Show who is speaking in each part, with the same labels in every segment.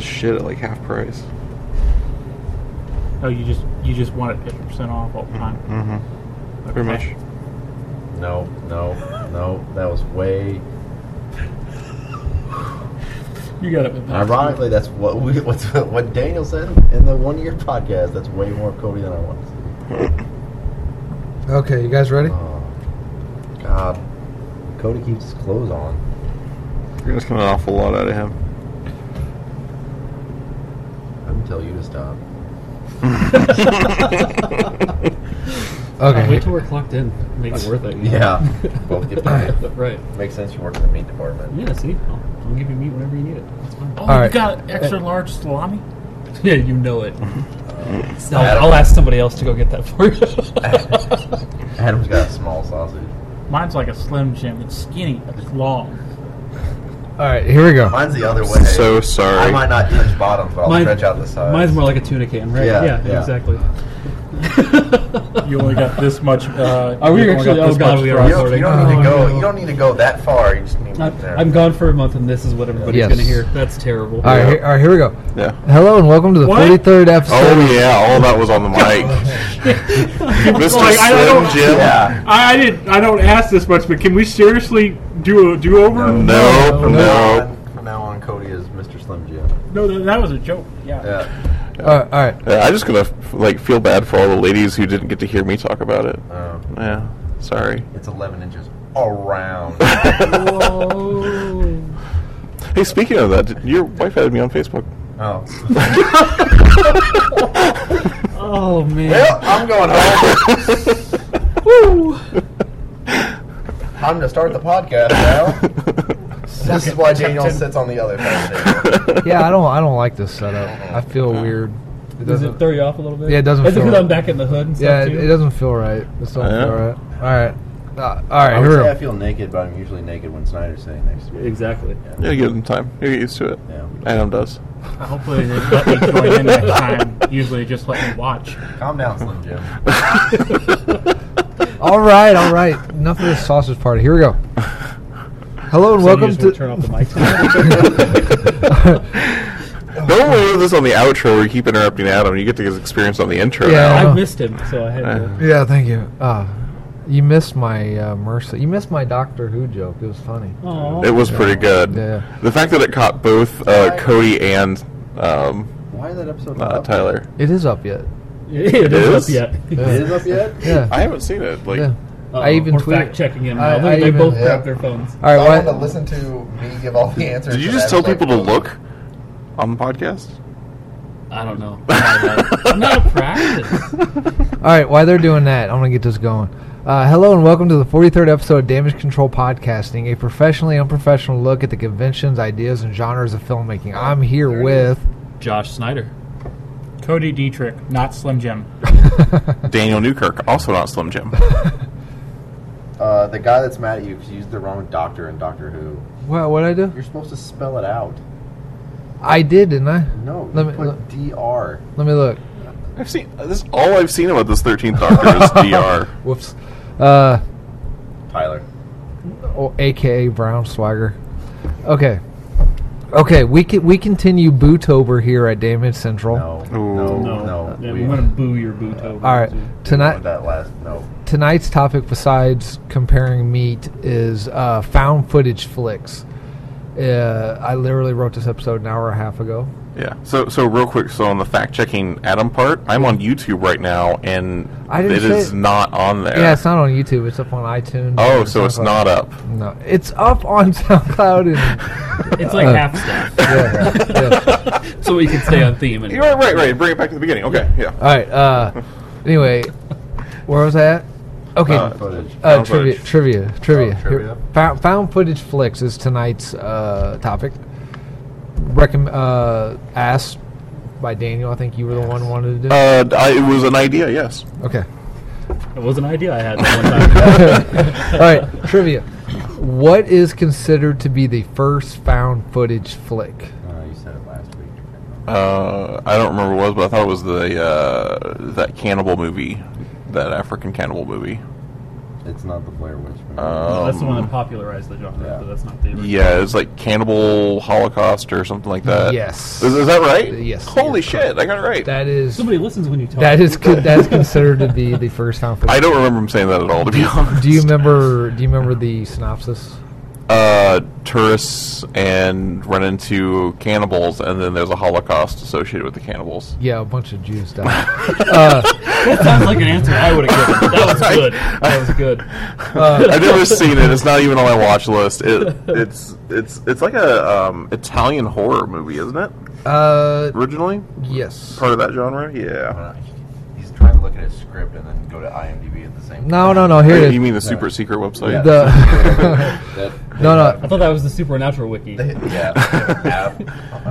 Speaker 1: shit at like half price.
Speaker 2: Oh, you just you just want it fifty percent off all the time.
Speaker 1: Mm-hmm.
Speaker 2: Okay.
Speaker 1: Pretty much.
Speaker 3: No, no, no. That was way.
Speaker 2: You got it. with that.
Speaker 3: Ironically, that's what we, what's, what Daniel said in the one year podcast. That's way more Cody than I was.
Speaker 4: Okay, you guys ready?
Speaker 3: Oh, God, Cody keeps his clothes on.
Speaker 1: You're just getting an awful lot out of him.
Speaker 3: I'm tell you to stop.
Speaker 4: Okay.
Speaker 5: Wait till we're clocked in. Make it worth it. you know?
Speaker 3: Yeah, both get paid.
Speaker 5: right.
Speaker 3: Makes sense. You work in the meat department.
Speaker 5: Yeah. See, I'll, I'll give you meat whenever you need it. That's fine.
Speaker 2: Oh, you
Speaker 4: Alright.
Speaker 1: Uh,
Speaker 2: got extra large salami?
Speaker 5: Yeah, you know it. I'll, I'll ask somebody else to go get that for you.
Speaker 3: Adam's got a small sausage.
Speaker 2: Mine's like a Slim Jim. It's skinny, but it's long.
Speaker 4: All right, here we go.
Speaker 3: Mine's the other way.
Speaker 1: so sorry.
Speaker 3: I might not touch bottoms, but I'll
Speaker 5: Mine-
Speaker 3: stretch out the sides.
Speaker 5: Mine's more like a tuna can, right?
Speaker 3: Yeah,
Speaker 5: yeah,
Speaker 3: yeah.
Speaker 5: exactly.
Speaker 2: You only got this much. Uh,
Speaker 5: Are we
Speaker 2: you only
Speaker 5: actually-
Speaker 2: got this
Speaker 5: oh, God,
Speaker 2: much
Speaker 5: we are
Speaker 2: fry.
Speaker 3: You don't, you don't need
Speaker 4: Oh,
Speaker 3: to go.
Speaker 4: no.
Speaker 3: You don't need to go that far. You just need to
Speaker 5: I,
Speaker 3: get there.
Speaker 5: I'm gone for a month, and this is what everybody's
Speaker 4: Yes.
Speaker 5: going to hear. That's terrible.
Speaker 4: All right, here, all right, here we go.
Speaker 1: yeah.
Speaker 4: Hello and welcome to the
Speaker 2: What?
Speaker 4: 43rd episode.
Speaker 1: Oh yeah, all that was on the mic. Mr.
Speaker 2: Like, I
Speaker 1: Slim
Speaker 2: don't-
Speaker 1: Jim.
Speaker 3: Yeah.
Speaker 2: I, I didn't. I don't ask this much, but can we seriously do a do over?
Speaker 1: No,
Speaker 2: No.
Speaker 1: no.
Speaker 3: From now, on, from now on, Cody is Mr. Slim Jim.
Speaker 2: that- that was a joke. Yeah.
Speaker 3: Yeah.
Speaker 4: All right, all right.
Speaker 1: Yeah, I just gonna like feel bad for all the ladies who didn't get to hear me talk about it.
Speaker 3: Oh,
Speaker 1: Yeah, sorry.
Speaker 3: it's 11 inches around.
Speaker 1: Hey, speaking of that, did- your wife added me on Facebook.
Speaker 3: oh.
Speaker 5: Oh man.
Speaker 3: Well, I'm going home. Time to start the podcast now. This is why Daniel sits on the other side of the table.
Speaker 4: Yeah, I don't, I don't like this setup. I feel weird. It
Speaker 5: Does it
Speaker 4: doesn't.
Speaker 5: throw you off a little bit?
Speaker 4: Yeah, it doesn't
Speaker 5: Is it
Speaker 4: feel-
Speaker 5: because I'm back in the hood and stuff
Speaker 4: Yeah, it,
Speaker 5: too?
Speaker 4: it doesn't feel right. It's not
Speaker 1: Yeah.
Speaker 4: feel right. All right, uh, all right,
Speaker 3: I
Speaker 4: here
Speaker 3: would
Speaker 4: we
Speaker 3: say I
Speaker 4: go.
Speaker 3: feel naked, but I'm usually naked when Snyder's sitting next to me.
Speaker 5: Exactly.
Speaker 1: Yeah, give them time. You get used to it.
Speaker 3: Yeah.
Speaker 1: Adam does.
Speaker 2: Hopefully they let me join in next time. Usually they just let me watch.
Speaker 3: Calm down, Slim Jim.
Speaker 4: All right, all right. Enough of this sausage party. Here we go. Hello and
Speaker 5: So you
Speaker 4: welcome
Speaker 5: just wanna
Speaker 4: to.
Speaker 5: turn off the mic.
Speaker 1: Don't worry this on the outro where you keep interrupting Adam. You get to experience on the intro.
Speaker 4: Yeah.
Speaker 5: I missed him, so I had to.
Speaker 4: Yeah, thank you. Uh, you missed my uh, Mercy. You missed my Doctor Who joke. It was funny.
Speaker 2: Uh,
Speaker 1: now. It
Speaker 5: Aw.
Speaker 1: was pretty good.
Speaker 4: Yeah.
Speaker 1: The fact that it caught both uh, Cody and um,
Speaker 3: Why is that episode not
Speaker 1: uh,
Speaker 3: up?
Speaker 1: Tyler.
Speaker 4: It is up yet.
Speaker 5: It
Speaker 1: is?
Speaker 5: is up yet.
Speaker 3: It is up yet?
Speaker 4: Yeah.
Speaker 1: I haven't seen it. Like,
Speaker 4: yeah.
Speaker 5: Uh-oh,
Speaker 4: I even
Speaker 5: we're
Speaker 4: tweeted-
Speaker 5: fact checking him.
Speaker 4: I-
Speaker 5: now. Look,
Speaker 4: I
Speaker 5: they
Speaker 4: even-
Speaker 5: both
Speaker 4: yeah.
Speaker 5: grabbed their phones.
Speaker 4: All
Speaker 3: I
Speaker 4: right.
Speaker 3: want to
Speaker 4: What?
Speaker 3: listen to me give all the answers.
Speaker 1: did you
Speaker 3: to
Speaker 1: just
Speaker 3: that.
Speaker 1: tell
Speaker 3: It's like-
Speaker 1: people to look on the podcast?
Speaker 5: I don't know. I'm not a practice.
Speaker 4: All right. While they're doing that, I'm gonna get this going. Uh, hello and welcome to the 43rd episode of Damage Control Podcasting, a professionally unprofessional look at the conventions, ideas, and genres of filmmaking. I'm here with.
Speaker 5: Josh Snyder.
Speaker 2: Cody Dietrich, not Slim Jim.
Speaker 1: Daniel Newkirk, also not Slim Jim.
Speaker 3: Uh, the guy that's mad at you because you used the wrong doctor in Doctor Who.
Speaker 4: What? What I do?
Speaker 3: You're supposed to spell it out.
Speaker 4: I did, didn't I?
Speaker 3: No, you
Speaker 4: Let me-
Speaker 3: put
Speaker 4: let-
Speaker 3: DR.
Speaker 4: Let me look.
Speaker 1: I've seen uh, this. All I've seen about this Thirteenth Doctor is Dr.
Speaker 4: Whoops. Uh,
Speaker 3: Tyler.
Speaker 4: oh, AKA Brown Swagger. Okay. Okay. We can, we continue Bootober here at Damage Central.
Speaker 3: No.
Speaker 1: Ooh.
Speaker 3: No.
Speaker 5: No,
Speaker 3: No.
Speaker 5: Yeah,
Speaker 3: we-
Speaker 5: we want to boo your boot over.
Speaker 4: All right.
Speaker 3: With
Speaker 4: Tonight.
Speaker 3: that last no.
Speaker 4: tonight's topic besides comparing meat is uh, found footage flicks uh, i literally wrote this episode an hour and a half ago
Speaker 1: Yeah. So so real quick. So on the fact checking Adam part, I'm on YouTube right now, and
Speaker 4: I didn't
Speaker 1: it
Speaker 4: say
Speaker 1: is
Speaker 4: it.
Speaker 1: not on there.
Speaker 4: yeah it's not on youtube it's up on itunes
Speaker 1: Oh,
Speaker 4: or
Speaker 1: so it's
Speaker 4: SoundCloud.
Speaker 1: not up.
Speaker 4: no it's up on soundcloud and
Speaker 5: It's
Speaker 1: Uh.
Speaker 5: like half staff,
Speaker 4: yeah, yeah.
Speaker 5: so we can stay on theme. And
Speaker 1: You're right, right, right. Bring it back to the beginning. Okay. Yeah.
Speaker 4: all right uh, anyway where was i at okay
Speaker 1: Uh,
Speaker 3: Footage.
Speaker 4: Uh,
Speaker 1: Found
Speaker 4: trivia,
Speaker 1: footage.
Speaker 4: trivia, trivia,
Speaker 3: Oh, trivia.
Speaker 4: Here, Found, found footage flicks is tonight's uh, topic. Recomm- uh, asked by Daniel. I think you were the one who wanted to do.
Speaker 1: Uh, I, it was an idea. Yes.
Speaker 4: okay.
Speaker 5: It was an idea I had that one time.
Speaker 4: All right. Trivia. What is considered to be the first found footage flick?
Speaker 3: Uh, you said it last week.
Speaker 1: Uh, I don't remember what it was, but I thought it was the uh, that cannibal movie, that African cannibal movie.
Speaker 3: It's not the Blair Witch movie.
Speaker 2: No, that's the one
Speaker 1: Um,
Speaker 2: that popularized the genre,
Speaker 3: yeah.
Speaker 2: but that's not the original.
Speaker 1: Yeah, it's like Cannibal Holocaust or something like that.
Speaker 4: Yes.
Speaker 1: Is, is that right?
Speaker 4: Yes,
Speaker 1: Holy
Speaker 4: yes,
Speaker 1: shit, I got it right.
Speaker 4: That is
Speaker 6: Somebody listens when you talk.
Speaker 4: that is con- that's considered to be the first found footage.
Speaker 1: I don't remember him saying that at all, to be honest.
Speaker 4: Do you remember? Do you remember the synopsis?
Speaker 1: Uh, tourists and run into cannibals, and then there's a Holocaust associated with the cannibals.
Speaker 4: Yeah, a bunch of Jews died.
Speaker 6: That sounds like an answer I would have given. That was good. That was good.
Speaker 1: I've never seen it. It's not even on my watch list. It, it's it's it's like a um, Italian horror movie, isn't it?
Speaker 4: Uh,
Speaker 1: Originally,
Speaker 4: yes.
Speaker 1: part of that genre. Yeah.
Speaker 3: Uh, he- He's trying to look at his script and then go to IMDb at the same
Speaker 4: No, no, no. Here
Speaker 1: Hey,
Speaker 4: it
Speaker 1: Oh,
Speaker 4: is.
Speaker 1: you mean the super secret website?
Speaker 3: Yeah.
Speaker 4: The
Speaker 3: That,
Speaker 4: no, no.
Speaker 6: I thought that was the supernatural wiki.
Speaker 3: yeah. app.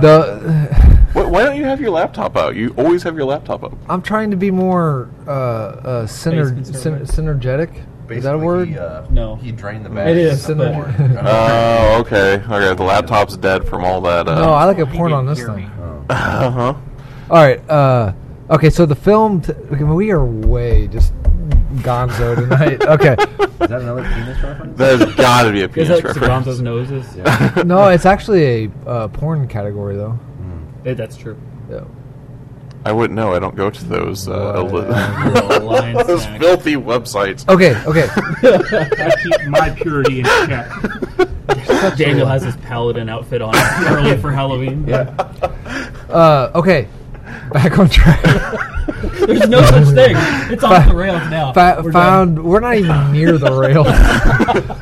Speaker 4: The
Speaker 1: Why, why don't you have your laptop out? You always have your laptop up.
Speaker 4: I'm trying to be more uh, uh syner-
Speaker 6: Space
Speaker 4: syn- synergetic. is that a
Speaker 3: Basically,
Speaker 4: word?
Speaker 3: He, uh,
Speaker 6: No.
Speaker 3: He drained the bag.
Speaker 6: It is,
Speaker 3: of Uh,
Speaker 6: but-
Speaker 3: porn.
Speaker 1: Oh, okay. Okay, the laptop's dead from all that. Uh,
Speaker 4: no, Oh, I look at
Speaker 2: He
Speaker 4: porn
Speaker 2: didn't
Speaker 4: on this
Speaker 2: hear
Speaker 4: thing.
Speaker 2: me.
Speaker 3: Oh.
Speaker 1: Uh huh.
Speaker 4: All right. Uh, okay, so the film. T- okay, we are way just gonzo tonight. Okay.
Speaker 3: Is that another penis reference?
Speaker 1: There's got to be a
Speaker 6: Is
Speaker 1: penis
Speaker 6: that
Speaker 1: reference.
Speaker 6: Sagamza's noses?
Speaker 3: yeah.
Speaker 4: No, it's actually a uh, porn category though.
Speaker 6: Eh, that's true.
Speaker 4: Yeah.
Speaker 1: I wouldn't know. I don't go to those uh,
Speaker 4: Whatever.
Speaker 6: Little lion
Speaker 1: elite- those
Speaker 6: snack.
Speaker 1: filthy websites.
Speaker 4: Okay. Okay.
Speaker 2: I keep my purity in check.
Speaker 6: Daniel has his paladin outfit on early for Halloween.
Speaker 4: yeah. Uh, okay. Back on track.
Speaker 6: There's no such thing. It's off the rails now.
Speaker 4: Fa-
Speaker 6: We're done.
Speaker 4: found. We're not even near the rail.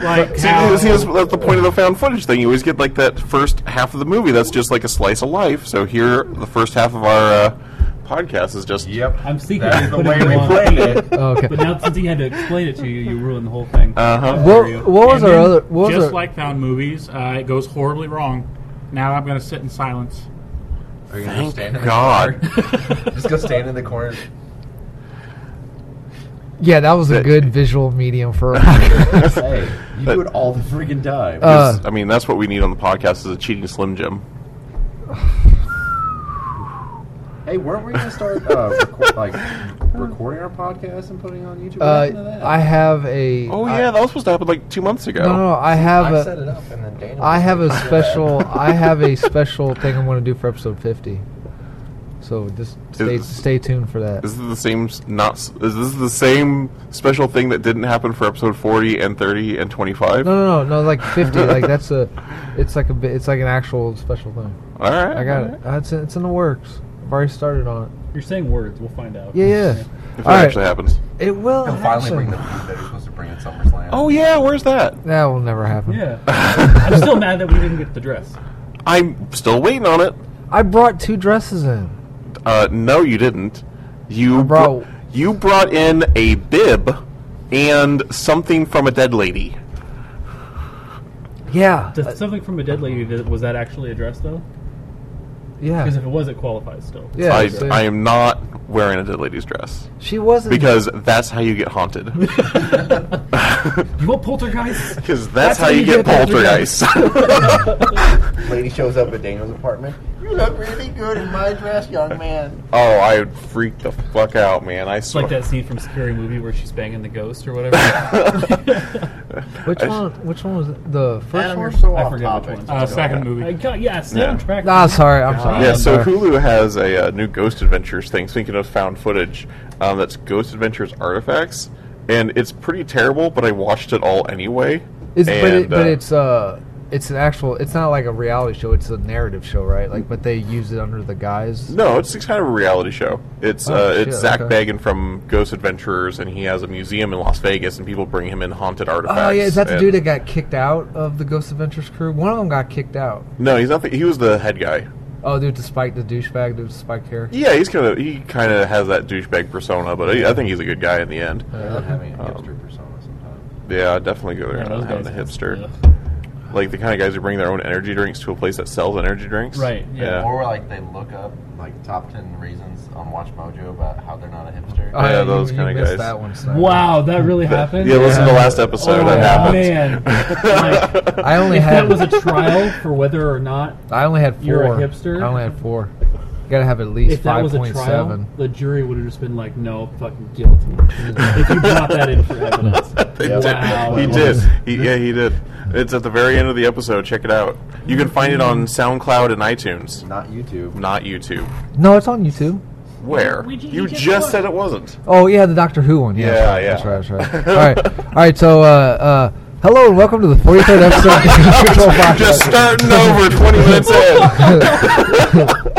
Speaker 2: Like
Speaker 1: See,
Speaker 2: how
Speaker 1: see, that's, that's the point of the found footage thing. You always get like that first half of the movie. That's just like a slice of life. So here, the first half of our uh, podcast is just
Speaker 3: Yep.
Speaker 6: I'm secretly
Speaker 3: That is the
Speaker 6: putting
Speaker 3: way
Speaker 6: you
Speaker 3: we
Speaker 6: on.
Speaker 3: played it.
Speaker 4: Oh, okay.
Speaker 6: But now since he had to explain it to you, you ruined the whole thing.
Speaker 1: Uh huh.
Speaker 4: What, what was
Speaker 2: And
Speaker 4: our
Speaker 2: then,
Speaker 4: other? What was
Speaker 2: just
Speaker 4: our,
Speaker 2: like found movies, uh, it goes horribly wrong. Now I'm going to sit in silence.
Speaker 3: Are you gonna
Speaker 1: Thank
Speaker 3: stand in the
Speaker 1: God.
Speaker 3: corner? Just go stand in the corner.
Speaker 4: yeah, that was a
Speaker 1: that-
Speaker 4: good visual medium for. a-
Speaker 3: Hey, you do it all the freaking time.
Speaker 4: Uh,
Speaker 1: I mean, that's what we need on the podcast is a cheating Slim Jim.
Speaker 3: hey, weren't we gonna start uh, record, like recording our podcast and putting it on YouTube? What happened to
Speaker 4: uh,
Speaker 3: that?
Speaker 4: I have a.
Speaker 1: Oh
Speaker 4: I-
Speaker 1: yeah, that was supposed to happen like two months ago.
Speaker 4: No, no, I have
Speaker 3: I set
Speaker 4: a.
Speaker 3: it up and then Daniel.
Speaker 4: I
Speaker 3: was
Speaker 4: have a
Speaker 3: like, "Yeah."
Speaker 4: special. I have a special thing I'm going to do for episode 50. So just stay
Speaker 1: Is-
Speaker 4: stay tuned for that.
Speaker 1: This is the same s- not. s- Is this the same special thing that didn't happen for episode forty and thirty and twenty five?
Speaker 4: No, no, no, no. Like 50. like that's a. It's like a. bi- It's like an actual special thing.
Speaker 1: All right,
Speaker 4: I got it. Uh, it's it's in the works. I've already started on it.
Speaker 6: You're saying words. We'll find out.
Speaker 4: Yeah, yeah.
Speaker 1: If it
Speaker 4: All right.
Speaker 1: actually happens.
Speaker 4: It will.
Speaker 3: He'll finally bring the
Speaker 4: happen.
Speaker 3: food that he's supposed to bring at SummerSlam.
Speaker 1: Oh yeah, where's that?
Speaker 4: That will never happen.
Speaker 6: Yeah. I'm still mad that we didn't get the dress.
Speaker 1: I'm still waiting on it.
Speaker 4: I brought two dresses in.
Speaker 1: Uh, no, you didn't. You
Speaker 4: brought-
Speaker 1: brought you brought in a bib and something from a dead lady.
Speaker 4: Yeah. uh,
Speaker 6: Does something from a dead lady that was that actually a dress though? Because
Speaker 4: Yeah.
Speaker 6: if it was, it qualifies still.
Speaker 4: Yeah.
Speaker 1: I,
Speaker 4: so-
Speaker 1: I am not wearing a dead lady's dress
Speaker 4: she wasn't.
Speaker 1: because that's how you get haunted.
Speaker 6: You want poltergeist?
Speaker 1: Because that's, how you get poltergeist.
Speaker 7: Lady shows up at Daniel's apartment. You look really good in my dress, young man.
Speaker 1: oh, I would freak the fuck out, man. I
Speaker 6: It's
Speaker 1: swear.
Speaker 6: like that scene from Scary Movie where she's banging the ghost or whatever.
Speaker 4: which
Speaker 1: I-
Speaker 4: one? Which one was it? the first
Speaker 7: Adam,
Speaker 4: one?
Speaker 7: you're so
Speaker 6: I
Speaker 7: off
Speaker 6: forget which
Speaker 7: topic.
Speaker 6: ones.
Speaker 2: Uh, second
Speaker 6: I
Speaker 2: movie.
Speaker 6: got, yeah, stay on
Speaker 1: Yeah.
Speaker 6: track.
Speaker 4: Ah, sorry. I'm sorry.
Speaker 1: Yeah,
Speaker 4: I'm
Speaker 1: so
Speaker 4: sorry.
Speaker 1: Hulu has a uh, new Ghost Adventures thing. Speaking of found footage, um, that's Ghost Adventures Artifacts, and it's pretty terrible. But I watched it all anyway.
Speaker 4: Is, but,
Speaker 1: and,
Speaker 4: it, but
Speaker 1: uh,
Speaker 4: it's uh, it's an actual. It's not like a reality show. It's a narrative show, right? Like, but they use it under the guise.
Speaker 1: no, it's, it's kind of a reality show. It's
Speaker 4: Oh,
Speaker 1: uh, it's
Speaker 4: shit,
Speaker 1: Zach
Speaker 4: okay.
Speaker 1: Bagan from Ghost Adventurers, and he has a museum in Las Vegas, and people bring him in haunted artifacts.
Speaker 4: Oh yeah, is that the
Speaker 1: and-
Speaker 4: dude that got kicked out of the Ghost Adventures crew? One of them got kicked out.
Speaker 1: No, he's not. The, he was the head guy.
Speaker 4: Oh, dude, the Spike, the douchebag, dude, the Spike hair.
Speaker 1: Yeah, he's kind of he kind of has that douchebag persona, but I, I think he's a good guy in the end.
Speaker 3: I love having a hipster persona sometimes.
Speaker 1: Yeah, I'd definitely go there
Speaker 6: Yeah,
Speaker 1: and
Speaker 6: those
Speaker 1: have the
Speaker 6: guys-
Speaker 1: hipster.
Speaker 6: yeah.
Speaker 1: like the kind of guys who bring their own energy drinks to a place that sells energy drinks.
Speaker 6: Right, yeah.
Speaker 3: Or like they look up like top ten reasons on Watch Mojo about how they're not a hipster.
Speaker 4: Oh, you-
Speaker 1: those
Speaker 4: you
Speaker 1: kinda
Speaker 4: missed
Speaker 1: guys.
Speaker 4: That one, Snyder.
Speaker 6: Wow, that really happened?
Speaker 1: Yeah, listen to the last episode.
Speaker 6: Oh,
Speaker 1: that happened.
Speaker 6: man. That's like-
Speaker 4: I only
Speaker 6: if
Speaker 4: had
Speaker 6: that was a trial for whether or not
Speaker 4: I only had four.
Speaker 6: You're a hipster?
Speaker 4: I only had four. You gotta have at least
Speaker 5: if that
Speaker 4: five
Speaker 5: was a
Speaker 4: point
Speaker 5: trial,
Speaker 4: seven.
Speaker 5: the jury would have just been like, "No, fucking guilty." if you brought that in for evidence,
Speaker 1: They
Speaker 5: wow,
Speaker 1: did. He
Speaker 5: that
Speaker 1: did.
Speaker 5: was-
Speaker 1: He, yeah, he did. It's at the very end of the episode. Check it out. You can find it on SoundCloud and iTunes,
Speaker 3: Not YouTube.
Speaker 1: not YouTube.
Speaker 4: No, it's on YouTube.
Speaker 1: Where
Speaker 2: We ju-
Speaker 1: you
Speaker 2: you just
Speaker 1: just
Speaker 2: looked.
Speaker 1: said it wasn't.
Speaker 4: Oh yeah, the Doctor Who one. Yeah,
Speaker 1: Yeah,
Speaker 4: that's
Speaker 1: yeah.
Speaker 4: right. That's right. That's right. all right, all right. So, uh, uh, hello and welcome to the forty third episode of Damage Control
Speaker 1: Just
Speaker 4: Podcast.
Speaker 1: starting over twenty minutes in.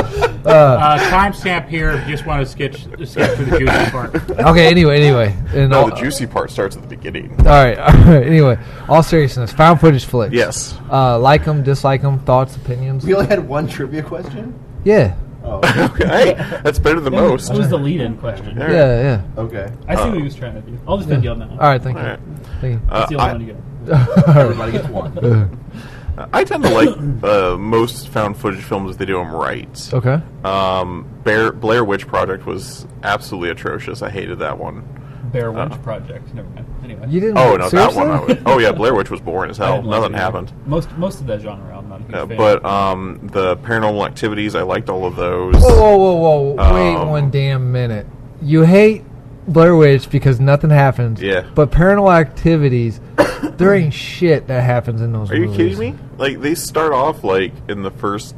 Speaker 2: Uh, timestamp here. Just want to sketch sketch through the juicy part.
Speaker 4: Okay. Anyway, anyway. And
Speaker 1: No,
Speaker 4: all,
Speaker 1: the juicy part starts at the beginning.
Speaker 4: all right. All right. Anyway, all seriousness, found footage flicks.
Speaker 1: Yes.
Speaker 4: Uh, like them, dislike them, thoughts, opinions.
Speaker 3: We only had one trivia question.
Speaker 4: Yeah.
Speaker 3: Oh,
Speaker 1: Okay, that's better than most.
Speaker 5: That was the lead-in question.
Speaker 1: There.
Speaker 4: Yeah. Yeah.
Speaker 3: okay.
Speaker 5: I see what he was trying to do. I'll just end you on that.
Speaker 4: All right. Thank
Speaker 1: All right.
Speaker 4: you. Thank you.
Speaker 1: Uh,
Speaker 5: That's the
Speaker 1: I,
Speaker 5: only one you get.
Speaker 3: Everybody gets one.
Speaker 1: I tend to like uh, most found footage films if they do them right.
Speaker 4: Okay.
Speaker 1: Um, Bear, Blair Witch Project was absolutely atrocious. I hated that one.
Speaker 6: Bear Winch
Speaker 1: Uh.
Speaker 6: Project. Never mind. Anyway.
Speaker 4: You didn't.
Speaker 1: Oh no, that
Speaker 4: seriously?
Speaker 1: one! I was, oh yeah, Blair Witch was boring as
Speaker 6: Mm. I
Speaker 1: hell.
Speaker 6: didn't like
Speaker 1: Nothing
Speaker 6: it either.
Speaker 1: happened.
Speaker 6: Most most of that genre, I'm not a huge
Speaker 1: Uh,
Speaker 6: fan.
Speaker 1: but um, the paranormal activities, I liked all of those.
Speaker 4: Whoa,
Speaker 6: Oh,
Speaker 4: whoa, whoa, whoa! Wait
Speaker 1: Um,
Speaker 4: one damn minute. You hate Blair Witch because nothing happens.
Speaker 1: Yeah.
Speaker 4: But Paranormal Activities, there ain't shit that happens in those.
Speaker 1: Are you
Speaker 4: movies.
Speaker 1: kidding me? Like they start off like in the first.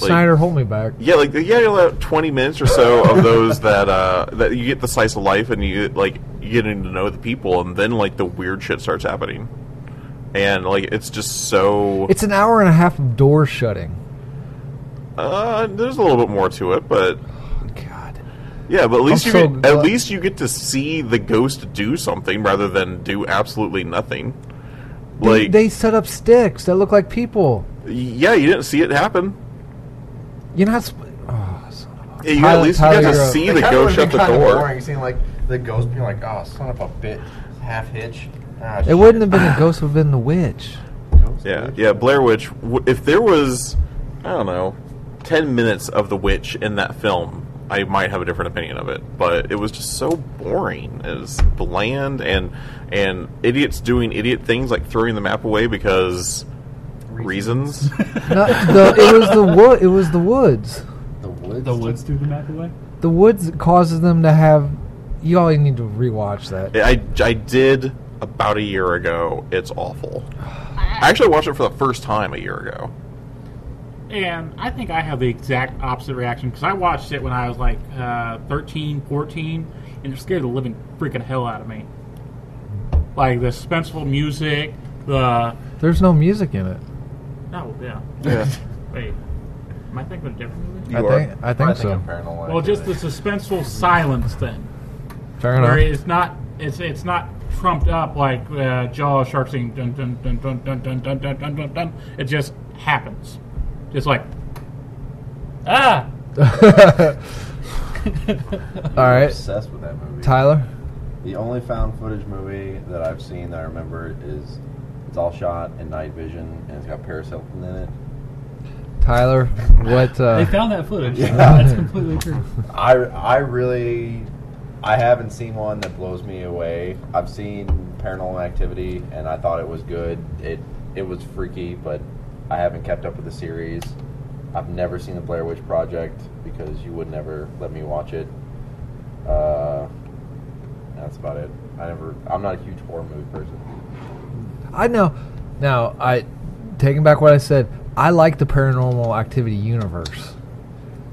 Speaker 1: Like,
Speaker 4: Snyder, hold me back.
Speaker 1: Yeah, like yeah, you'll have twenty minutes or so of those that uh, that you get the slice of life and you like you getting to know the people, and then like the weird shit starts happening, and like it's just so.
Speaker 4: It's an hour and a half of door shutting.
Speaker 1: Uh, there's a little bit more to it, but
Speaker 4: God.
Speaker 1: yeah, but at
Speaker 4: I'm
Speaker 1: least you
Speaker 4: so
Speaker 1: get, at
Speaker 4: glad-
Speaker 1: least you get to see the ghost do something rather than do absolutely nothing. Like
Speaker 4: they set up sticks that look like people.
Speaker 1: yeah, you didn't see it happen.
Speaker 4: You're not. Sp- oh, son of
Speaker 1: Yeah, you
Speaker 4: Tyler-
Speaker 1: at least
Speaker 4: Tyler,
Speaker 1: got
Speaker 4: you're
Speaker 1: to
Speaker 4: up.
Speaker 1: see
Speaker 7: It
Speaker 1: the
Speaker 7: kinda
Speaker 1: ghost
Speaker 7: would've been
Speaker 1: shut the
Speaker 7: kinda
Speaker 1: door.
Speaker 7: Boring, seeing like the ghost being like, "Oh, son of a bitch, half hitch." Ah,
Speaker 4: a- it wouldn't have been the ghost; it would have been the witch.
Speaker 3: Ghost
Speaker 1: Yeah,
Speaker 3: bitch.
Speaker 1: yeah. Blair Witch. w- If there was, I don't know, ten minutes of the witch in that film, I might have a different opinion of it. But it was just so boring. It was bland and and idiots doing idiot things like throwing the map away because reasons.
Speaker 4: No, the, it was the wood. It was the woods.
Speaker 3: The woods.
Speaker 5: The woods threw the map away.
Speaker 4: The woods causes them to have. You all need to rewatch that.
Speaker 1: I I did about a year ago. It's awful. I actually watched it for the first time a year ago.
Speaker 2: And I think I have the exact opposite reaction because I watched it when I was like uh, 13, 14, and it scared the living freaking hell out of me. Like the suspenseful music, the.
Speaker 4: There's no music in it.
Speaker 2: No, yeah.
Speaker 1: Yeah,
Speaker 2: Wait. Am I thinking of a different movie?
Speaker 4: I
Speaker 1: You are-
Speaker 4: think. I think so.
Speaker 2: Well, just the suspenseful silence thing.
Speaker 4: Fair
Speaker 2: Where
Speaker 4: enough.
Speaker 2: it's not. It's, it's not trumped up like uh, Jaws, Shark Scene, dun dun dun dun dun dun dun dun dun dun dun. It just happens. Just like. Ah!
Speaker 4: All right,
Speaker 3: Obsessed with that movie.
Speaker 4: Tyler.
Speaker 3: The only found footage movie that I've seen that I remember is it's all shot in night vision and it's got Paris Hilton in it.
Speaker 4: Tyler, what?
Speaker 6: they
Speaker 4: Uh,
Speaker 6: found that footage.
Speaker 3: Yeah.
Speaker 6: That's completely true.
Speaker 3: I I really I haven't seen one that blows me away. I've seen Paranormal Activity and I thought it was good. It it was freaky, but I haven't kept up with the series. I've never seen the Blair Witch Project because you would never let me watch it. Uh, that's about it. I never. I'm not a huge horror movie person.
Speaker 4: I know. Now, I taking back what I said. I like the Paranormal Activity universe.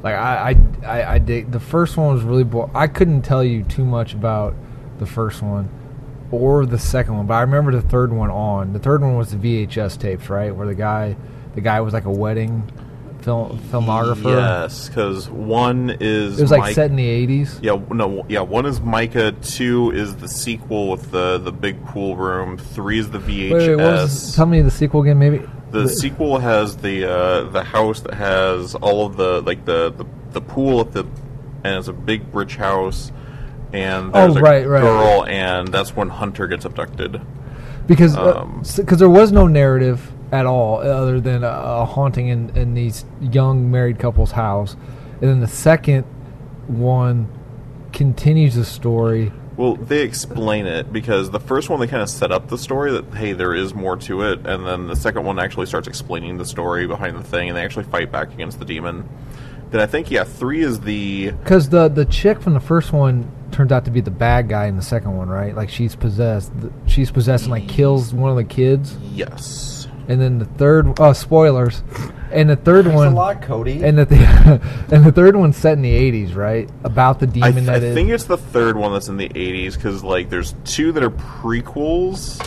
Speaker 4: Like I, I, I, I dig the first one was really boring. I couldn't tell you too much about the first one or the second one, but I remember the third one on. The third one was the VHS tapes, right? Where the guy, the guy was like a wedding film filmographer.
Speaker 1: Yes, because one is
Speaker 4: It was like
Speaker 1: Mike-
Speaker 4: set in the eighties.
Speaker 1: Yeah, no, yeah. One is Micah. Two is the sequel with the the big pool room. Three is the VHS.
Speaker 4: Wait, wait, what was, tell me the sequel again, maybe.
Speaker 1: the sequel has the uh, the house that has all of the like the the, the pool at the and it's a big bridge house. And
Speaker 4: Oh,
Speaker 1: there's a
Speaker 4: right, right.
Speaker 1: girl, and that's when Hunter gets abducted.
Speaker 4: because because
Speaker 1: Um,
Speaker 4: there was no narrative at all uh, other than a, a haunting in, in these young married couple's house and then the second one continues the story
Speaker 1: Well, they explain it because the first one they kind of set up the story that hey, there is more to it, and then the second one actually starts explaining the story behind the thing, and they actually fight back against the demon. Then I think yeah, three is the
Speaker 4: Because the the chick from the first one turns out to be the bad guy in the second one, right? Like she's possessed. th- She's possessed and like kills one of the kids.
Speaker 1: yes.
Speaker 4: And then the third, oh spoilers, and the third
Speaker 3: Thanks
Speaker 4: one.
Speaker 3: a lot, Cody.
Speaker 4: And the th- and the third one's set in the eighties, right? About the
Speaker 1: I,
Speaker 4: demon
Speaker 1: th-
Speaker 4: that
Speaker 1: I
Speaker 4: is-
Speaker 1: think it's the third one that's in the 80s because like there's two that are prequels.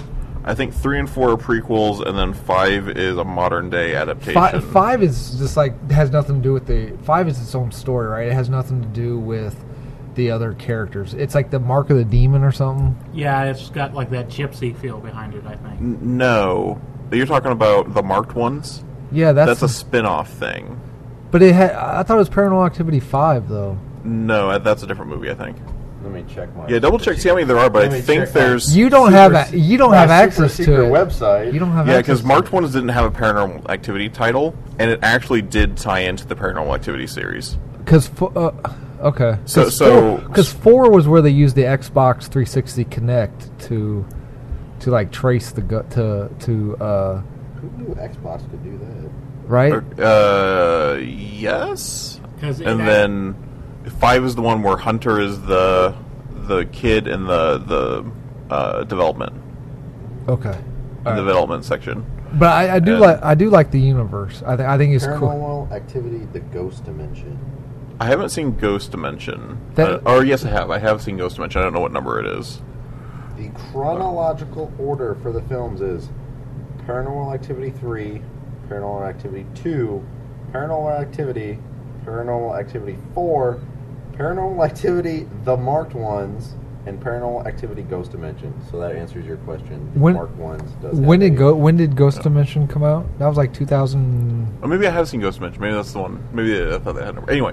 Speaker 1: I think three and four are prequels, and then five is a modern day adaptation.
Speaker 4: Fi- five is just like has nothing to do with the five is its own story, right? It has nothing to do with the other characters. It's like the mark of the demon or something.
Speaker 2: Yeah, it's got like that gypsy feel behind it. I think.
Speaker 1: N- No, you're talking about the marked ones.
Speaker 4: Yeah, that's,
Speaker 1: That's, a spin-off thing.
Speaker 4: but it had. I thought it was Paranormal Activity five though.
Speaker 1: No, uh, that's a different movie. I think.
Speaker 3: Let me check my.
Speaker 1: Yeah, double check. See how many there are, but
Speaker 3: Let
Speaker 1: I
Speaker 3: me
Speaker 1: think
Speaker 3: check my-
Speaker 1: there's
Speaker 4: You don't
Speaker 3: Super
Speaker 4: have
Speaker 3: se-
Speaker 4: a, you don't
Speaker 3: my
Speaker 4: have
Speaker 3: super
Speaker 4: access to
Speaker 3: secret
Speaker 4: it.
Speaker 3: website.
Speaker 4: You don't have
Speaker 1: Yeah,
Speaker 4: access
Speaker 1: because
Speaker 4: to
Speaker 1: marked
Speaker 4: it.
Speaker 1: ones didn't have a Paranormal Activity title, and it actually did tie into the Paranormal Activity series.
Speaker 4: Because fo- uh, okay,
Speaker 1: So- so-
Speaker 4: because four was where they used the Xbox 360 Connect to to like trace the gut to to uh,
Speaker 3: Who knew Xbox could do that?
Speaker 4: right.
Speaker 1: Uh, yes.
Speaker 2: 'Cause it
Speaker 1: And
Speaker 2: had-
Speaker 1: then five is the one where Hunter is the the kid in the the uh, development
Speaker 4: Okay,
Speaker 1: the
Speaker 4: All right.
Speaker 1: development section.
Speaker 4: but I, I do
Speaker 1: Uh,
Speaker 4: like I do like the universe. I, th- I think it's cool.
Speaker 3: Paranormal activity, the ghost dimension.
Speaker 1: I haven't seen Ghost Dimension.
Speaker 4: That-
Speaker 1: Uh, or yes, I have. I have seen Ghost Dimension. I don't know what number it is.
Speaker 3: The chronological order for the films is Paranormal Activity 3, Paranormal Activity 2, Paranormal Activity, Paranormal Activity 4, Paranormal Activity The Marked Ones, and Paranormal Activity Ghost Dimension. So that answers your question.
Speaker 4: When-
Speaker 3: Marked Ones does
Speaker 4: When
Speaker 3: have
Speaker 4: did
Speaker 3: a-
Speaker 4: go? When did Ghost Dimension come out? That was like 2000.
Speaker 1: Or maybe I have seen Ghost Dimension. Maybe that's the one. Maybe I thought they had a number. Anyway,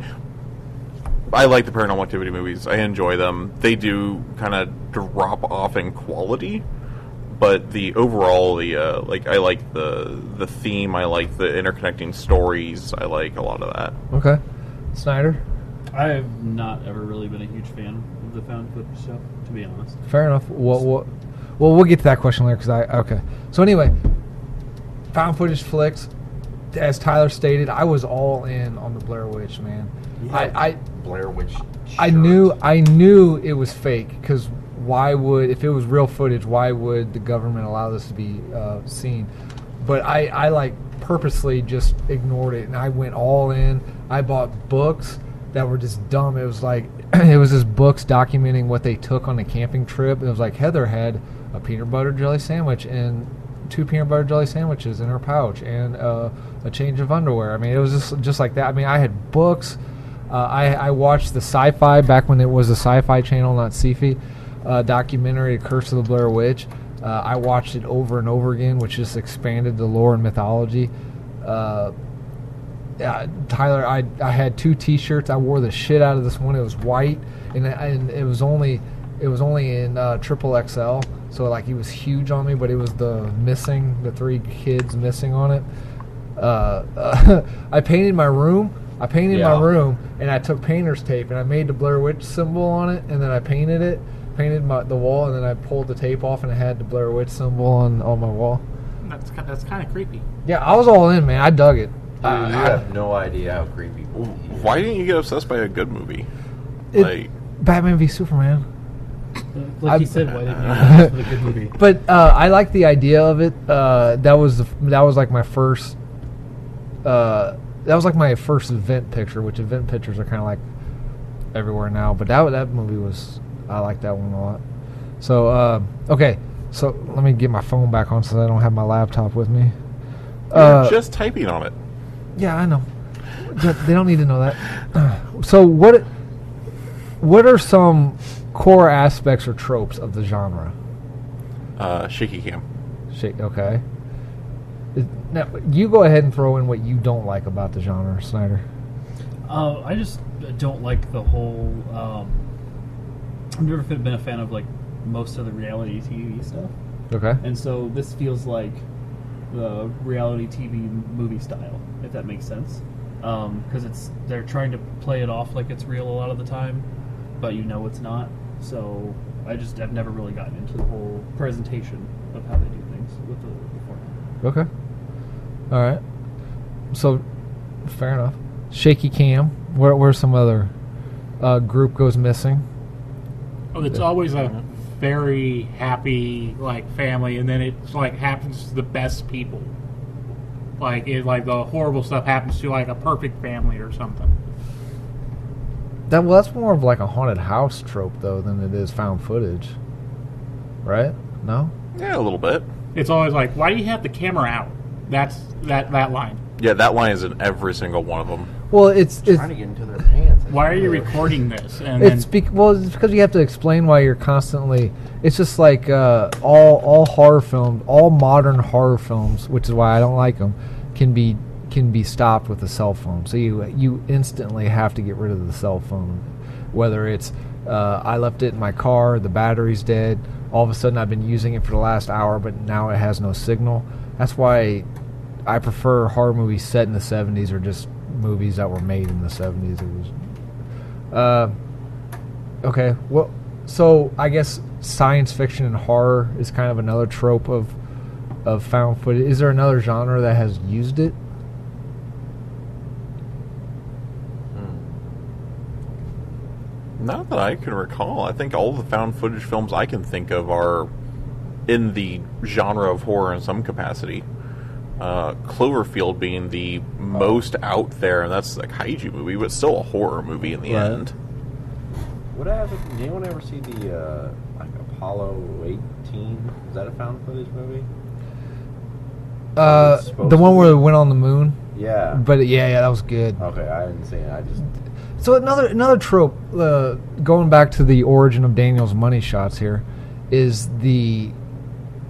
Speaker 1: I like the Paranormal Activity movies. I enjoy them. They do kind of drop off in quality, but the overall, the uh, like, I like the the theme. I like the interconnecting stories. I like a lot of that.
Speaker 4: Okay, Snyder.
Speaker 5: I've not ever really been a huge fan of the found footage stuff, to be honest.
Speaker 4: Fair enough. Well, well, well, we'll get to that question later because I okay. So anyway, found footage flicks. As Tyler stated, I was all in on the Blair Witch man. I, I
Speaker 3: Blair Witch.
Speaker 4: I
Speaker 3: shirt.
Speaker 4: knew I knew it was fake because why would if it was real footage why would the government allow this to be uh, seen? But I I like purposely just ignored it and I went all in. I bought books that were just dumb. It was like it was just books documenting what they took on the camping trip. It was like Heather had a peanut butter jelly sandwich and two peanut butter jelly sandwiches in her pouch and uh, a change of underwear. I mean it was just just like that. I mean I had books. Uh, I, I watched the sci-fi back when it was a sci-fi channel, not sci uh, documentary, Curse of the Blair Witch. Uh, I watched it over and over again, which just expanded the lore and mythology. Uh, yeah, Uh, Tyler, I, I had two T-shirts. I wore the shit out of this one. It was white, and and it was only it was only in uh, triple XL. So like it was huge on me, but it was the missing the three kids missing on it. Uh, I painted my room. I painted
Speaker 3: Yeah.
Speaker 4: my room, and I took painter's tape and I made the Blair Witch symbol on it, and then I painted it, painted my, the wall, and then I pulled the tape off and it had the Blair Witch symbol on on my wall.
Speaker 2: That's ki- that's kind of creepy.
Speaker 4: Yeah, I was all in, man. I dug it.
Speaker 3: Dude,
Speaker 4: I-
Speaker 3: you
Speaker 4: I-
Speaker 3: have no idea how creepy.
Speaker 1: Why didn't you get obsessed by a good movie?
Speaker 4: It-
Speaker 1: like
Speaker 4: Batman v Superman.
Speaker 5: Like
Speaker 4: I'm-
Speaker 5: he said, why didn't you ask for the good movie?
Speaker 4: But uh, I like the idea of it. Uh, that was the, f- that was like my first. Uh, that was like my first event picture, which event pictures are kind of like everywhere now. But that that movie was I like that one a lot. So uh, okay, so let me get my phone back on so I don't have my laptop with me.
Speaker 1: you were
Speaker 4: Uh,
Speaker 1: just typing on it.
Speaker 4: yeah, I know. They- They don't need to know that. So what? What are some core aspects or tropes of the genre?
Speaker 1: Uh, shaky cam.
Speaker 4: Shake. Okay. Is- Now you go ahead and throw in what you don't like about the genre, Snyder.
Speaker 5: Uh, I just don't like the whole. Um, I've never been a fan of like most of the reality TV stuff,
Speaker 4: Okay.
Speaker 5: and so this feels like the reality TV movie style, if that makes sense. Because it's they're trying to play it off like it's real a lot of the time, but you know it's not. So I just I've never really gotten into the whole presentation of how they do things with the, the format.
Speaker 4: Okay. All right. So, fair enough. Shaky cam. Where, where's some other uh, group goes missing?
Speaker 2: Oh, it's always a
Speaker 4: Mm-hmm.
Speaker 2: very happy like family, and then it's like happens to the best people. Like it, like the horrible stuff happens to like a perfect family or something.
Speaker 4: That well, that's more of like a haunted house trope though than it is found footage, right? No,
Speaker 1: Yeah, a little bit.
Speaker 2: It's always like, why do you have the camera out? That's that that line.
Speaker 1: Yeah, that line is in every single one of them.
Speaker 4: well, it's it's
Speaker 7: Trying to get into their pants.
Speaker 2: Why are you recording this? And then,
Speaker 4: it's bec well, it's because you have to explain why you're constantly. It's just like uh, all all horror films, all modern horror films, which is why I don't like them, can be can be stopped with a cell phone. So you you instantly have to get rid of the cell phone, whether it's uh, I left it in my car, the battery's dead. All of a sudden, I've been using it for the last hour, but now it has no signal. That's why I prefer horror movies set in the '70s or just movies that were made in the '70s. It was uh, okay. Well, so I guess science fiction and horror is kind of another trope of of found footage. Is there another genre that has used it?
Speaker 1: Not that I can recall. I think all the found footage films I can think of are in the genre of horror in some capacity. Uh, Cloverfield being the most out there, and that's a kaiju movie, but still a horror movie in the
Speaker 4: Right.
Speaker 1: end.
Speaker 3: Would I ever, did anyone ever see the uh, like Apollo 18? Is that a found footage movie?
Speaker 4: Uh,
Speaker 3: it's supposed
Speaker 4: the one
Speaker 3: to
Speaker 4: where it went on the moon.
Speaker 3: Yeah.
Speaker 4: But yeah, yeah, that was good.
Speaker 3: okay, I didn't see it. I just
Speaker 4: So another another trope, uh, going back to the origin of Daniel's money shots here, is the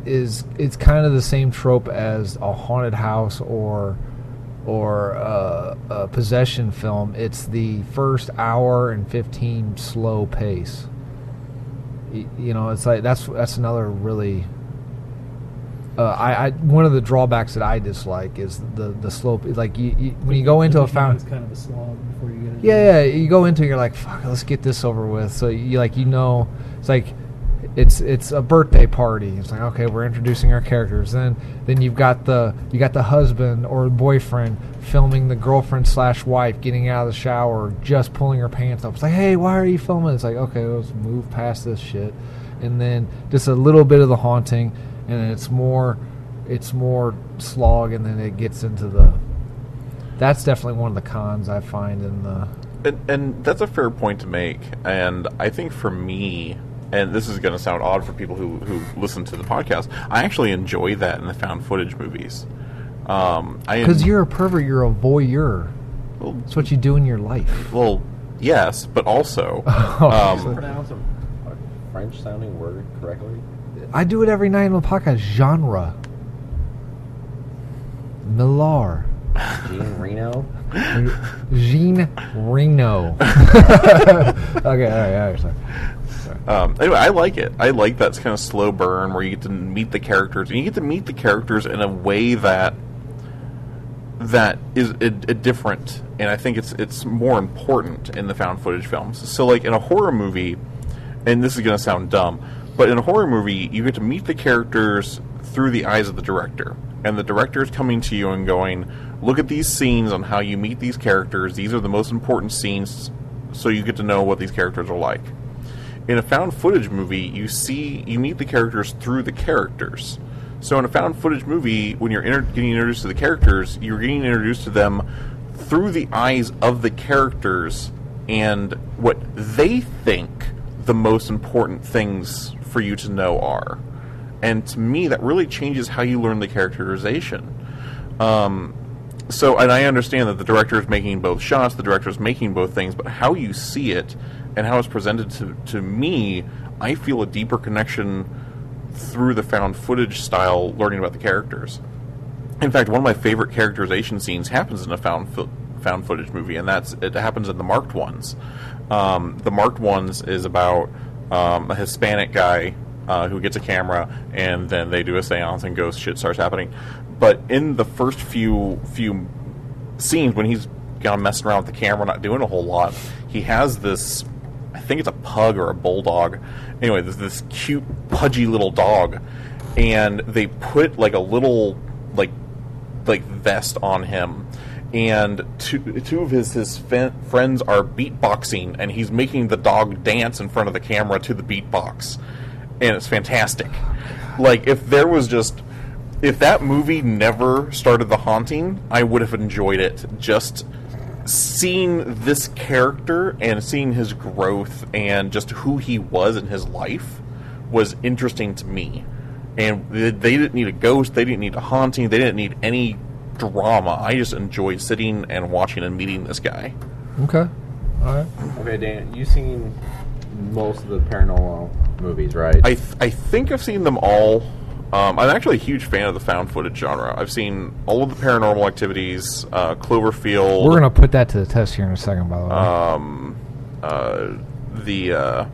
Speaker 4: is it's kind of the same trope as a haunted house or or uh, a possession film. It's the first hour and fifteen slow pace. Y- You know, it's like that's that's another really. Uh, I, I one of the drawbacks that I dislike is the the slope. Like you, you, when you go into a fountain,
Speaker 5: It's kind of a slog before you get into it.
Speaker 4: yeah, yeah. You go into it, you're like, fuck, let's get this over with. So you like you know it's like it's it's a birthday party. It's like, okay, we're introducing our characters. Then then you've got the you got the husband or boyfriend filming the girlfriend slash wife getting out of the shower, just pulling her pants up. It's like, hey, why are you filming? It's like, okay, let's move past this shit. And then just a little bit of the haunting and then it's more it's more slog and then it gets into the that's definitely one of the cons I find in the
Speaker 1: And, and that's a fair point to make. And I think for me, and this is going to sound odd for people who, who listen to the podcast, I actually enjoy that in the found footage movies. Um, I
Speaker 4: Because you're a pervert, you're a voyeur.
Speaker 1: Well,
Speaker 4: That's what you do in your life.
Speaker 1: well, yes, but also,
Speaker 4: Oh,
Speaker 1: um,
Speaker 3: pronounce a French sounding word correctly.
Speaker 4: I do it every night in the podcast. Genre. Millar.
Speaker 3: Gene Reno.
Speaker 4: Jean Reno. okay, all right, all right, sorry.
Speaker 1: um, anyway, I like it. I like that kind of slow burn where you get to meet the characters, and you get to meet the characters in a way that that is a, a different, and I think it's it's more important in the found footage films. So, like in a horror movie, and this is going to sound dumb, but in a horror movie, you get to meet the characters through the eyes of the director, and the director is coming to you and going, "Look at these scenes on how you meet these characters. These are the most important scenes, so you get to know what these characters are like." in a found footage movie, you see you meet the characters through the characters. So in a found footage movie, when you're inter- getting introduced to the characters, you're getting introduced to them through the eyes of the characters and what they think the most important things for you to know are. And to me, that really changes how you learn the characterization. Um, so, and I understand that the director is making both shots, the director is making both things, but how you see it and how it's presented to, to me, I feel a deeper connection through the found footage style, learning about the characters. In fact, one of my favorite characterization scenes happens in a found fo- found footage movie, and that's it happens in the marked ones. Um, the marked ones is about um, a Hispanic guy uh, who gets a camera, and then they do a séance, and ghost shit starts happening. But in the first few few scenes when he's gone messing around with the camera, not doing a whole lot, he has this. I think it's a pug or a bulldog. Anyway, there's this cute, pudgy little dog, and they put like a little like like vest on him and two two of his his fe- friends are beatboxing, and he's making the dog dance in front of the camera to the beatbox, and it's fantastic. like if there was just if that movie never started the haunting, I would have enjoyed it. Just seeing this character and seeing his growth and just who he was in his life was interesting to me. And they they didn't need a ghost, they didn't need a haunting, they didn't need any drama. I just enjoyed sitting and watching and meeting this guy.
Speaker 4: Okay. All right.
Speaker 3: Okay, Dan, you've seen most of the paranormal movies, right?
Speaker 1: I th- I think I've seen them all. Um, I'm actually a huge fan of the found footage genre. I've seen all of the paranormal activities, uh, Cloverfield.
Speaker 4: We're gonna put that to the test here in a second. By the way,
Speaker 1: um, uh, the uh,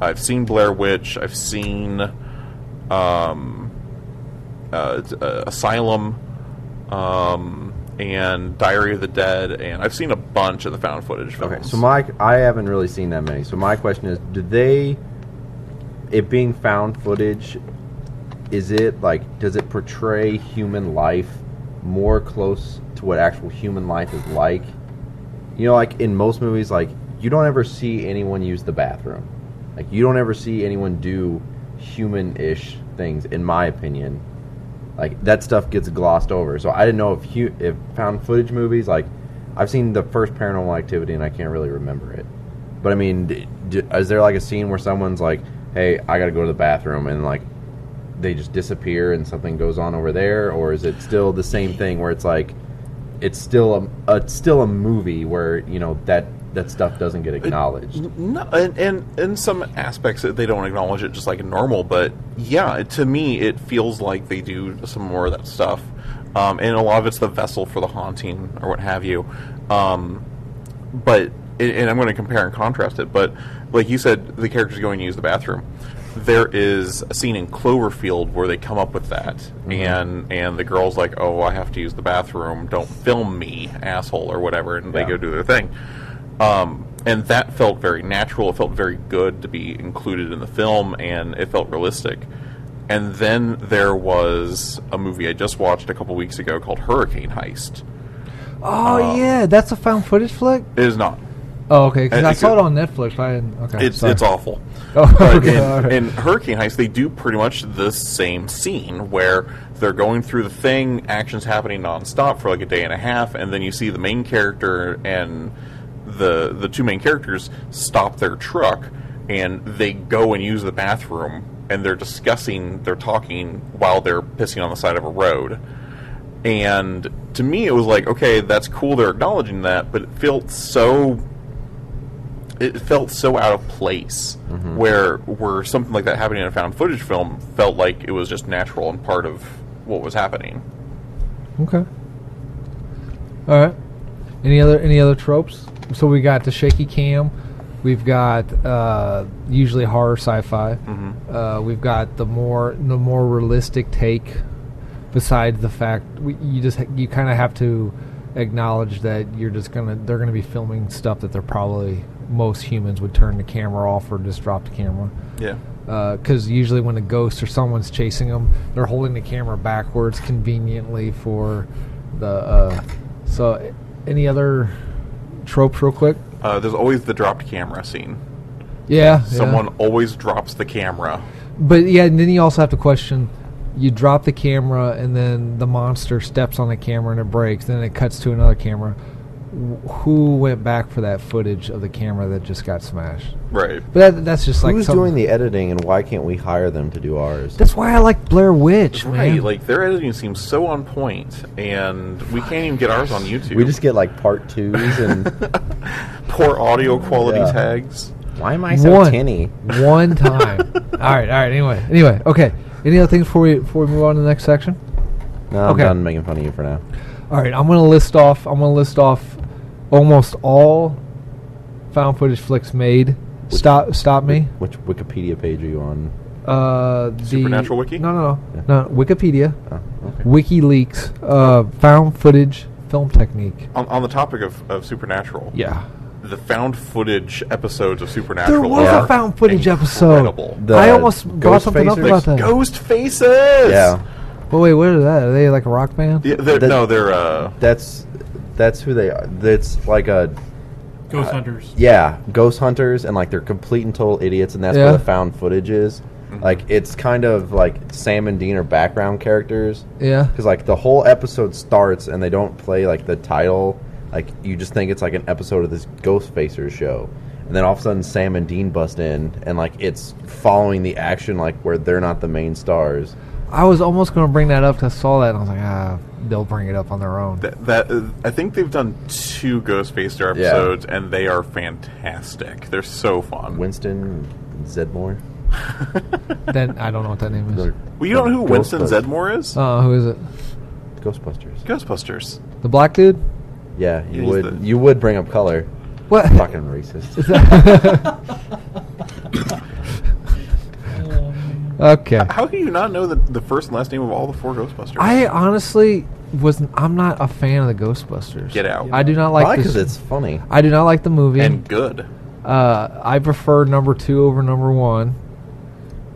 Speaker 1: I've seen Blair Witch. I've seen um, uh, d- uh, Asylum um, and Diary of the Dead, and I've seen a bunch of the found footage films.
Speaker 3: Okay, so my I haven't really seen that many. So my question is, do they it being found footage is it like does it portray human life more close to what actual human life is like? You know, like in most movies like you don't ever see anyone use the bathroom. Like you don't ever see anyone do human-ish things in my opinion. Like that stuff gets glossed over. So I didn't know if hu- if found footage movies like I've seen the first Paranormal Activity and I can't really remember it. But I mean, d- d- is there like a scene where someone's like, "Hey, I got to go to the bathroom," and like they just disappear and something goes on over there, or is it still the same thing where it's like it's still a, a still a movie where you know that that stuff doesn't get acknowledged?
Speaker 1: No, and, and in some aspects that they don't acknowledge it just like normal, but yeah, to me it feels like they do some more of that stuff, um, and a lot of it's the vessel for the haunting or what have you. Um, but and and I'm going to compare and contrast it. But like you said, the character's going to use the bathroom. There is a scene in Cloverfield where they come up with that, and and the girl's like, "Oh, I have to use the bathroom. Don't film me, asshole, or whatever," and they
Speaker 3: Yeah.
Speaker 1: go do their thing. Um, and that felt very natural. It felt very good to be included in the film, and it felt realistic. And then there was a movie I just watched a couple weeks ago called Hurricane Heist.
Speaker 4: oh
Speaker 1: um,
Speaker 4: yeah, that's a found footage flick.
Speaker 1: It is not.
Speaker 4: Oh okay, because
Speaker 1: I
Speaker 4: I,
Speaker 1: think
Speaker 4: saw it
Speaker 1: it-
Speaker 4: on Netflix. I didn't. Okay,
Speaker 1: It's
Speaker 4: sorry.
Speaker 1: it's awful.
Speaker 4: Oh,
Speaker 1: But
Speaker 4: okay,
Speaker 1: in,
Speaker 4: alright.
Speaker 1: in Hurricane Heist, they do pretty much the same scene where they're going through the thing, actions happening nonstop for like a day and a half, and then you see the main character and the the two main characters stop their truck and they go and use the bathroom and they're discussing, they're talking while they're pissing on the side of a road. And to me, it was like, okay, that's cool. They're acknowledging that, but it felt so it felt so out of place where where something like that happening in a found footage film felt like it was just natural and part of what was happening.
Speaker 4: Okay. All right. Any other any other tropes? So we got the shaky cam. We've got uh, usually horror sci-fi. Uh, we've got the more the more realistic take. Besides the fact we, you just ha- you kind of have to acknowledge that you're just gonna they're gonna be filming stuff that they're probably most humans would turn the camera off or just drop the camera
Speaker 1: Yeah.
Speaker 4: because Uh, usually when a ghost or someone's chasing them, they're holding the camera backwards conveniently for the. Uh, so, any other tropes, real quick?
Speaker 1: Uh, there's always the dropped camera scene.
Speaker 4: Yeah, yeah.
Speaker 1: Someone always drops the camera.
Speaker 4: But yeah, and then you also have to question. You drop the camera, and then the monster steps on the camera, and it breaks. Then it cuts to another camera. Wh- Who went back for that footage of the camera that just got smashed?
Speaker 1: Right.
Speaker 4: But that, that's just like
Speaker 3: Who's
Speaker 4: something-
Speaker 3: doing the editing, and why can't we hire them to do ours?
Speaker 4: That's why I like Blair Witch,
Speaker 1: Right.
Speaker 4: man.
Speaker 1: Like their editing seems so on point, and we can't even get ours on YouTube.
Speaker 3: We just get like part twos and
Speaker 1: poor audio quality
Speaker 3: Yeah.
Speaker 1: tags.
Speaker 3: why am I so
Speaker 4: One.
Speaker 3: tinny?
Speaker 4: One time. all right, all right. Anyway, anyway, okay. Any other things before we before we move on to the next section?
Speaker 3: No, I'm
Speaker 4: Okay.
Speaker 3: done making fun of you for now.
Speaker 4: All right, I'm gonna list off. I'm gonna list off almost all found footage flicks made. Stop, stop me.
Speaker 3: Which Wikipedia page are you on?
Speaker 4: Uh, the,
Speaker 1: Supernatural Wiki?
Speaker 4: No, no, no, no. Wikipedia,
Speaker 3: Oh, okay.
Speaker 4: WikiLeaks, uh, found footage film technique.
Speaker 1: On, on the topic of, of Supernatural,
Speaker 4: Yeah.
Speaker 1: the found footage episodes of Supernatural.
Speaker 4: there was
Speaker 1: are
Speaker 4: a found footage
Speaker 1: incredible.
Speaker 4: episode.
Speaker 3: The
Speaker 4: I almost brought
Speaker 3: ghost
Speaker 4: something up
Speaker 3: faces?
Speaker 4: about that.
Speaker 1: Ghost faces.
Speaker 3: Yeah,
Speaker 4: Well, wait, what is that? Are they like a rock band?
Speaker 1: Yeah, they're,
Speaker 3: The-
Speaker 1: no, they're uh,
Speaker 3: that's That's who they are. It's like a
Speaker 2: Ghost Hunters.
Speaker 3: yeah, ghost hunters and like they're complete and total idiots, and that's
Speaker 4: Yeah.
Speaker 3: where the found footage is. Like it's kind of like Sam and Dean are background characters
Speaker 4: Yeah.
Speaker 3: because like the whole episode starts and they don't play like the title. Like you just think it's like an episode of this Ghostfacer show, and then all of a sudden Sam and Dean bust in, and like it's following the action like where they're not the main stars.
Speaker 4: I was almost going to bring that up 'cause I saw that and I was like, ah, they'll bring it up on their own.
Speaker 1: That, that uh, I think they've done two Ghostfacer
Speaker 3: Yeah.
Speaker 1: episodes, and they are fantastic. They're so fun.
Speaker 3: Winston Zedmore.
Speaker 4: then I don't know what that name is.
Speaker 1: well, you don't know who Winston Zedmore is?
Speaker 4: Uh, who is it?
Speaker 3: Ghostbusters.
Speaker 1: Ghostbusters.
Speaker 4: The black dude?
Speaker 3: Yeah,
Speaker 1: Yeah,
Speaker 3: you
Speaker 1: he's
Speaker 3: would
Speaker 1: the-
Speaker 3: you would bring up color.
Speaker 4: What?
Speaker 3: Fucking racist.
Speaker 4: Okay.
Speaker 1: How can you not know the, the first and last name of all the four Ghostbusters?
Speaker 4: I honestly was. I'm not a fan of the Ghostbusters.
Speaker 1: Get out.
Speaker 4: I do not
Speaker 3: Probably
Speaker 4: like
Speaker 3: because
Speaker 4: this.
Speaker 3: it's funny.
Speaker 4: I do not like the movie.
Speaker 1: and good.
Speaker 4: uh, I prefer number two over number one.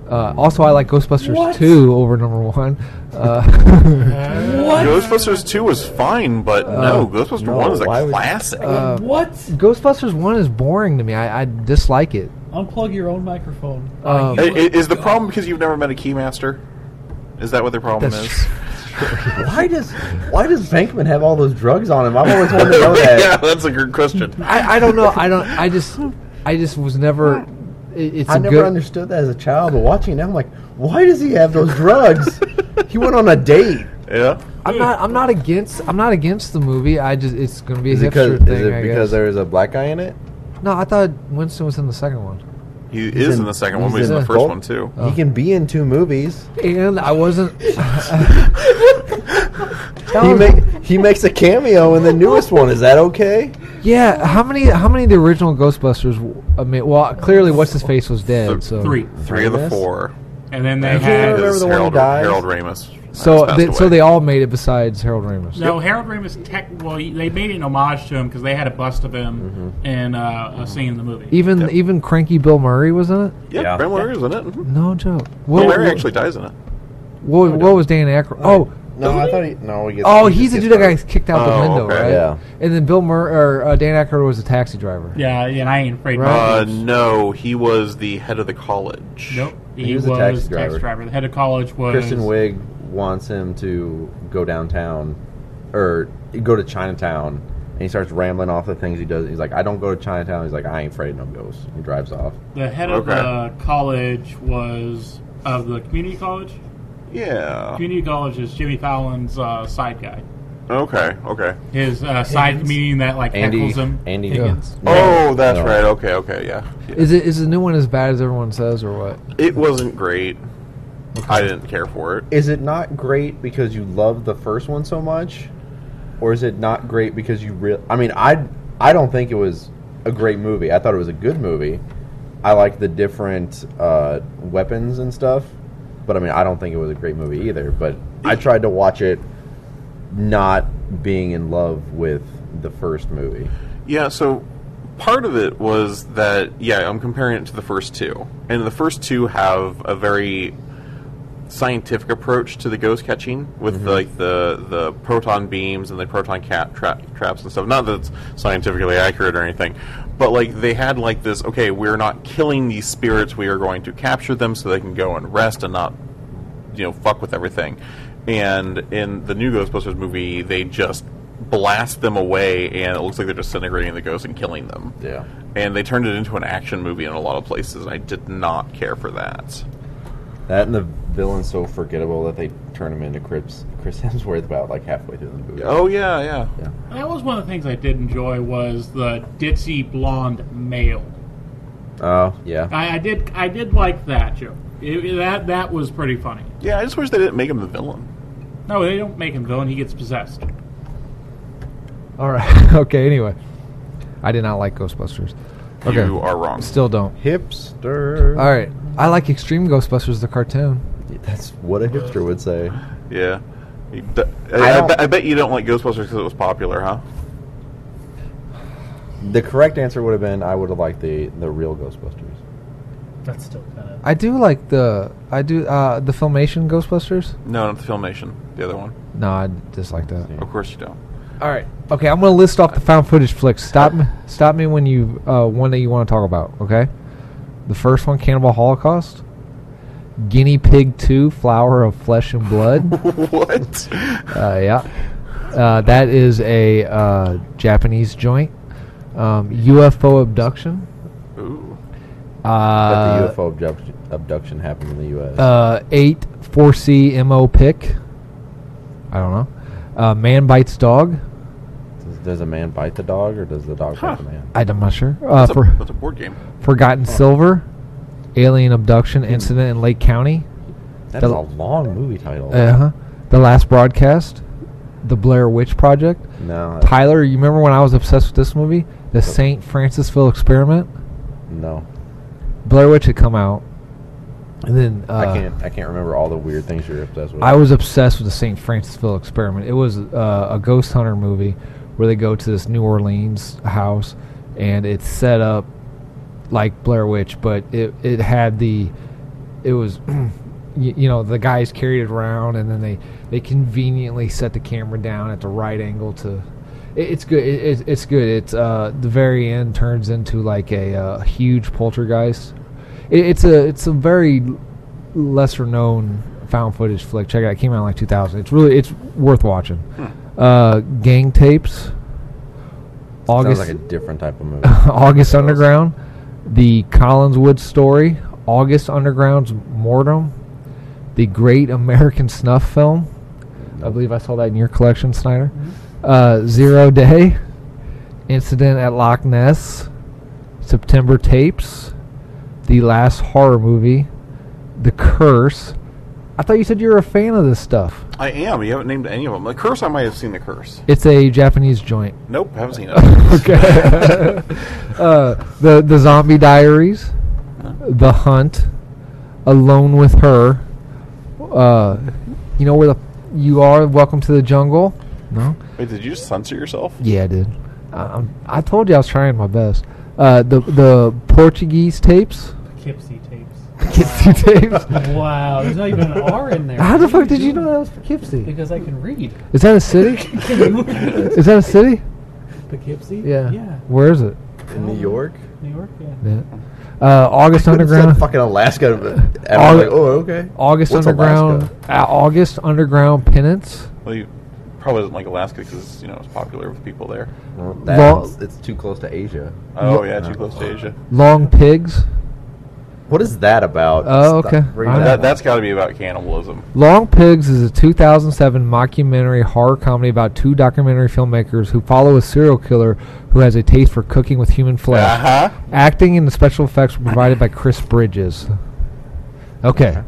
Speaker 4: Uh, also, I like Ghostbusters two over number one. Uh,
Speaker 1: Ghostbusters 2 was fine, but no, Ghostbusters
Speaker 3: no,
Speaker 1: 1 is a
Speaker 3: why would-
Speaker 1: classic.
Speaker 4: Uh,
Speaker 5: Uh, What?
Speaker 4: Ghostbusters one is boring to me. I, I dislike it.
Speaker 5: Unplug your own microphone.
Speaker 4: Um,
Speaker 1: I- i- is the problem because you've never met a Keymaster? Is that what their problem
Speaker 4: That's
Speaker 1: is?
Speaker 3: Why does why does Bankman have all those drugs on him? I've always wanted to know that.
Speaker 1: yeah, that's a good question.
Speaker 4: I, I don't know. I don't. I just. I just was never. It, it's
Speaker 3: I
Speaker 4: a
Speaker 3: never
Speaker 4: good.
Speaker 3: understood that as a child, but watching it now, I'm like, why does he have those drugs? he went on a date.
Speaker 1: Yeah.
Speaker 4: I'm not. I'm not against. I'm not against the movie. I just. It's going to be a
Speaker 3: Is it,
Speaker 4: hipster
Speaker 3: cause,
Speaker 4: thing.
Speaker 3: is
Speaker 4: I
Speaker 3: it because
Speaker 4: guess.
Speaker 3: there is a black guy in it?
Speaker 4: No, I thought Winston was in the second one,
Speaker 1: He is in,
Speaker 3: in-
Speaker 1: the second one,
Speaker 3: he's
Speaker 1: but he's in
Speaker 3: in
Speaker 1: the
Speaker 3: a
Speaker 1: first
Speaker 3: cult?
Speaker 1: one, too.
Speaker 4: Uh, Oh.
Speaker 3: He can be in two movies.
Speaker 4: and I wasn't. That
Speaker 3: He
Speaker 4: was-
Speaker 3: make he makes a cameo in the newest one. Is that okay?
Speaker 4: yeah, how many? How many of the original Ghostbusters? w- I mean, well, clearly, what's his face was dead. So
Speaker 2: Three.
Speaker 1: Three of the
Speaker 3: Ramis?
Speaker 1: four.
Speaker 2: And then they
Speaker 3: I can't
Speaker 2: had.
Speaker 3: remember
Speaker 1: Because
Speaker 3: the one who
Speaker 1: Harold,
Speaker 3: dies?
Speaker 1: Harold Ramis.
Speaker 4: So
Speaker 1: has
Speaker 4: they,
Speaker 1: passed
Speaker 4: so
Speaker 1: away.
Speaker 4: they all made it besides Harold Ramis.
Speaker 2: No, Harold Ramis. Tech, well, he- they made an homage to him because they had a bust of him in uh, a scene in the movie.
Speaker 4: Even
Speaker 1: Yep.
Speaker 4: even cranky Bill Murray was in it.
Speaker 1: Yeah,
Speaker 3: Yeah.
Speaker 1: Bill Murray is in it. Mhm.
Speaker 4: No joke.
Speaker 1: Bill
Speaker 4: What,
Speaker 1: Murray
Speaker 4: what,
Speaker 1: actually dies in it.
Speaker 4: what, what was Dan Aykroyd? Oh,
Speaker 3: No, I thought he no. He gets,
Speaker 4: oh,
Speaker 3: he
Speaker 4: he's
Speaker 3: just
Speaker 4: the
Speaker 3: gets
Speaker 4: dude that
Speaker 3: hurt.
Speaker 4: got kicked out
Speaker 1: Oh,
Speaker 4: the window,
Speaker 1: okay.
Speaker 4: right?
Speaker 3: Yeah.
Speaker 4: And then Bill Murray or uh, Dan Aykroyd was a taxi driver.
Speaker 2: Yeah, and I ain't afraid.
Speaker 1: Uh,
Speaker 2: Right.
Speaker 1: no, he was the head of the college.
Speaker 2: nope. He,
Speaker 3: He
Speaker 2: was,
Speaker 3: was a taxi
Speaker 2: taxi driver.
Speaker 3: driver.
Speaker 2: The head of college was
Speaker 3: Kristen Wiig wants him to go downtown or go to Chinatown, and he starts rambling off the things he does. He's like, "I don't go to Chinatown." He's like, "I ain't afraid of no ghosts." He drives off.
Speaker 2: The head
Speaker 1: Okay.
Speaker 2: of the college was of the community college.
Speaker 1: Yeah.
Speaker 2: Community college is Jimmy Fallon's uh, side guy.
Speaker 1: Okay, okay.
Speaker 2: His uh, side comedian that like
Speaker 3: Andy,
Speaker 2: heckles him.
Speaker 3: Andy
Speaker 4: Higgins.
Speaker 3: No.
Speaker 1: Oh, that's
Speaker 3: No.
Speaker 1: right. Okay, okay, yeah. Yeah.
Speaker 4: Is it is the new one as bad as everyone says, or what?
Speaker 1: It wasn't great. I didn't care for it.
Speaker 3: Is it not great because you love the first one so much, or is it not great because you real? I mean, I I don't think it was a great movie. I thought it was a good movie. I like the different uh, weapons and stuff, but I mean, I don't think it was a great movie either. But I tried to watch it, not being in love with the first movie.
Speaker 1: Yeah, so part of it was that yeah, I'm comparing it to the first two, and the first two have a very scientific approach to the ghost catching with like the the proton beams and the proton cap tra- traps and stuff. Not that it's scientifically accurate or anything, but like they had like this. Okay, we're not killing these spirits. We are going to capture them so they can go and rest and not you know fuck with everything. And in the new Ghostbusters movie, they just blast them away, and it looks like they're disintegrating the ghosts and killing them.
Speaker 3: Yeah.
Speaker 1: And they turned it into an action movie in a lot of places, and I did not care for that.
Speaker 3: That and the villain's so forgettable that they turn him into Chris Chris Hemsworth about like halfway through the movie.
Speaker 1: Oh yeah, yeah.
Speaker 2: That was one of the things I did enjoy was the ditzy blonde male.
Speaker 3: Oh,
Speaker 4: Uh,
Speaker 3: yeah.
Speaker 2: I, I did I did like that joke. It- it- that that was pretty funny.
Speaker 1: Yeah, I just wish they didn't make him the villain.
Speaker 2: No, they don't make him villain. He gets possessed.
Speaker 4: All right. okay. Anyway, I did not like Ghostbusters. Okay.
Speaker 1: You are wrong.
Speaker 4: Still don't.
Speaker 3: Hipster.
Speaker 4: All right. I like Extreme Ghostbusters, the cartoon.
Speaker 3: That's what a hipster would say.
Speaker 1: Yeah. You d- I, I,
Speaker 3: don't-
Speaker 1: bet, I bet you don't like Ghostbusters because it was popular, huh?
Speaker 3: The correct answer would have been I would have liked the, the real Ghostbusters.
Speaker 5: That's still kind of.
Speaker 4: I do like the I do uh, the filmation Ghostbusters.
Speaker 1: No, not the Filmation, the other one.
Speaker 4: No, I dislike that.
Speaker 1: Of course you don't.
Speaker 4: All right. Okay, I'm gonna list off the found footage flicks. Stop me. Stop me when you uh, one that you want to talk about. Okay. The first one, Cannibal Holocaust. Guinea Pig Two, Flower of Flesh and Blood.
Speaker 1: what?
Speaker 4: uh, yeah. Uh, that is a uh, Japanese joint. Um, UFO abduction.
Speaker 1: Ooh.
Speaker 4: Uh,
Speaker 3: but the UFO abduction, abduction happened in the U.S.
Speaker 4: uh, 8 4C MO pick. I don't know. Uh, man bites dog.
Speaker 3: does, does a man bite the dog, or does the dog bite the man?
Speaker 4: I- I'm not sure. Uh,
Speaker 1: That's, a,
Speaker 4: for,
Speaker 1: that's a board game.
Speaker 4: Forgotten Silver. Alien abduction
Speaker 3: Hmm.
Speaker 4: incident in Lake County.
Speaker 3: That's a long movie title.
Speaker 4: Uh huh. The last broadcast. The Blair Witch Project.
Speaker 3: no, I-
Speaker 4: Tyler, you remember when I was obsessed with this movie? The St. Francisville Experiment.
Speaker 3: no,
Speaker 4: Blair Witch had come out. And then uh,
Speaker 3: I can't. I can't remember all the weird things you're obsessed with.
Speaker 4: I was obsessed with the St. Francisville experiment. It was uh, a ghost hunter movie where they go to this New Orleans house and it's set up like Blair Witch, but it, it had the it was y- you know the guys carried it around and then they they conveniently set the camera down at the right angle to it, it's good it, it, it's good it's uh the very end turns into like a uh, huge poltergeist it, it's a it's a very lesser known found footage flick check it out it came out in like 2000 it's really it's worth watching uh gang tapes
Speaker 3: Sounds
Speaker 4: august
Speaker 3: like a different type of movie.
Speaker 4: August Underground, the Collinswood Story, August Underground's Mortem, the Great American Snuff Film. I believe I saw that in your collection, Snyder. Uh, Zero Day, Incident at Loch Ness, September Tapes, the last horror movie, The Curse. I thought you said you were a fan of this stuff.
Speaker 1: I am. You haven't named any of them. The curse. I might have seen the curse.
Speaker 4: It's a Japanese joint.
Speaker 1: Nope, haven't seen it.
Speaker 4: okay. uh, the the Zombie Diaries, The Hunt, Alone with Her. Uh, you know where the you are. Welcome to the jungle. No.
Speaker 1: Wait, did you just censor yourself?
Speaker 4: Yeah, I did. I, I'm- I told you I was trying my best. Uh, the the Portuguese tapes,
Speaker 5: Poughkeepsie tapes.
Speaker 4: Kitsy tapes.
Speaker 5: Wow, there's not even an R in there.
Speaker 4: How the
Speaker 5: What are
Speaker 4: fuck did you know
Speaker 5: doing?
Speaker 4: that was Poughkeepsie?
Speaker 5: Because I can read.
Speaker 4: Is that a city? Is that a city?
Speaker 5: Poughkeepsie?
Speaker 4: Yeah.
Speaker 5: Yeah.
Speaker 4: Where is it?
Speaker 3: In New York,
Speaker 5: New York? Yeah.
Speaker 4: Yeah. Uh, August Underground.
Speaker 3: fucking Alaska. but- and
Speaker 4: All-
Speaker 3: I'm like, oh, okay.
Speaker 4: August
Speaker 3: What's
Speaker 4: Underground.
Speaker 3: Alaska?
Speaker 4: Uh, August Underground Penance.
Speaker 1: Well, you probably doesn't like Alaska because you know it's popular with people there.
Speaker 3: Well,
Speaker 4: Lo-
Speaker 3: that's- it's too close to Asia.
Speaker 1: Oh yeah, too close to Asia.
Speaker 4: Long Pigs.
Speaker 3: What is that about?
Speaker 4: Oh,
Speaker 3: Stop-
Speaker 4: okay.
Speaker 3: bring
Speaker 4: I-
Speaker 3: that
Speaker 1: That,
Speaker 3: up.
Speaker 1: that's got to be about cannibalism.
Speaker 4: Long Pigs is a 2007 mockumentary horror comedy about two documentary filmmakers who follow a serial killer who has a taste for cooking with human flesh.
Speaker 1: Uh huh.
Speaker 4: Acting and the special effects were provided by Chris Bridges. Okay.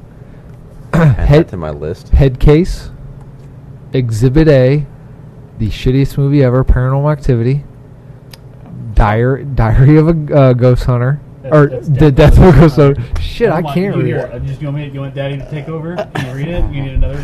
Speaker 3: Add
Speaker 4: Head-
Speaker 3: that to my list.
Speaker 4: Head Case, Exhibit A, the shittiest movie ever, Paranormal Activity, Diary, Diary of a uh, Ghost Hunter,
Speaker 5: That's-
Speaker 4: or
Speaker 5: that's
Speaker 4: The Death of a Ghost Hunter. Shit, I
Speaker 5: Come on,
Speaker 4: can't
Speaker 5: you
Speaker 4: read.
Speaker 5: here.
Speaker 4: it.
Speaker 5: Uh, Just you want me? You want Daddy to take over? Can you read it? You need another.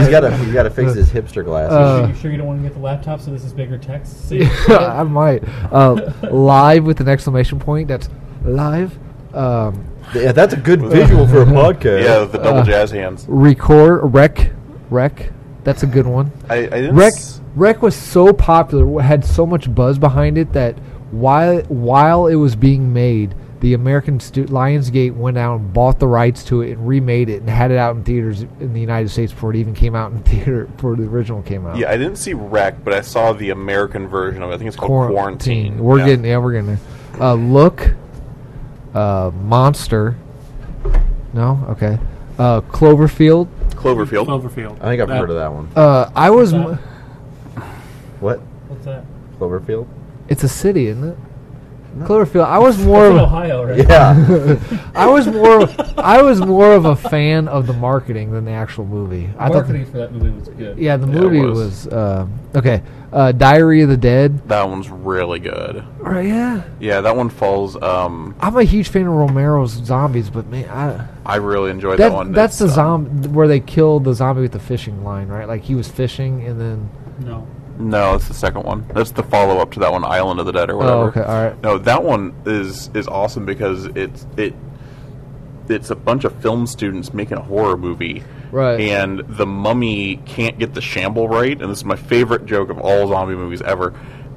Speaker 3: He's got to. He's got to fix his hipster glasses.
Speaker 4: Uh,
Speaker 5: you sure you don't want to get the laptop? So this is bigger text. See?
Speaker 4: I might. Uh, live with an exclamation point. That's live. Um,
Speaker 3: yeah, that's a good visual for a podcast.
Speaker 1: Yeah, the
Speaker 4: Uh,
Speaker 1: double jazz hands.
Speaker 4: record wreck wreck. That's a good one.
Speaker 1: I, I didn't.
Speaker 4: Wreck
Speaker 1: s-
Speaker 4: wreck was so popular, had so much buzz behind it that while while it was being made, the American stu- Lionsgate went out and bought the rights to it and remade it and had it out in theaters in the United States before it even came out in theater before the original came out.
Speaker 1: Yeah, I didn't see Wreck, but I saw the American version of it. I think it's called Quarantine.
Speaker 4: We're
Speaker 1: Yeah.
Speaker 4: getting yeah, we're getting there. Uh, look, uh, monster. No, okay. Uh, Cloverfield.
Speaker 1: Cloverfield.
Speaker 2: Cloverfield.
Speaker 3: I think I've heard of that one.
Speaker 4: Uh, I was.
Speaker 5: What's
Speaker 4: m-
Speaker 3: What?
Speaker 5: What's that?
Speaker 3: Cloverfield?
Speaker 4: It's a city, isn't it? Cloverfield. I was more.
Speaker 5: It's
Speaker 4: Of
Speaker 5: in
Speaker 4: a,
Speaker 5: Ohio, right?
Speaker 3: Yeah.
Speaker 4: I was more. of- I was more of a fan of the marketing than the actual movie. I thought.
Speaker 5: Marketing
Speaker 4: The,
Speaker 5: for that movie was good.
Speaker 4: yeah, the
Speaker 1: Yeah, it
Speaker 4: movie was.
Speaker 1: was.
Speaker 4: uh, okay. Uh, Diary of the Dead.
Speaker 1: That one's really good.
Speaker 4: Right. Yeah.
Speaker 1: Yeah, that one falls. Um,
Speaker 4: I'm a huge fan of Romero's zombies, but man, I.
Speaker 1: I really enjoyed that,
Speaker 4: That,
Speaker 1: one.
Speaker 4: that's the
Speaker 1: It's, um,
Speaker 4: zombie where they killed the zombie with the fishing line, right? Like he was fishing and then.
Speaker 5: No.
Speaker 1: uh, No, it's the second one. That's the follow up to that one, Island of the Dead or whatever.
Speaker 4: Oh, okay, all right.
Speaker 1: No, that one is is awesome because it's it it's a bunch of film students making a horror movie.
Speaker 4: Right.
Speaker 1: And the mummy can't get the shamble right, and this is my favorite joke of all zombie movies ever.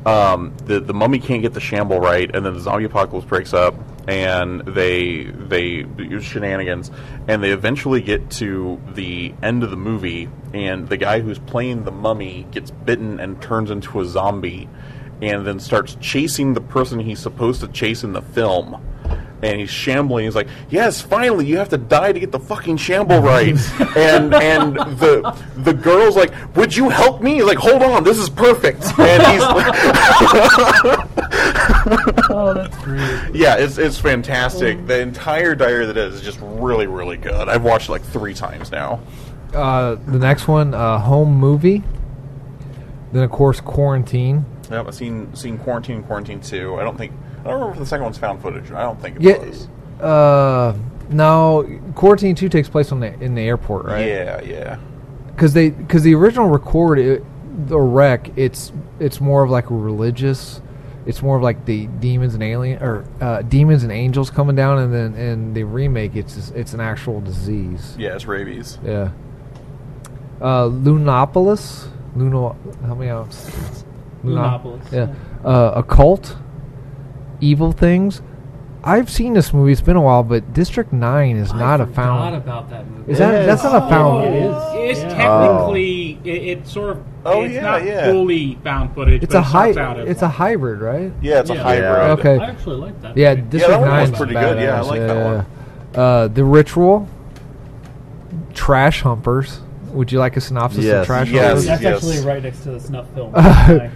Speaker 1: Um, the the mummy can't get the shamble right, and then the zombie apocalypse breaks up, and they they use shenanigans, and they eventually get to the end of the movie, and the guy who's playing the mummy gets bitten and turns into a zombie, and then starts chasing the person he's supposed to chase in the film. And he's shambling. He's like, "Yes, finally, you have to die to get the fucking shamble right." and and the the girl's like, "Would you help me?" He's like, "Hold on, this is perfect." And he's
Speaker 5: Oh, that's great. Mm.
Speaker 1: yeah, it's it's fantastic. The entire diary that is is just really really good. I've watched it like three times now.
Speaker 4: Uh, the next one, uh, home movie. Then of course quarantine.
Speaker 1: Yep, I've seen seen quarantine and quarantine two. I don't think I don't remember if the second one's found footage. I don't think it
Speaker 4: Yeah.
Speaker 1: was.
Speaker 4: Uh, no, quarantine two takes place on the in the airport, right?
Speaker 1: Yeah, yeah.
Speaker 4: because they because the original record it, the wreck it's it's more of like a religious it's more of like the demons and alien or uh, demons and angels coming down and then and the remake it's just- it's an actual disease
Speaker 1: Yeah, it's rabies.
Speaker 4: yeah uh lunopolis luno help me out Luno-
Speaker 5: Lunopolis,
Speaker 4: yeah uh occult evil things i've seen this movie it's been a while but district 9 is not a
Speaker 6: Not
Speaker 4: found
Speaker 6: about that movie.
Speaker 4: is that
Speaker 3: Yes.
Speaker 4: that's not a found
Speaker 5: Oh, it is.
Speaker 2: It's
Speaker 5: Yeah.
Speaker 2: technically it, it's sort of
Speaker 1: Oh,
Speaker 2: it's
Speaker 1: yeah,
Speaker 2: not
Speaker 1: yeah.
Speaker 2: fully found footage.
Speaker 4: it's
Speaker 2: but
Speaker 4: a
Speaker 2: it starts
Speaker 4: hy-
Speaker 2: out as
Speaker 4: it's a
Speaker 2: one.
Speaker 4: hybrid right
Speaker 1: Yeah, it's a
Speaker 5: Yeah.
Speaker 1: hybrid.
Speaker 4: Okay.
Speaker 5: I actually like that.
Speaker 4: Yeah,
Speaker 5: movie.
Speaker 4: District
Speaker 1: that one
Speaker 4: 9
Speaker 1: was
Speaker 4: is
Speaker 1: pretty good. Yeah, I
Speaker 4: badass.
Speaker 1: like that one.
Speaker 4: yeah. Uh, the Ritual, Trash Humpers. Would you like a synopsis
Speaker 3: Yes.
Speaker 4: of Trash
Speaker 1: Yes.
Speaker 4: Humpers?
Speaker 5: That's
Speaker 1: Yes.
Speaker 5: actually right next to the snuff film. I-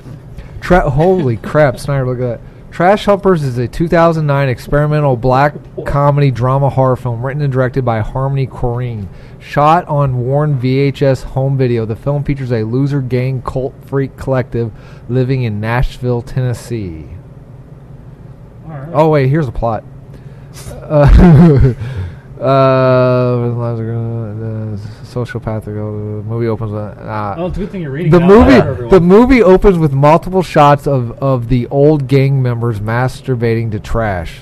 Speaker 4: Tra- holy crap, Snyder, look at that. Trash Humpers is a 2009 experimental black comedy drama horror film written and directed by Harmony Korine. Shot on worn VHS home video, the film features a loser gang cult freak collective living in Nashville, Tennessee.
Speaker 5: Alright.
Speaker 4: Oh wait, here's a plot. Uh, uh, sociopath. The movie opens. with
Speaker 5: Oh,
Speaker 4: Uh,
Speaker 5: it's a good thing you're reading.
Speaker 4: the
Speaker 5: out loud for
Speaker 4: movie. The
Speaker 5: everyone.
Speaker 4: movie opens with multiple shots of of the old gang members masturbating to trash.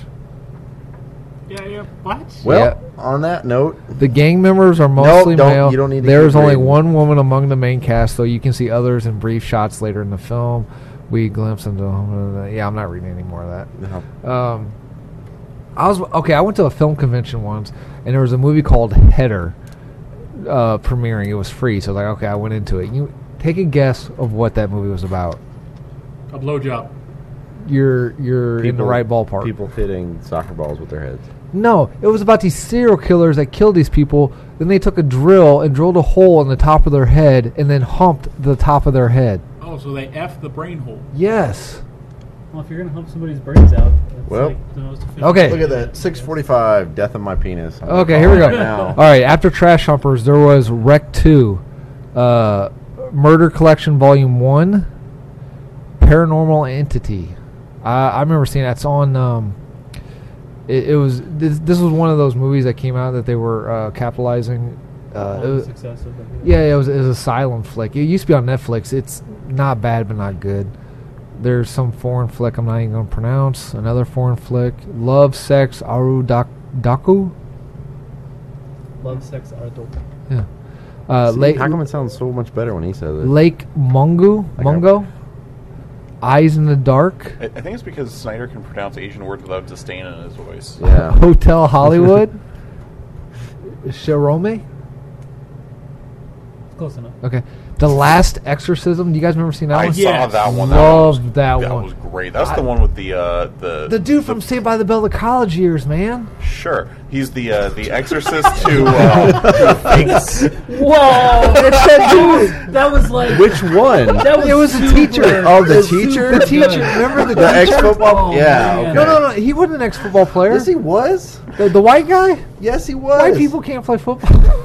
Speaker 2: yeah, yeah. What?
Speaker 3: Well,
Speaker 4: Yeah.
Speaker 3: on that note,
Speaker 4: The gang members are mostly
Speaker 3: don't-
Speaker 4: male.
Speaker 3: you don't need to
Speaker 4: there is
Speaker 3: keep
Speaker 4: only
Speaker 3: reading.
Speaker 4: one woman among the main cast, though you can see others in brief shots later in the film. We glimpse into. Yeah, I'm not reading any more of that. Um, I was okay. I went to a film convention once, and there was a movie called Header uh, premiering. It was free, so I was like, okay, I went into it. You take a guess of what that movie was about.
Speaker 2: A blowjob.
Speaker 4: You're you're in the right ballpark.
Speaker 3: People hitting soccer balls with their heads.
Speaker 4: No, it was about these serial killers that killed these people. Then they took a drill and drilled a hole in the top of their head, and then humped the top of their head.
Speaker 2: Oh, so they f the brain hole.
Speaker 4: Yes.
Speaker 5: Well, if you're gonna help somebody's brains out, that's
Speaker 3: Well.
Speaker 5: like the most efficient.
Speaker 4: Okay.
Speaker 3: Look at that, 6:45. Death of my penis. I'm
Speaker 4: Okay,
Speaker 3: gonna
Speaker 4: here we go.
Speaker 3: call it now.
Speaker 4: All right, after Trash Humpers, there was Wreck 2, uh, Murder Collection Volume 1, Paranormal Entity. I, I remember seeing that's on. Um, it, it was this, this was one of those movies that came out that they were uh, capitalizing. Uh, it
Speaker 5: All the
Speaker 4: was,
Speaker 5: success of it.
Speaker 4: yeah, it was, it was a silent flick. It used to be on Netflix. It's not bad, but not good. There's some foreign flick I'm not even going to pronounce. Another foreign flick. Love, Sex, Aru Dak- Daku?
Speaker 5: Love, sex, art, adult.
Speaker 4: Yeah. Uh,
Speaker 3: See,
Speaker 4: Lake
Speaker 3: how come it sounds so much better when he says it?
Speaker 4: Lake Mungu
Speaker 3: I got-
Speaker 4: Mungo. Eyes in the Dark.
Speaker 1: I, I think it's because Snyder can pronounce Asian words without disdain in his voice.
Speaker 3: yeah.
Speaker 4: Hotel Hollywood. Shirome.
Speaker 5: Close enough.
Speaker 4: Okay. The Last Exorcism. Do you guys remember seeing that
Speaker 1: I
Speaker 4: one?
Speaker 1: saw that one. That
Speaker 4: Love
Speaker 1: one was,
Speaker 4: Oh, that one.
Speaker 1: was great. That's the one with the uh, the
Speaker 4: The dude from Saved by the Bell, the college years, man.
Speaker 1: Sure, he's the uh, the Exorcist who, uh, who fakes.
Speaker 5: Whoa!
Speaker 4: It's that dude.
Speaker 5: that was like
Speaker 3: Which one?
Speaker 5: that was
Speaker 4: It was a teacher.
Speaker 3: Oh, the
Speaker 4: It's
Speaker 3: teacher?
Speaker 4: The teacher. Remember the,
Speaker 3: the ex
Speaker 4: teacher?
Speaker 3: football?
Speaker 5: Oh,
Speaker 3: yeah.
Speaker 5: man.
Speaker 3: Okay.
Speaker 4: No, no, no. He wasn't an ex-football player.
Speaker 3: Yes, he was.
Speaker 4: The, the white guy.
Speaker 3: Yes, he was.
Speaker 4: White people can't play football.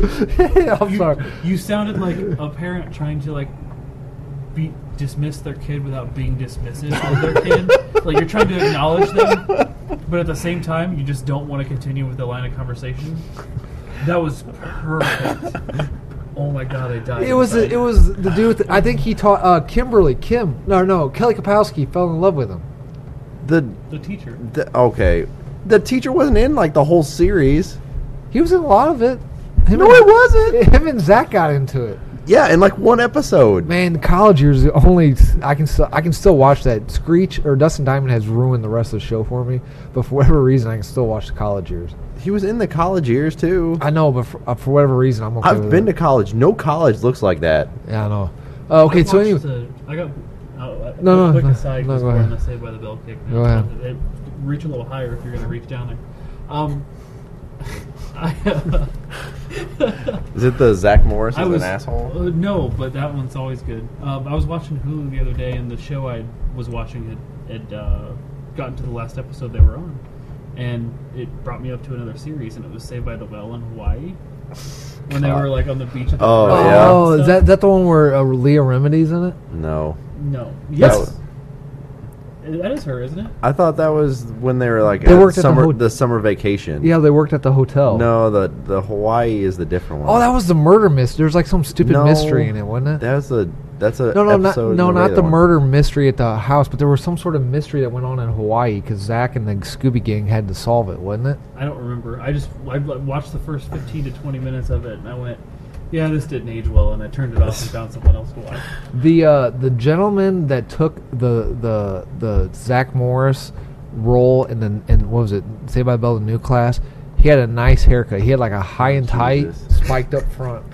Speaker 4: I'm sorry.
Speaker 5: You sounded like a parent trying to like be dismiss their kid without being dismissive of their kid. Like you're trying to acknowledge them, but at the same time, you just don't want to continue with the line of conversation. That was perfect. Oh my god, I died.
Speaker 4: It was
Speaker 5: inside.
Speaker 4: it was the dude. With the, I think he taught uh, Kimberly Kim. No, no, Kelly Kapowski fell in love with him.
Speaker 3: The,
Speaker 5: the teacher.
Speaker 3: the okay. the teacher wasn't in like the whole series.
Speaker 4: He was in a lot of it. Him
Speaker 3: No, it wasn't.
Speaker 4: Him and Zach got into it.
Speaker 3: Yeah, in like one episode.
Speaker 4: Man, the college years the only I can still I can still watch that. Screech or Dustin Diamond has ruined the rest of the show for me, but for whatever reason I can still watch the college years.
Speaker 3: He was in the college years too.
Speaker 4: I know, but for, uh, for whatever reason I'm okay.
Speaker 3: I've
Speaker 4: with
Speaker 3: been to
Speaker 4: it.
Speaker 3: college. No college looks like that.
Speaker 4: Yeah, I know. Uh, okay,
Speaker 5: I
Speaker 4: so
Speaker 5: watched
Speaker 4: anyway,
Speaker 5: the- I got. Oh,
Speaker 4: No,
Speaker 5: no,
Speaker 4: no,
Speaker 5: quick
Speaker 4: no,
Speaker 5: aside,
Speaker 4: no,
Speaker 5: no,
Speaker 4: go
Speaker 5: we're
Speaker 4: ahead.
Speaker 5: gonna say by the bell kick.
Speaker 4: Go ahead.
Speaker 5: It- reach a little higher if you're gonna reach down there. Um, I, uh,
Speaker 3: Is it the Zach Morris
Speaker 5: I
Speaker 3: is
Speaker 5: was
Speaker 3: an asshole?
Speaker 5: Uh, no, but that one's always good. Um, I was watching Hulu the other day, and the show I was watching had, had uh, gotten to the last episode they were on, and it brought me up to another series, and it was Saved by the Bell in Hawaii. When they were like on the beach. At the
Speaker 3: Oh,
Speaker 5: front and
Speaker 3: yeah.
Speaker 4: oh, is
Speaker 5: stuff.
Speaker 4: that that the one where uh, Leah Remedies in it?
Speaker 3: No.
Speaker 5: no?
Speaker 3: That's-
Speaker 5: Yes, that is her, isn't it?
Speaker 3: I thought that was when they were like
Speaker 4: They
Speaker 3: at
Speaker 4: worked at the
Speaker 3: summer
Speaker 4: ho-
Speaker 3: the, summer vacation.
Speaker 4: Yeah, they worked at the hotel.
Speaker 3: No, the the Hawaii is the different one.
Speaker 4: Oh, that was the murder mystery. There was like some stupid
Speaker 3: No,
Speaker 4: mystery in it, wasn't it?
Speaker 3: That was a that's a
Speaker 4: no, no, not
Speaker 3: episode in
Speaker 4: no, not
Speaker 3: Ray
Speaker 4: the
Speaker 3: one.
Speaker 4: murder mystery at the house, but there was some sort of mystery that went on in Hawaii because Zach and the Scooby Gang had to solve it, wasn't it?
Speaker 5: I don't remember. I just I like, watched the first fifteen to twenty minutes of it, and I went, "Yeah, this didn't age well," and I turned it off and found something else to watch.
Speaker 4: The uh, the gentleman that took the the the Zach Morris role in the in what was it? Say by the Bell, the new class. He had a nice haircut. He had like a high and tight,
Speaker 3: Jesus.
Speaker 4: spiked up front.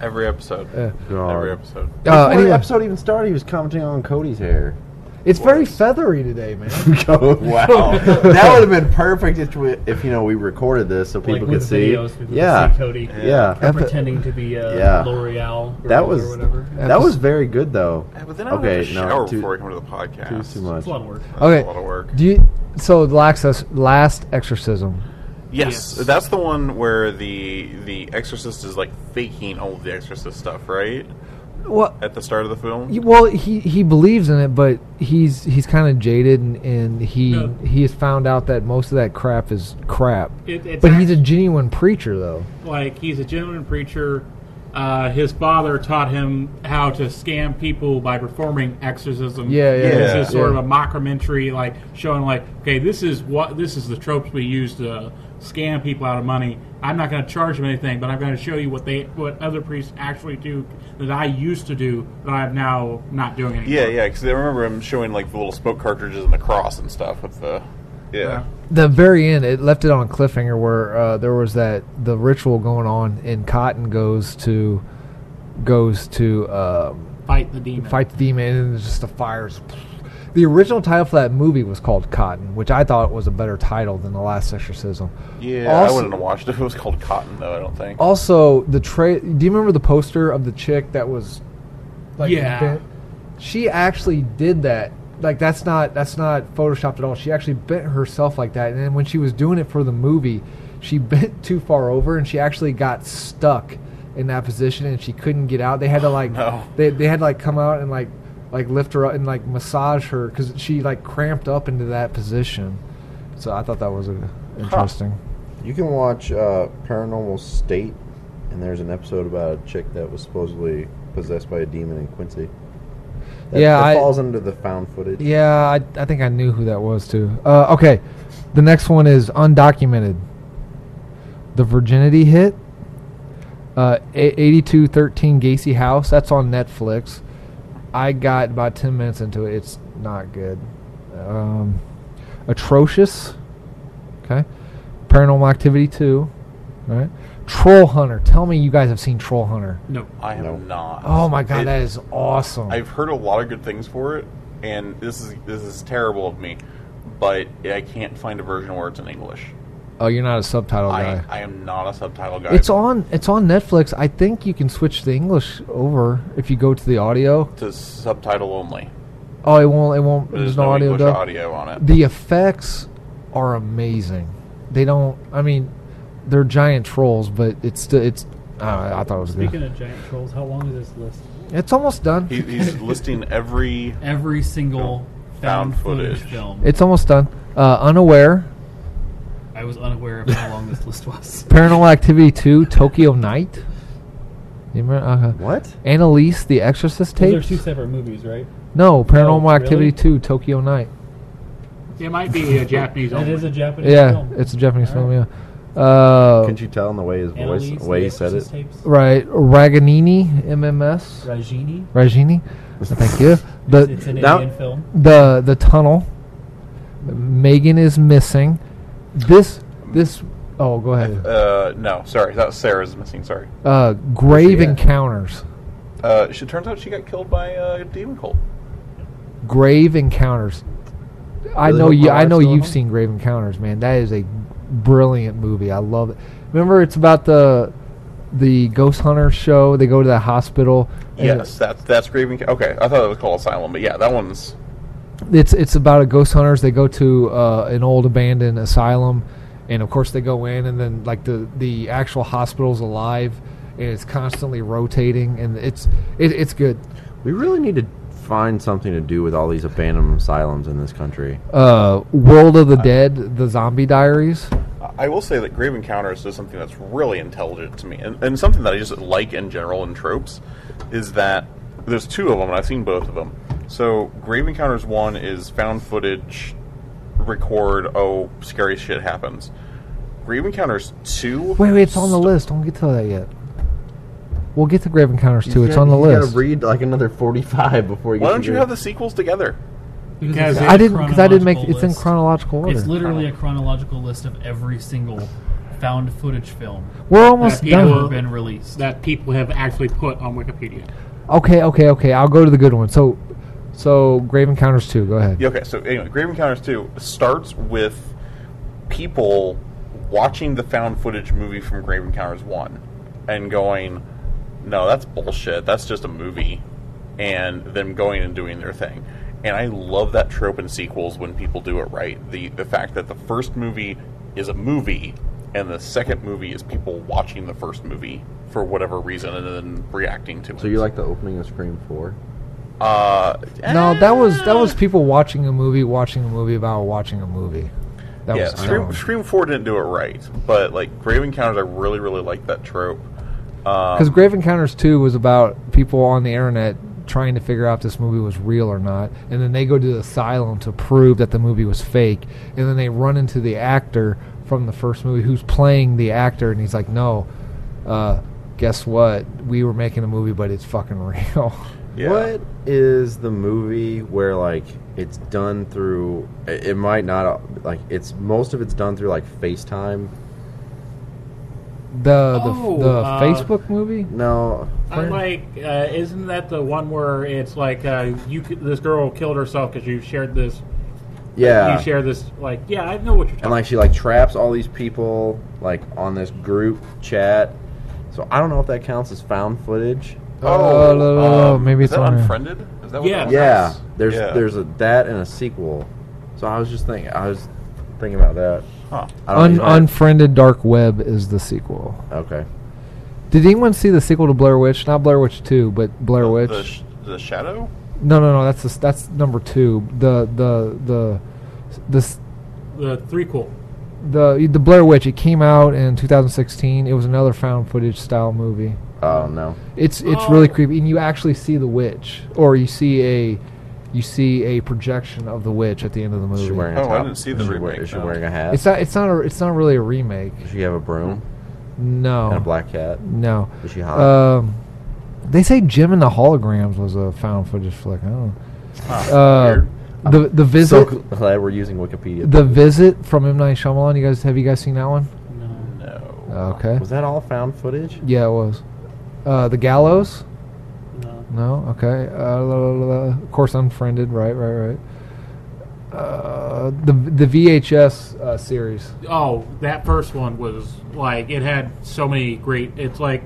Speaker 1: Every episode.
Speaker 4: Uh,
Speaker 3: God.
Speaker 1: Every episode.
Speaker 4: uh,
Speaker 3: Before
Speaker 4: anyway,
Speaker 3: the episode even started, he was commenting on Cody's hair.
Speaker 4: it's very feathery today, man.
Speaker 3: Oh, wow, that would have been perfect if, we, if you know we recorded this so people
Speaker 5: like
Speaker 3: could
Speaker 5: with
Speaker 3: see.
Speaker 5: videos, people
Speaker 3: yeah,
Speaker 5: could see Cody
Speaker 3: yeah.
Speaker 4: Epi-
Speaker 5: pretending to be uh,
Speaker 3: Yeah.
Speaker 5: L'Oreal. Or
Speaker 3: That
Speaker 5: or
Speaker 3: was
Speaker 5: whatever.
Speaker 3: that was very good though.
Speaker 1: Yeah, but then I would have to shower before I come to the podcast.
Speaker 3: too, too much.
Speaker 5: It's a lot of work.
Speaker 1: That's
Speaker 4: Okay.
Speaker 1: a lot of work.
Speaker 4: Do you? So the last last exorcism.
Speaker 1: Yes,
Speaker 5: Yes.
Speaker 1: that's the one where the the exorcist is like faking all of the exorcist stuff, right?
Speaker 4: Well,
Speaker 1: At the start of the film.
Speaker 4: he- well, he he believes in it, but he's he's kind of jaded, and, and he
Speaker 5: No.
Speaker 4: he has found out that most of that crap is crap.
Speaker 2: It- it's
Speaker 4: but he's a
Speaker 2: act-
Speaker 4: genuine preacher, though.
Speaker 2: like he's a gentleman preacher. Uh, his father taught him how to scam people by performing exorcism.
Speaker 4: Yeah, yeah,
Speaker 2: This
Speaker 1: yeah.
Speaker 2: is sort
Speaker 4: Yeah.
Speaker 2: of a mockumentary, like showing, like, okay, this is what this is the tropes we use to scam people out of money. I'm not going to charge them anything, but I'm going to show you what they, what other priests actually do that I used to do that I'm now not doing anymore.
Speaker 1: yeah, yeah. Because I remember him showing like the little smoke cartridges and the cross and stuff with the yeah.
Speaker 2: Yeah.
Speaker 4: The very end, it left it on a cliffhanger where uh, there was that the ritual going on, and Cotton goes to goes to um,
Speaker 2: Fight the demon.
Speaker 4: fight the demon, and it's just the fires. The original title for that movie was called Cotton, which I thought was a better title than The Last Exorcism.
Speaker 1: Yeah, I
Speaker 4: Also- Oh,
Speaker 1: wouldn't have watched it if it was called Cotton, though. I don't think.
Speaker 4: Also, the tra- Do you remember the poster of the chick that was? Like,
Speaker 2: Yeah.
Speaker 4: bent? She actually did that. Like that's not that's not photoshopped at all. She actually bent herself like that, and then when she was doing it for the movie, she bent too far over, and she actually got stuck in that position, and she couldn't get out. They had to like
Speaker 1: no.
Speaker 4: they they had to like come out and like like lift her up and like massage her because she like cramped up into that position. So I thought that was a, interesting.
Speaker 3: You can watch uh, Paranormal State, and there's an episode about a chick that was supposedly possessed by a demon in Quincy. That,
Speaker 4: Yeah,
Speaker 3: that
Speaker 4: I-
Speaker 3: falls under the found footage.
Speaker 4: Yeah, I, I think I knew who that was too. Uh, okay, the next one is undocumented. The virginity hit. Uh, a- eighty-two thirteen Gacy House. That's on Netflix. I got about ten minutes into it. It's not good. Um, atrocious. Okay. Paranormal Activity two. All right. Troll Hunter. Tell me you guys have seen Troll Hunter.
Speaker 2: no.
Speaker 1: I have
Speaker 3: No.
Speaker 1: not.
Speaker 4: Oh my god,
Speaker 1: It-
Speaker 4: that is awesome.
Speaker 1: I've heard a lot of good things for it, and this is this is terrible of me, but I can't find a version where it's in English.
Speaker 4: oh, you're not a subtitle guy.
Speaker 1: I, I am not a subtitle guy.
Speaker 4: It's on. It's on Netflix. I think you can switch the English over if you go to the audio.
Speaker 1: to subtitle only.
Speaker 4: Oh, it won't. It won't.
Speaker 1: There's,
Speaker 4: There's,
Speaker 1: no,
Speaker 4: no, audio.
Speaker 1: English
Speaker 4: dub.
Speaker 1: audio on it.
Speaker 4: The effects are amazing. They don't. I mean, they're giant trolls, but it's still. It's. Uh, I thought it was
Speaker 5: Speaking
Speaker 4: good.
Speaker 5: of giant trolls, how long is this list?
Speaker 4: It's almost done.
Speaker 1: He, he's listing every.
Speaker 5: Every single
Speaker 1: Found
Speaker 5: found, footage.
Speaker 1: footage.
Speaker 5: film.
Speaker 4: It's almost done. Uh, Unaware,
Speaker 5: I was unaware of how long this list was.
Speaker 4: Paranormal Activity Two, Tokyo Night. You remember? Okay.
Speaker 3: What?
Speaker 4: Annalise, The Exorcist
Speaker 5: Those are Oh,
Speaker 4: tapes.
Speaker 5: two separate movies, right?
Speaker 4: No, Paranormal
Speaker 5: really?
Speaker 4: Activity Two, Tokyo Night.
Speaker 2: It might be a Japanese
Speaker 5: It
Speaker 2: only.
Speaker 5: is a Japanese
Speaker 4: Yeah,
Speaker 5: film.
Speaker 4: it's a Japanese
Speaker 5: All
Speaker 4: film. Yeah. Uh,
Speaker 3: Couldn't you tell in the way his voice,
Speaker 5: Annalise,
Speaker 3: the Oh. way he
Speaker 5: the
Speaker 3: said it?
Speaker 5: Exorcist Tapes.
Speaker 4: right, Raganini MMS
Speaker 5: Rajini.
Speaker 4: Ragini. Thank you.
Speaker 5: It's
Speaker 4: The
Speaker 5: an
Speaker 3: Now-
Speaker 5: Indian film.
Speaker 4: the the tunnel. Megan is missing. This this. Oh, go ahead.
Speaker 1: Uh, no, sorry, that was Sarah's missing. Sorry.
Speaker 4: Uh, grave
Speaker 3: Where's she at?
Speaker 4: encounters.
Speaker 1: Uh, she turns out she got killed by uh, demon cult.
Speaker 4: Grave encounters. I
Speaker 3: Really
Speaker 4: know
Speaker 3: hope
Speaker 4: you.
Speaker 3: my
Speaker 4: I
Speaker 3: wife's
Speaker 4: know
Speaker 3: still at
Speaker 4: you've
Speaker 3: home?
Speaker 4: seen Grave Encounters, man. That is a brilliant movie. I love it. Remember, it's about the the ghost hunter show. They go to that hospital. and
Speaker 1: Yes, that's that's grieving. Okay, I thought it was called Asylum, but yeah, that one's
Speaker 4: it's it's about a ghost hunters. They go to uh, an old abandoned asylum, and of course they go in, and then like the the actual hospital's alive, and it's constantly rotating, and it's it, it's good.
Speaker 3: We really need to find something to do with all these abandoned asylums in this country.
Speaker 4: Uh, World of the Dead, The Zombie Diaries.
Speaker 1: I will say that Grave Encounters does something that's really intelligent to me, and, and something that I just like in general in tropes is that there's two of them, and I've seen both of them. So, Grave Encounters 1 is found footage, record, oh, scary shit happens. Grave Encounters 2.
Speaker 4: Wait, wait, it's on the list. Don't get to that yet. We'll get to Grave Encounters too. It's on the list.
Speaker 3: gotta read like another 45 before you
Speaker 1: Why don't you have the sequels together?
Speaker 5: Because
Speaker 2: I
Speaker 5: it's
Speaker 4: I
Speaker 5: a
Speaker 4: didn't because I didn't make
Speaker 5: chronological
Speaker 4: it's in
Speaker 5: list.
Speaker 4: chronological order.
Speaker 5: It's literally a chronological list of every single found footage film
Speaker 4: We're almost
Speaker 2: Yeah,
Speaker 4: done.
Speaker 2: people-
Speaker 5: ever been released.
Speaker 2: that people have actually put on Wikipedia.
Speaker 4: Okay, okay, okay. I'll go to the good one. So, so Grave Encounters two. Go ahead.
Speaker 1: Yeah, okay, so anyway, Grave Encounters 2 starts with people watching the found footage movie from Grave Encounters 1 and going, no, that's bullshit. That's just a movie. And them going and doing their thing. And I love that trope in sequels when people do it right. The, the fact that the first movie is a movie and the second movie is people watching the first movie for whatever reason and then reacting to it.
Speaker 3: So you like the opening of Scream 4?
Speaker 1: uh,
Speaker 4: No, that was that was people watching a movie, watching a movie about watching a movie. That
Speaker 1: yeah,
Speaker 4: was
Speaker 1: Scream,
Speaker 4: dumb.
Speaker 1: Scream Four didn't do it right, but like Grave Encounters, I really, really like that trope.
Speaker 4: Because Grave Encounters 2 was about people on the internet trying to figure out if this movie was real or not. And then they go to the asylum to prove that the movie was fake. And then they run into the actor from the first movie who's playing the actor. And he's like, no, uh, guess what? We were making a movie, but it's fucking real.
Speaker 1: Yeah.
Speaker 3: What is the movie where like it's done through? It it might not like it's most of it's done through like FaceTime.
Speaker 4: the the,
Speaker 2: Oh,
Speaker 4: the
Speaker 2: uh,
Speaker 4: Facebook movie?
Speaker 3: No,
Speaker 2: I'm like, uh, isn't that the one where it's like uh, you? c- This girl killed herself because you shared this.
Speaker 3: yeah,
Speaker 2: You share this. Like, yeah, I know what you're talking.
Speaker 3: and like she like traps all these people like on this group chat. So I don't know if that counts as found footage.
Speaker 4: Oh, no, no, no, maybe
Speaker 1: is
Speaker 4: it's
Speaker 1: that
Speaker 4: on there.
Speaker 1: unfriended. Is that what
Speaker 2: Yeah.
Speaker 1: that was?
Speaker 3: Yeah, there's
Speaker 1: Yeah.
Speaker 3: there's a that and a sequel. So I was just thinking, I was thinking about that.
Speaker 1: Huh.
Speaker 3: I don't
Speaker 4: Un-
Speaker 3: know, you might-
Speaker 4: Unfriended Dark Web is the sequel.
Speaker 3: okay.
Speaker 4: Did anyone see the sequel to Blair Witch? Not Blair Witch 2, but Blair Witch.
Speaker 1: The, sh- the shadow.
Speaker 4: No, no, no. That's the, that's number two. The the the the s-
Speaker 2: The threequel.
Speaker 4: the the Blair Witch. It came out in 2016. It was another found footage style movie.
Speaker 3: Oh no.
Speaker 4: It's it's really
Speaker 2: Oh.
Speaker 4: creepy, and you actually see the witch, or you see a you see a projection of the witch at the end of the
Speaker 3: Is
Speaker 4: movie.
Speaker 3: she wearing a
Speaker 1: Oh, I
Speaker 3: top?
Speaker 1: didn't see the
Speaker 3: is she,
Speaker 1: remake,
Speaker 3: wear- is she
Speaker 1: no.
Speaker 3: wearing a hat?
Speaker 4: It's not it's not a, it's not really a remake.
Speaker 3: Does she have a broom
Speaker 4: No,
Speaker 3: and
Speaker 4: Oh.
Speaker 3: a black cat?
Speaker 4: no.
Speaker 3: Is she hot?
Speaker 4: Um, they say Jim and the Holograms was a found footage flick. I don't.
Speaker 1: Huh.
Speaker 4: Know.
Speaker 1: Weird.
Speaker 4: Uh, the the
Speaker 3: so
Speaker 4: visit
Speaker 3: glad we're using Wikipedia.
Speaker 4: the visit from M Night Shyamalan. You guys have you guys seen that one?
Speaker 5: No.
Speaker 4: Uh,
Speaker 1: No.
Speaker 4: Okay.
Speaker 3: was that all found footage?
Speaker 4: Yeah, it was. Uh, the Gallows?
Speaker 5: No.
Speaker 4: No. Okay. Uh, la, la, la, la. Of course, Unfriended. Right. Right. Right. Uh, the the VHS uh, series.
Speaker 2: Oh, that first one was like it had so many great. It's like,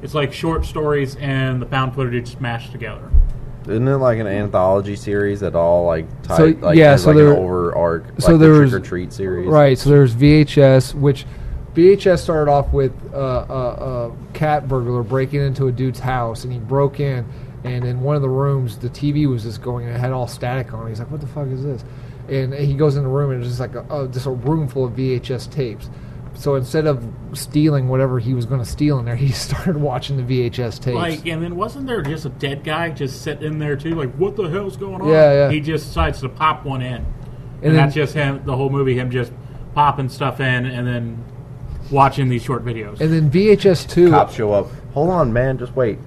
Speaker 2: it's like short stories and the found footage smashed together.
Speaker 3: Isn't it like an anthology series that all like tied?
Speaker 4: So,
Speaker 3: like,
Speaker 4: yeah,
Speaker 3: has,
Speaker 4: so
Speaker 3: like
Speaker 4: there-
Speaker 3: an over arc. Like
Speaker 4: so
Speaker 3: the
Speaker 4: there was-
Speaker 3: trick or treat series,
Speaker 4: Right. So there's VHS, which VHS started off with uh, a, a cat burglar breaking into a dude's house, and he broke in, and in one of the rooms, the TV was just going, and it had all static on. it. He's like, "What the fuck is this?" And he goes in the room, and it's just like a, a, just a room full of VHS tapes. So instead of stealing whatever he was going to steal in there, he started watching the VHS tapes.
Speaker 2: Like, and then wasn't there just a dead guy just sitting there too? Like, what the hell's going on?
Speaker 4: Yeah, yeah.
Speaker 2: He just decides to pop one in. and, that's just him. The whole movie, him just popping stuff in and then watching these short videos.
Speaker 4: And then VHS two,
Speaker 3: Cops show up. Hold on, man. Just wait.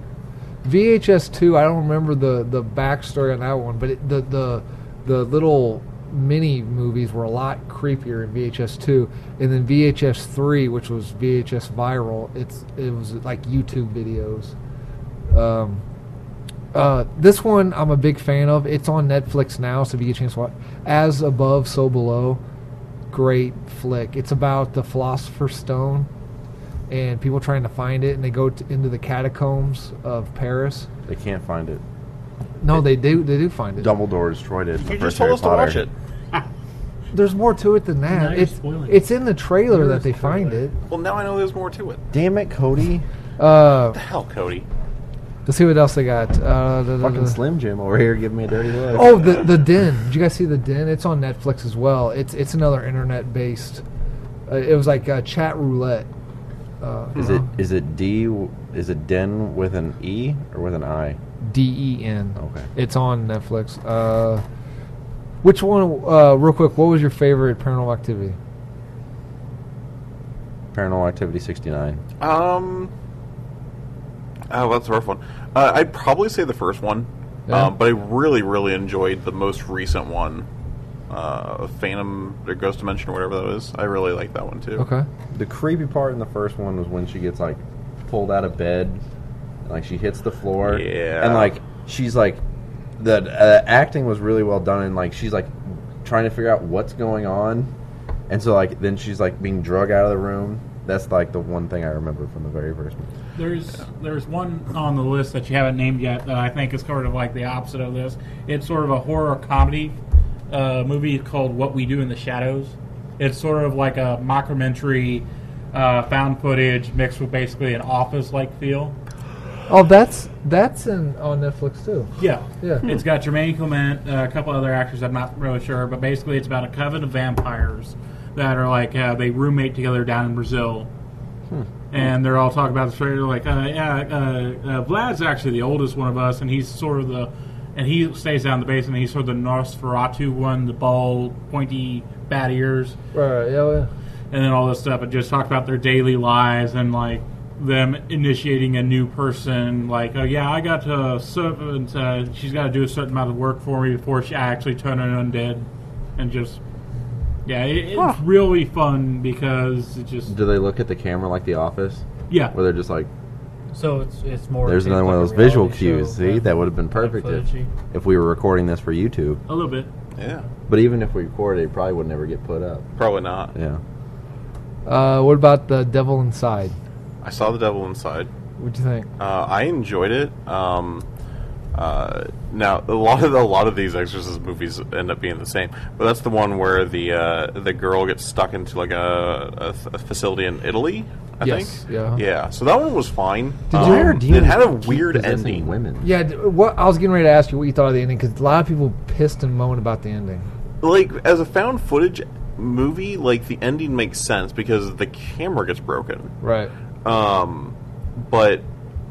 Speaker 4: VHS two. I don't remember the the backstory on that one, but it, the the the little mini movies were a lot creepier in VHS two, and then VHS three, which was VHS viral. It's it was like YouTube videos. Um, uh, this one I'm a big fan of. It's on Netflix now, so if you get a chance to watch, as above, so below. Great flick. It's about the Philosopher's Stone and people trying to find it, and they go to, into the catacombs of Paris.
Speaker 3: They can't find it.
Speaker 4: No, they do. They do find it.
Speaker 3: Dumbledore destroyed it. in the
Speaker 1: You
Speaker 3: first
Speaker 1: just told
Speaker 3: Harry
Speaker 1: us
Speaker 3: Potter.
Speaker 1: to watch it.
Speaker 4: There's more to it than
Speaker 5: Now
Speaker 4: that.
Speaker 5: you're
Speaker 4: It's
Speaker 5: spoiling it.
Speaker 4: it's in the trailer that they find it.
Speaker 1: Well, now I know there's more to it.
Speaker 3: Damn it, Cody!
Speaker 4: Uh,
Speaker 1: The hell, Cody.
Speaker 4: let's see what else they got. Uh, da- da-
Speaker 3: Fucking
Speaker 4: da.
Speaker 3: Slim Jim over here giving me a dirty look.
Speaker 4: Oh, the the Den. Did you guys see the Den? It's on Netflix as well. It's it's another internet based. Uh, it was like uh, chat roulette. Uh,
Speaker 3: Is it is it D? Is it Den with an E or with an I?
Speaker 4: D E N.
Speaker 3: Okay.
Speaker 4: It's on Netflix. Uh, which one? Uh, real quick, what was your favorite Paranormal Activity?
Speaker 3: Paranormal Activity 69.
Speaker 1: Um. Oh, that's a rough one. Uh, I'd probably say the first one,
Speaker 4: Yeah.
Speaker 1: um, but I really, really enjoyed the most recent one, uh, Phantom or Ghost Dimension or whatever that is. I really like that one too.
Speaker 4: Okay.
Speaker 3: The creepy part in the first one was when she gets like pulled out of bed, and, like she hits the floor,
Speaker 1: Yeah.
Speaker 3: and like she's like the uh, acting was really well done, and like she's like trying to figure out what's going on, and so like then she's like being drug out of the room. That's like the one thing I remember from the very first movie.
Speaker 2: There's there's one on the list that you haven't named yet that I think is sort of like the opposite of this. It's sort of a horror comedy uh, movie called What We Do in the Shadows. It's sort of like a mockumentary, uh, found footage mixed with basically an office like feel.
Speaker 4: Oh, that's that's in on Netflix too.
Speaker 2: Yeah,
Speaker 4: Yeah.
Speaker 2: It's got Jermaine Clement, uh, a couple other actors. I'm not really sure, but basically, it's about a coven of vampires that are like uh, they roommate together down in Brazil, and they're all talking about the story. They're like, uh, yeah, uh, uh, Vlad's actually the oldest one of us, and he's sort of the, and he stays down in the basement. He's sort of the Nosferatu one, the bald, pointy, bat ears
Speaker 4: Right. Yeah. yeah.
Speaker 2: and then all this stuff and just talk about their daily lives and like them initiating a new person like oh yeah i got to serve and uh, she's got to do a certain amount of work for me before she I actually turn an undead and just yeah it, it's really fun because it just
Speaker 3: Do they look at the camera like The Office,
Speaker 2: yeah
Speaker 3: where they're just like,
Speaker 6: So it's it's more.
Speaker 3: "There's
Speaker 6: it's
Speaker 3: another one of
Speaker 6: like a
Speaker 3: those visual
Speaker 6: reality show,
Speaker 3: cues." See,
Speaker 6: but-
Speaker 3: that would have been perfect if,
Speaker 6: footage-y.
Speaker 3: if we were recording this for YouTube.
Speaker 2: a little bit
Speaker 1: Yeah,
Speaker 3: But even if we recorded, it probably would never get put up.
Speaker 1: probably not.
Speaker 3: Yeah.
Speaker 4: Uh, what about the Devil Inside?
Speaker 1: I saw the Devil Inside.
Speaker 4: What'd you think?
Speaker 1: Uh, I enjoyed it. Um, uh, now a lot of the, a lot of these Exorcist movies end up being the same, but that's the one where the uh, the girl gets stuck into like a, a, f- a facility in Italy. I
Speaker 4: Yes,
Speaker 1: think.
Speaker 4: yeah.
Speaker 1: Yeah. So that one was fine.
Speaker 4: Did
Speaker 1: Um,
Speaker 4: you- Why are
Speaker 1: it
Speaker 3: demons
Speaker 1: had a
Speaker 3: keep
Speaker 1: weird
Speaker 3: possessing
Speaker 1: ending.
Speaker 3: Women.
Speaker 4: Yeah, d- what I was getting ready to ask you what you thought of the ending because a lot of people pissed and moaned about the ending.
Speaker 1: Like as a found footage movie, like the ending makes sense because the camera gets broken.
Speaker 4: Right.
Speaker 1: Um, but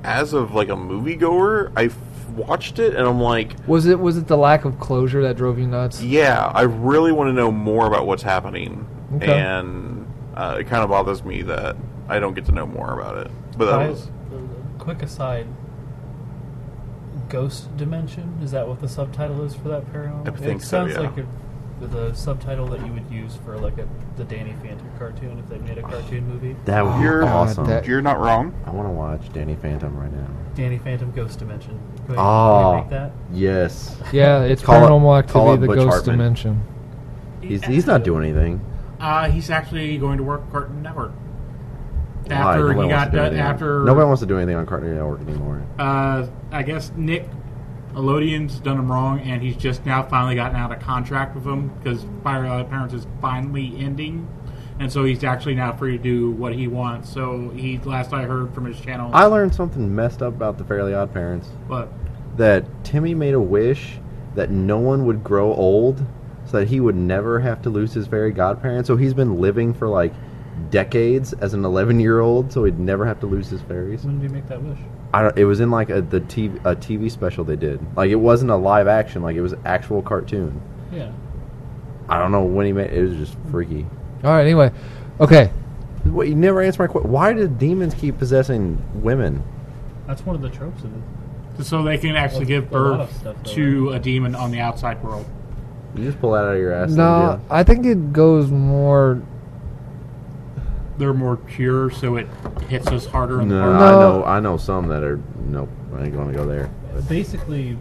Speaker 1: as of like a moviegoer, I f- watched it and I'm like.
Speaker 4: Was it was it the lack of closure that drove you nuts?
Speaker 1: Yeah, I really want to know more about what's happening,
Speaker 4: Okay.
Speaker 1: and uh, it kind of bothers me that I don't get to know more about it. But that
Speaker 6: Why- uh,
Speaker 1: was
Speaker 6: Quick aside. Ghost Dimension is that what the subtitle is for that paranormal?
Speaker 1: I think
Speaker 6: it
Speaker 1: so,
Speaker 6: sounds
Speaker 1: yeah.
Speaker 6: like a, the subtitle that you would use for like a the Danny Phantom cartoon if they made a cartoon movie.
Speaker 3: That would be
Speaker 1: You're- God,
Speaker 3: awesome.
Speaker 4: that-
Speaker 1: you're not wrong.
Speaker 3: I want to watch Danny Phantom right now.
Speaker 6: Danny Phantom Ghost Dimension. Can we,
Speaker 3: Ah.
Speaker 6: can we make that?
Speaker 3: Yes.
Speaker 4: Yeah, it's
Speaker 3: Call it-
Speaker 4: paranormal
Speaker 3: call it
Speaker 4: activity, the
Speaker 3: Butch
Speaker 4: ghost
Speaker 3: Hartman.
Speaker 4: dimension.
Speaker 3: He's, he's not doing anything.
Speaker 2: uh, he's actually going to work Cartoon Network
Speaker 3: Why?
Speaker 2: after
Speaker 3: Nobody
Speaker 2: he
Speaker 3: wants to
Speaker 2: got
Speaker 3: do
Speaker 2: done
Speaker 3: anything.
Speaker 2: after
Speaker 3: Nobody wants to do anything on Cartoon Network anymore.
Speaker 2: uh, I guess Nick Elodian's done him wrong, and he's just now finally gotten out of contract with him because Firelight Parents is finally ending, and so he's actually now free to do what he wants. So he, last I heard from his channel,
Speaker 3: I learned something messed up about the Fairly Odd Parents.
Speaker 2: but
Speaker 3: That Timmy made a wish that no one would grow old, so that he would never have to lose his fairy godparents. So he's been living for like decades as an 11 year old, so he'd never have to lose his fairies.
Speaker 6: When did you make that wish?
Speaker 3: I don't, it was in like a the TV a TV special they did. Like it wasn't a live action. Like it was actual cartoon.
Speaker 6: Yeah.
Speaker 3: I don't know when he made it. was just freaky.
Speaker 4: All right. Anyway, okay.
Speaker 3: Wait, you never answered my question. Why do demons keep possessing women?
Speaker 5: That's one of the tropes of it.
Speaker 2: So they can actually give
Speaker 5: a lot of
Speaker 2: birth
Speaker 5: stuff, though,
Speaker 2: to a demon on the outside world.
Speaker 3: You just pull that out of your ass.
Speaker 4: No,
Speaker 3: don't you?
Speaker 4: I think it goes more.
Speaker 2: They're more pure, so it hits us harder. in the
Speaker 3: no,
Speaker 2: heart.
Speaker 3: I
Speaker 4: No.
Speaker 3: know. I know some that are. Nope, I ain't going to go there.
Speaker 5: Basically,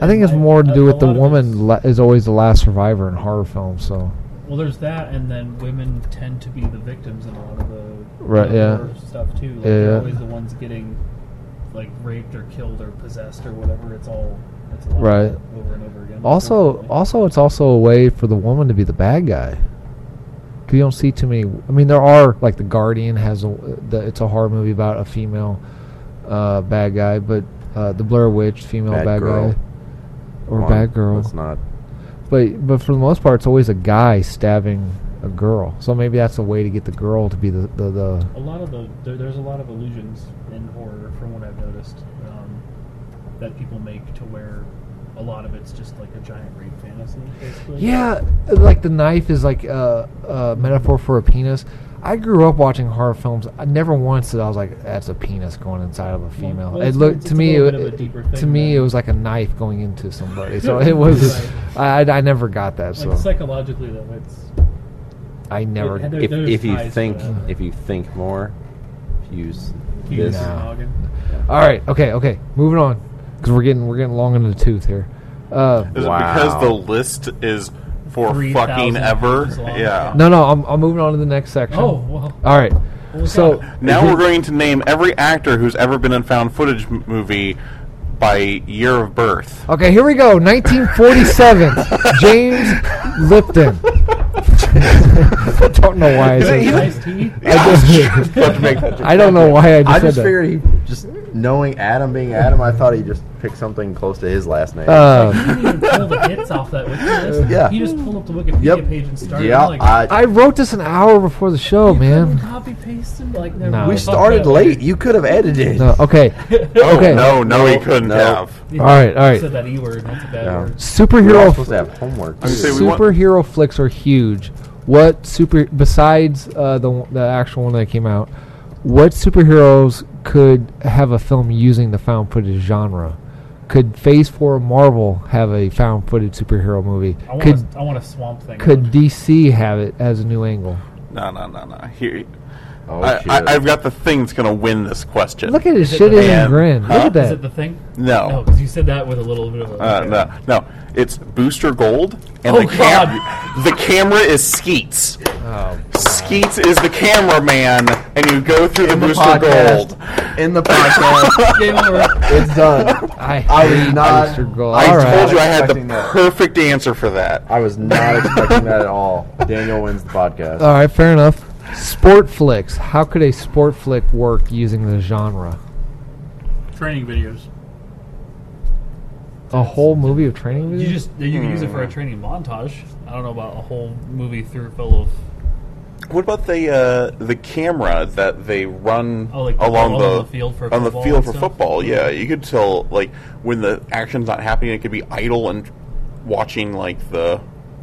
Speaker 4: I think it's
Speaker 5: I-
Speaker 4: more to
Speaker 5: a-
Speaker 4: do
Speaker 5: a
Speaker 4: with the
Speaker 5: lot of it's-
Speaker 4: woman la- is always the last survivor in horror films. So
Speaker 5: Well, there's that, and then women tend to be the victims in a lot of the
Speaker 4: Right, yeah.
Speaker 5: horror stuff too. Like,
Speaker 4: Yeah,
Speaker 5: They're
Speaker 4: yeah.
Speaker 5: always the ones getting like raped or killed or possessed or whatever. It's all it's a lot
Speaker 4: Right.
Speaker 5: over and over again.
Speaker 4: also,
Speaker 5: unfortunately.
Speaker 4: also, it's also a way for the woman to be the bad guy. 'Cause You don't see too many. I mean, there are like the Guardian has a. The, it's a horror movie about a female uh, bad guy, but uh, the Blair Witch female
Speaker 3: Bad
Speaker 4: bad,
Speaker 3: girl.
Speaker 4: guy or
Speaker 3: Come on,
Speaker 4: bad girl.
Speaker 3: Let's not.
Speaker 4: But but for the most part, it's always a guy stabbing a girl. So maybe that's a way to get the girl to be the the. the
Speaker 5: a lot of the there, there's a lot of illusions in horror from what I've noticed um, that people make to where a lot of it's just like a giant rape fantasy. Basically.
Speaker 4: yeah, like the knife is like a, a metaphor for a penis. I grew up watching horror films. I never once did I was like, "That's a penis going inside of a female."
Speaker 5: well,
Speaker 4: it
Speaker 5: it's-
Speaker 4: looked
Speaker 5: it's-
Speaker 4: to
Speaker 5: it's a
Speaker 4: me,
Speaker 5: little
Speaker 4: it,
Speaker 5: bit of a
Speaker 4: to
Speaker 5: deeper thing
Speaker 4: me,
Speaker 5: than-
Speaker 4: it was like a knife going into somebody. So it was, I, I I never got that.
Speaker 5: Like
Speaker 4: So
Speaker 5: psychologically, though, it's
Speaker 4: I never.
Speaker 5: there-
Speaker 3: If,
Speaker 5: there's
Speaker 3: if you
Speaker 5: ties to
Speaker 3: think,
Speaker 5: that.
Speaker 3: if you think more, use
Speaker 5: Use
Speaker 3: this.
Speaker 5: your
Speaker 4: Nah.
Speaker 5: noggin.
Speaker 4: All right, okay, okay, moving on because we're getting we're getting long in the tooth here. Uh,
Speaker 1: Is
Speaker 3: Wow.
Speaker 1: it because the list is for
Speaker 5: 3,000
Speaker 1: fucking ever?
Speaker 5: pages long.
Speaker 1: Yeah.
Speaker 4: no, no, I'm, I'm moving on to the next section.
Speaker 5: Oh well.
Speaker 4: All right.
Speaker 5: Well, we
Speaker 4: so
Speaker 1: Now we're going to name every actor who's ever been in found footage m- movie by year of birth.
Speaker 4: okay, here we go. 1947. James Lipton. don't know why I said that.
Speaker 5: Iced tea.
Speaker 4: I, just,
Speaker 3: Let's make that
Speaker 4: I don't know why I just
Speaker 3: I
Speaker 4: said
Speaker 3: just
Speaker 4: that.
Speaker 3: figured he just knowing Adam being Adam, I thought he just picked something close to his last name.
Speaker 4: Uh,
Speaker 5: You didn't even pull the hits off that wiki list.
Speaker 3: Yeah.
Speaker 5: You just pulled up the Wikipedia
Speaker 3: Yep.
Speaker 5: page and started
Speaker 3: yeah,
Speaker 5: like
Speaker 3: I,
Speaker 4: I wrote this an hour before the show, Oh, man.
Speaker 5: copy pasting like never
Speaker 4: No.
Speaker 5: mind.
Speaker 3: we
Speaker 5: Oh, Fuck
Speaker 3: started
Speaker 5: that.
Speaker 3: late. You could have edited.
Speaker 4: No, okay.
Speaker 1: Oh
Speaker 4: Okay.
Speaker 1: no, no, he couldn't
Speaker 3: no.
Speaker 1: have.
Speaker 4: All right, all
Speaker 5: Said
Speaker 4: right.
Speaker 5: that E word. That's a bad
Speaker 3: Yeah. You're
Speaker 5: word.
Speaker 3: all
Speaker 4: Superhero
Speaker 3: supposed to have homework.
Speaker 1: I'm
Speaker 3: too.
Speaker 1: saying- we want-
Speaker 4: superhero flicks are huge. What super besides uh, the one- the actual one that came out? What superheroes could have a film using the found footage genre? Could Phase Four Marvel have a found footage superhero movie?
Speaker 5: I want,
Speaker 4: Could
Speaker 5: a, I want a swamp thing.
Speaker 4: could DC have it as a new angle?
Speaker 1: No, no, no, no. Here,
Speaker 3: oh,
Speaker 1: I,
Speaker 3: shit.
Speaker 1: I, I've got the thing that's gonna win this question.
Speaker 4: Look at his
Speaker 5: it
Speaker 4: shit
Speaker 5: the-
Speaker 4: and
Speaker 1: Yeah.
Speaker 4: grin. Look
Speaker 1: Huh?
Speaker 4: at
Speaker 5: Is
Speaker 4: that.
Speaker 5: it the thing?
Speaker 1: No.
Speaker 5: No, because you said that with a little bit of a.
Speaker 1: Uh, no, no. It's Booster Gold, and
Speaker 5: Oh,
Speaker 1: the, cam- the camera is Skeets.
Speaker 4: Oh,
Speaker 1: Skeets is the cameraman, and you go through the,
Speaker 3: in the
Speaker 1: Booster Gold.
Speaker 3: podcast. In the podcast.
Speaker 5: Game over.
Speaker 3: it's done.
Speaker 4: I,
Speaker 3: I was
Speaker 4: hate
Speaker 3: not-
Speaker 4: Mr. Gold.
Speaker 1: I
Speaker 4: All
Speaker 1: told
Speaker 4: right.
Speaker 1: you I had the
Speaker 3: Expecting that.
Speaker 1: perfect answer for that.
Speaker 3: I was not expecting that at all. Daniel wins the podcast.
Speaker 4: All right, fair enough. Sport flicks. How could a sport flick work using the genre?
Speaker 2: Training videos.
Speaker 4: A whole movie of training videos.
Speaker 5: You just you can use it
Speaker 3: hmm.
Speaker 5: for a training montage. I don't know about a whole movie through full of.
Speaker 1: What about the uh, the camera that they run
Speaker 5: Oh, like the-
Speaker 1: along
Speaker 5: along
Speaker 1: the,
Speaker 5: the field for
Speaker 1: on the
Speaker 5: football
Speaker 1: field
Speaker 5: and
Speaker 1: for
Speaker 5: stuff?
Speaker 1: football? Yeah, you could tell like when the action's not happening, it could be idle and watching like the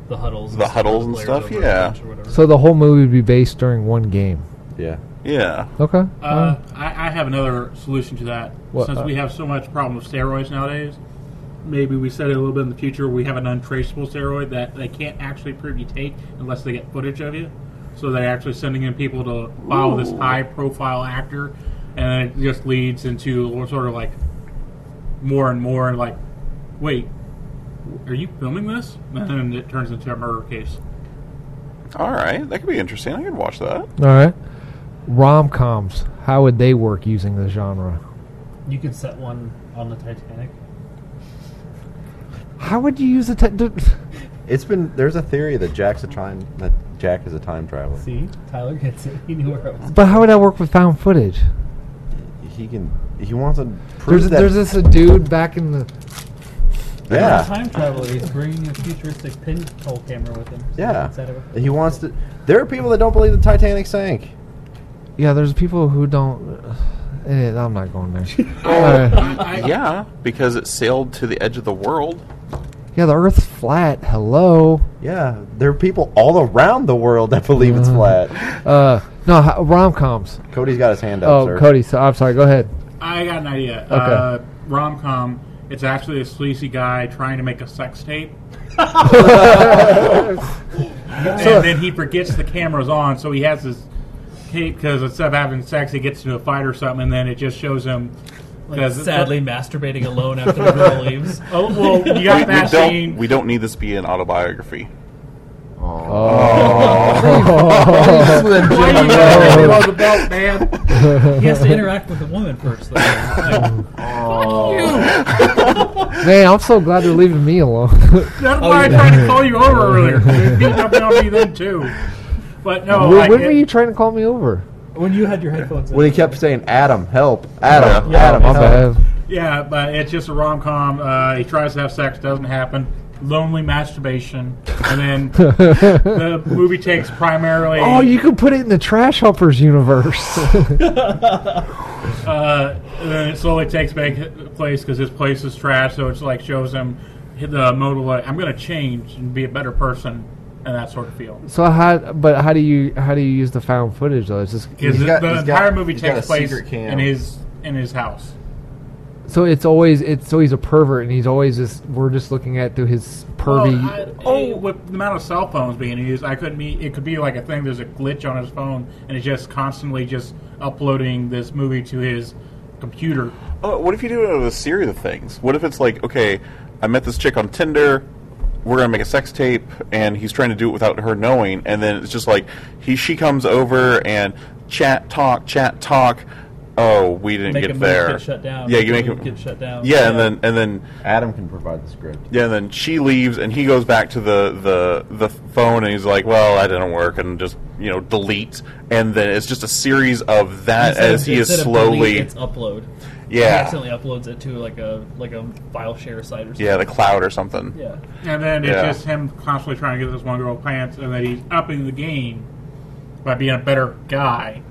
Speaker 5: The huddles,
Speaker 1: The huddles and
Speaker 5: players
Speaker 1: stuff,
Speaker 5: over a
Speaker 1: yeah.
Speaker 5: bench or whatever.
Speaker 4: So the whole movie would be based during one game.
Speaker 3: Yeah.
Speaker 1: yeah.
Speaker 4: Okay.
Speaker 2: Uh, I, I have another solution to that.
Speaker 4: What,
Speaker 2: Since
Speaker 4: uh,
Speaker 2: we have so much problem with steroids nowadays, maybe we set it a little bit in the future. We have an untraceable steroid that they can't actually prove you take unless they get footage of you. So they're actually sending in people to follow this high-profile actor, and it just leads into sort of like more and more and like, wait, are you filming this? And then it turns into a murder case.
Speaker 1: All right, that could be interesting. I could watch that.
Speaker 4: All right. Rom coms. How would they work using the genre?
Speaker 5: you could set one on the Titanic.
Speaker 4: How would you use the te- d-
Speaker 3: It's been there's a theory that Jack's a time that Jack is a time traveler.
Speaker 5: See, Tyler gets it. He knew where I was.
Speaker 4: But how would that work with found footage?
Speaker 3: He can he wants to
Speaker 4: There's
Speaker 3: prove that
Speaker 4: there's this a dude back in the
Speaker 5: He's a
Speaker 3: yeah.
Speaker 5: time traveler. He's bringing a futuristic pinhole camera with him. So
Speaker 3: Yeah.
Speaker 5: he can set it-
Speaker 3: He wants to. There are people that don't believe the Titanic sank.
Speaker 4: yeah. There's people who don't. eh, I'm not going there. All right.
Speaker 2: I, I,
Speaker 1: Yeah, because it sailed to the edge of the world.
Speaker 4: yeah, the Earth's flat. Hello.
Speaker 3: Yeah, there are people all around the world that believe it's flat.
Speaker 4: Uh, no rom coms.
Speaker 3: Cody's got his hand up,
Speaker 4: Oh,
Speaker 3: sir.
Speaker 4: Cody. So I'm sorry. Go ahead.
Speaker 2: I got an idea.
Speaker 4: Okay.
Speaker 2: Uh, Rom com. It's actually a sleazy guy trying to make a sex tape. and then he forgets the camera's on, so he has his tape because instead of having sex, he gets into a fight or something, and then it just shows him.
Speaker 5: Like,
Speaker 2: 'cause-
Speaker 5: sadly masturbating alone after the girl leaves.
Speaker 2: Oh, well, you got
Speaker 1: we,
Speaker 2: that
Speaker 1: don't,
Speaker 2: scene.
Speaker 1: we don't need this to be an autobiography.
Speaker 2: Why do you gotta
Speaker 4: Oh.
Speaker 2: be below the belt, man?
Speaker 5: He has to interact with a woman first. Though. Like,
Speaker 4: Man, I'm so glad they're leaving me alone.
Speaker 2: That's
Speaker 4: Oh,
Speaker 2: why I tried to call you over earlier. You beat up on me then, too. But no,
Speaker 4: when
Speaker 2: like,
Speaker 4: when
Speaker 2: it-
Speaker 4: were you trying to call me over?
Speaker 5: when you had your headphones in.
Speaker 3: When he kept saying, "Adam, help! Adam,
Speaker 1: Yeah.
Speaker 3: Adam,
Speaker 4: My
Speaker 3: help!"
Speaker 4: bad.
Speaker 2: Yeah, but it's just a rom com. Uh, he tries to have sex, doesn't happen. Lonely masturbation, and then the movie takes primarily.
Speaker 4: Oh, you could put it in the trash hoppers universe.
Speaker 2: Uh, and then it slowly takes back his place because his place is trash. So it's like shows him the mode of like I'm going to change and be a better person, and that sort of feel.
Speaker 4: so how? But how do you how do you use the found footage though? It's just
Speaker 2: Because
Speaker 3: He's
Speaker 2: the
Speaker 3: got-
Speaker 2: the
Speaker 3: he's got-
Speaker 2: entire movie
Speaker 3: he's got
Speaker 2: takes
Speaker 3: a
Speaker 2: place
Speaker 3: secret cam.
Speaker 2: in his in his house.
Speaker 4: so it's always it's so he's a pervert and he's always just we're just looking at through his pervy.
Speaker 2: Oh, I- with the amount of cell phones being used, I could be. It could be like a thing. There's a glitch on his phone, and it's just constantly just uploading this movie to his computer.
Speaker 1: Oh, what if you do it out of a series of things? What if it's like, okay, I met this chick on Tinder, we're gonna make a sex tape, and he's trying to do it without her knowing, and then it's just like he she comes over and chat talk, chat talk. Oh, we didn't
Speaker 5: Make
Speaker 1: get
Speaker 5: him
Speaker 1: there.
Speaker 5: get shut down.
Speaker 1: Yeah, you make
Speaker 5: Make
Speaker 1: him
Speaker 5: him get shut down.
Speaker 1: Yeah, and
Speaker 5: Yeah.
Speaker 1: then and then
Speaker 3: Adam can provide the script.
Speaker 1: yeah, and then she leaves, and he goes back to the the the phone, and he's like, "Well, that didn't work," and just you know delete, and then it's just a series of that
Speaker 5: Instead
Speaker 1: as
Speaker 5: of-
Speaker 1: he is
Speaker 5: instead of delete,
Speaker 1: slowly
Speaker 5: it's upload. He
Speaker 1: yeah
Speaker 5: accidentally uploads it to like a like a file share site or something.
Speaker 1: yeah the cloud or something.
Speaker 5: Yeah.
Speaker 2: And then it's
Speaker 1: Yeah.
Speaker 2: just him constantly trying to get this one girl pants, and then he's upping the game by being a better guy.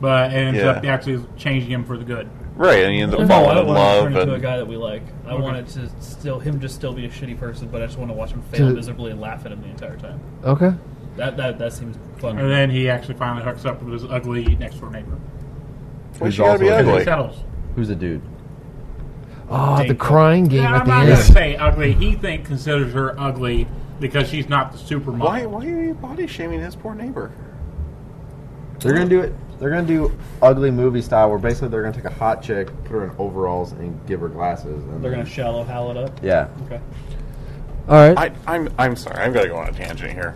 Speaker 2: But it ends
Speaker 1: Yeah.
Speaker 2: up actually changing him for the good.
Speaker 1: Right, and he ends up
Speaker 5: No, I
Speaker 1: falling
Speaker 5: don't
Speaker 1: in
Speaker 5: want him
Speaker 1: love.
Speaker 5: to turn into a
Speaker 1: And,
Speaker 5: guy that we like. I
Speaker 2: Okay.
Speaker 5: want it to still him just still be a shitty person, but I just want to watch him fail
Speaker 4: To-
Speaker 5: miserably and laugh at him the entire time.
Speaker 4: okay.
Speaker 5: That that that seems
Speaker 2: And
Speaker 5: fun.
Speaker 2: then he actually finally hooks up with his ugly next door neighbor.
Speaker 1: well,
Speaker 3: Who's
Speaker 1: she gotta
Speaker 3: also
Speaker 1: be
Speaker 3: a-
Speaker 2: And he
Speaker 1: ugly.
Speaker 2: settles.
Speaker 3: Who's a dude?
Speaker 4: Oh, the
Speaker 5: Dang.
Speaker 4: crying game
Speaker 2: Yeah,
Speaker 4: at
Speaker 2: I'm
Speaker 4: the
Speaker 2: not
Speaker 4: end.
Speaker 2: gonna say ugly. He think considers her ugly because she's not the supermodel.
Speaker 1: Why, why are you body shaming his poor neighbor?
Speaker 3: They're gonna do it. They're gonna do ugly movie style, where basically they're gonna take a hot chick, put her in overalls, and give her glasses. And
Speaker 5: They're gonna shallow howl it up.
Speaker 3: yeah.
Speaker 5: Okay.
Speaker 4: All right.
Speaker 1: I, I'm I'm sorry. I've got to go on a tangent here.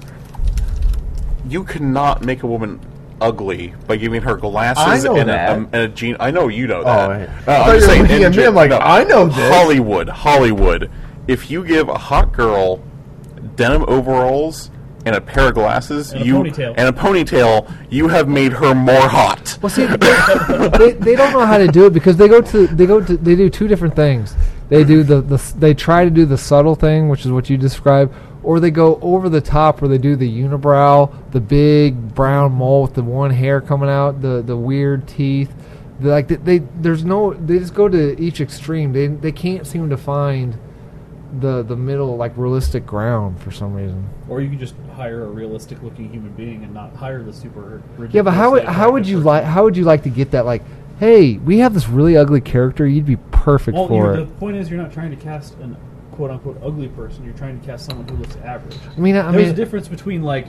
Speaker 1: You cannot make a woman ugly by giving her glasses
Speaker 3: I know
Speaker 1: and,
Speaker 3: that.
Speaker 1: A, um, and a jean. I know you know
Speaker 3: Oh,
Speaker 1: that.
Speaker 3: hey.
Speaker 1: Uh,
Speaker 3: I
Speaker 1: I'm
Speaker 3: thought you
Speaker 1: just
Speaker 3: were
Speaker 1: saying,
Speaker 3: looking
Speaker 1: in
Speaker 3: at me,
Speaker 1: gen-
Speaker 3: I'm like,
Speaker 1: no.
Speaker 3: I know this.
Speaker 1: Hollywood, Hollywood. If you give a hot girl denim overalls and a pair of glasses,
Speaker 5: And a
Speaker 1: you
Speaker 5: ponytail.
Speaker 1: and a ponytail, you have made her more hot.
Speaker 4: Well, see, they, they, they don't know how to do it because they go to they go to they do two different things. They do the, the s- they try to do the subtle thing, which is what you describe, or they go over the top where they do the unibrow, the big brown mole with the one hair coming out, the the weird teeth. They- Like they, they there's no they just go to each extreme. They they can't seem to find the the middle like realistic ground for some reason.
Speaker 5: Or you could just hire a realistic looking human being and not hire the super rigid.
Speaker 4: Yeah, but how would how would you like how would you like to get that like, hey, we have this really ugly character, you'd be perfect
Speaker 5: Well,
Speaker 4: for
Speaker 5: you're, the
Speaker 4: it.
Speaker 5: point is, you're not trying to cast an quote unquote ugly person. You're trying to cast someone who looks average.
Speaker 4: I mean, I
Speaker 5: There's
Speaker 4: mean,
Speaker 5: a difference between like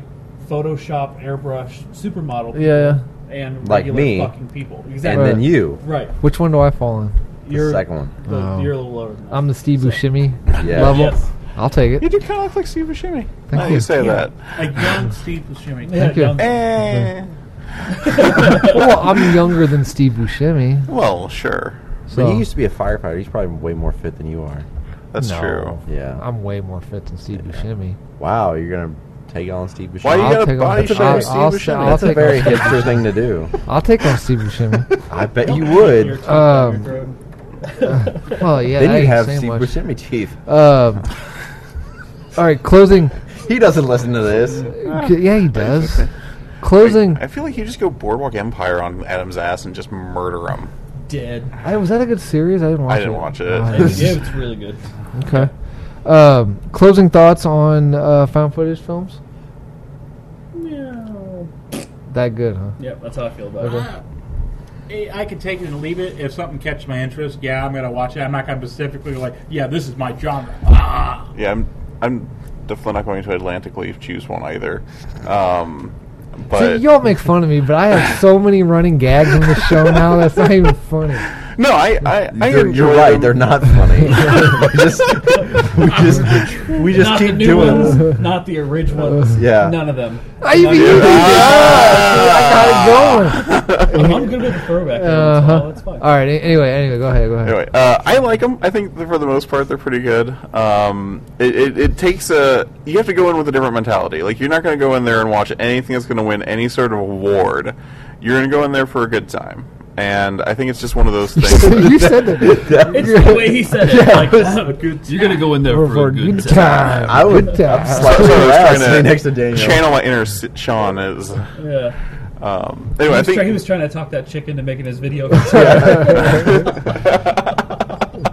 Speaker 5: Photoshop, airbrush, supermodel, people
Speaker 4: Yeah,
Speaker 5: and
Speaker 3: Like
Speaker 5: regular
Speaker 3: me.
Speaker 5: fucking people.
Speaker 3: And
Speaker 5: Exactly.
Speaker 4: Right.
Speaker 3: then you.
Speaker 5: right.
Speaker 4: which one do I fall in?
Speaker 5: You're
Speaker 3: second one.
Speaker 5: the-
Speaker 4: Oh.
Speaker 5: You're a little lower. Than that.
Speaker 4: I'm the Steve Buscemi
Speaker 3: Yeah.
Speaker 4: level.
Speaker 5: Yes.
Speaker 4: I'll take
Speaker 1: You
Speaker 4: it.
Speaker 1: do kind of look like Steve Buscemi. Now
Speaker 4: you.
Speaker 1: you say that.
Speaker 2: A young Steve Buscemi.
Speaker 5: Yeah,
Speaker 4: Thank you.
Speaker 5: down-
Speaker 1: Eh.
Speaker 4: well, I'm younger than Steve Buscemi,
Speaker 1: Well, sure.
Speaker 3: So
Speaker 4: so
Speaker 3: he used to be a firefighter. He's probably way more fit than you are.
Speaker 1: That's
Speaker 4: No.
Speaker 1: true.
Speaker 3: Yeah.
Speaker 4: I'm way more fit than Steve Buscemi.
Speaker 3: wow, you're gonna take on Steve Buscemi.
Speaker 1: Why you
Speaker 4: I'll
Speaker 1: gotta
Speaker 4: take
Speaker 1: body
Speaker 4: on Steve
Speaker 1: shame
Speaker 4: I'll,
Speaker 1: Steve
Speaker 4: I'll,
Speaker 1: Buscemi?
Speaker 4: I'll,
Speaker 1: That's
Speaker 3: That's
Speaker 4: take
Speaker 3: a very
Speaker 4: on,
Speaker 3: hipster thing to do.
Speaker 4: I'll take on Steve Buscemi.
Speaker 3: I bet you
Speaker 5: Your
Speaker 3: would.
Speaker 5: teeth
Speaker 4: Um,
Speaker 5: down your throat.
Speaker 4: Well, yeah,
Speaker 3: Then
Speaker 4: I
Speaker 3: you have
Speaker 4: say
Speaker 3: Steve
Speaker 4: much.
Speaker 3: Buscemi teeth.
Speaker 4: Um, all right, closing.
Speaker 3: He doesn't listen to this.
Speaker 4: Yeah, he does. Closing.
Speaker 1: I feel like you just go Boardwalk Empire on Adam's ass and just murder him.
Speaker 5: Dead.
Speaker 4: I, was that a good series? I didn't watch it.
Speaker 1: didn't watch it.
Speaker 4: Oh,
Speaker 5: yeah, it's really good.
Speaker 4: Okay. Um, closing thoughts on uh, found footage films?
Speaker 2: No.
Speaker 4: That good, huh?
Speaker 5: Yep, that's how I feel about it.
Speaker 2: Uh, eh, I could take it and leave it. If something catches my interest, yeah, I'm gonna watch it. I'm not gonna specifically like, yeah, this is my genre. Ah,
Speaker 1: Yeah, I'm I'm definitely not going to Atlantic Leaf choose one either. Um, but
Speaker 4: See, y'all make fun of me, but I have so many running gags on the show now that's not even funny.
Speaker 1: no, I I, I
Speaker 3: You're,
Speaker 1: enjoy
Speaker 3: you're right.
Speaker 1: them.
Speaker 3: They're not funny. we just, we just, we just
Speaker 5: not the
Speaker 3: keep
Speaker 5: new
Speaker 3: doing
Speaker 5: ones,
Speaker 3: them.
Speaker 5: not the original ones.
Speaker 3: Yeah.
Speaker 5: None of them.
Speaker 4: I even you did
Speaker 1: Ah!
Speaker 4: that. I got it going.
Speaker 5: I'm, I'm good with the throwback.
Speaker 4: Uh
Speaker 5: Uh-huh.
Speaker 4: huh.
Speaker 5: It's fine.
Speaker 4: All right. a- Anyway, anyway, go ahead. Go ahead.
Speaker 1: Anyway, uh, I like them. I think that for the most part they're pretty good. Um, it, it, it takes a you have to go in with a different mentality. Like you're not going to go in there and watch anything that's going to win any sort of award. You're going to go in there for a good time, and I think it's just one of those things. that-
Speaker 4: you said that.
Speaker 5: It's the way he said it. like, oh, good.
Speaker 6: You're gonna go in there for, a good time.
Speaker 4: time.
Speaker 3: I would
Speaker 4: Good time.
Speaker 1: that's what I was
Speaker 3: Yeah,
Speaker 1: trying
Speaker 3: sitting next to Daniel.
Speaker 1: Channel my inner S- Sean is.
Speaker 5: Yeah.
Speaker 1: Um, anyway, I
Speaker 5: He was,
Speaker 1: think
Speaker 5: try- he was trying to talk that chick into making his video.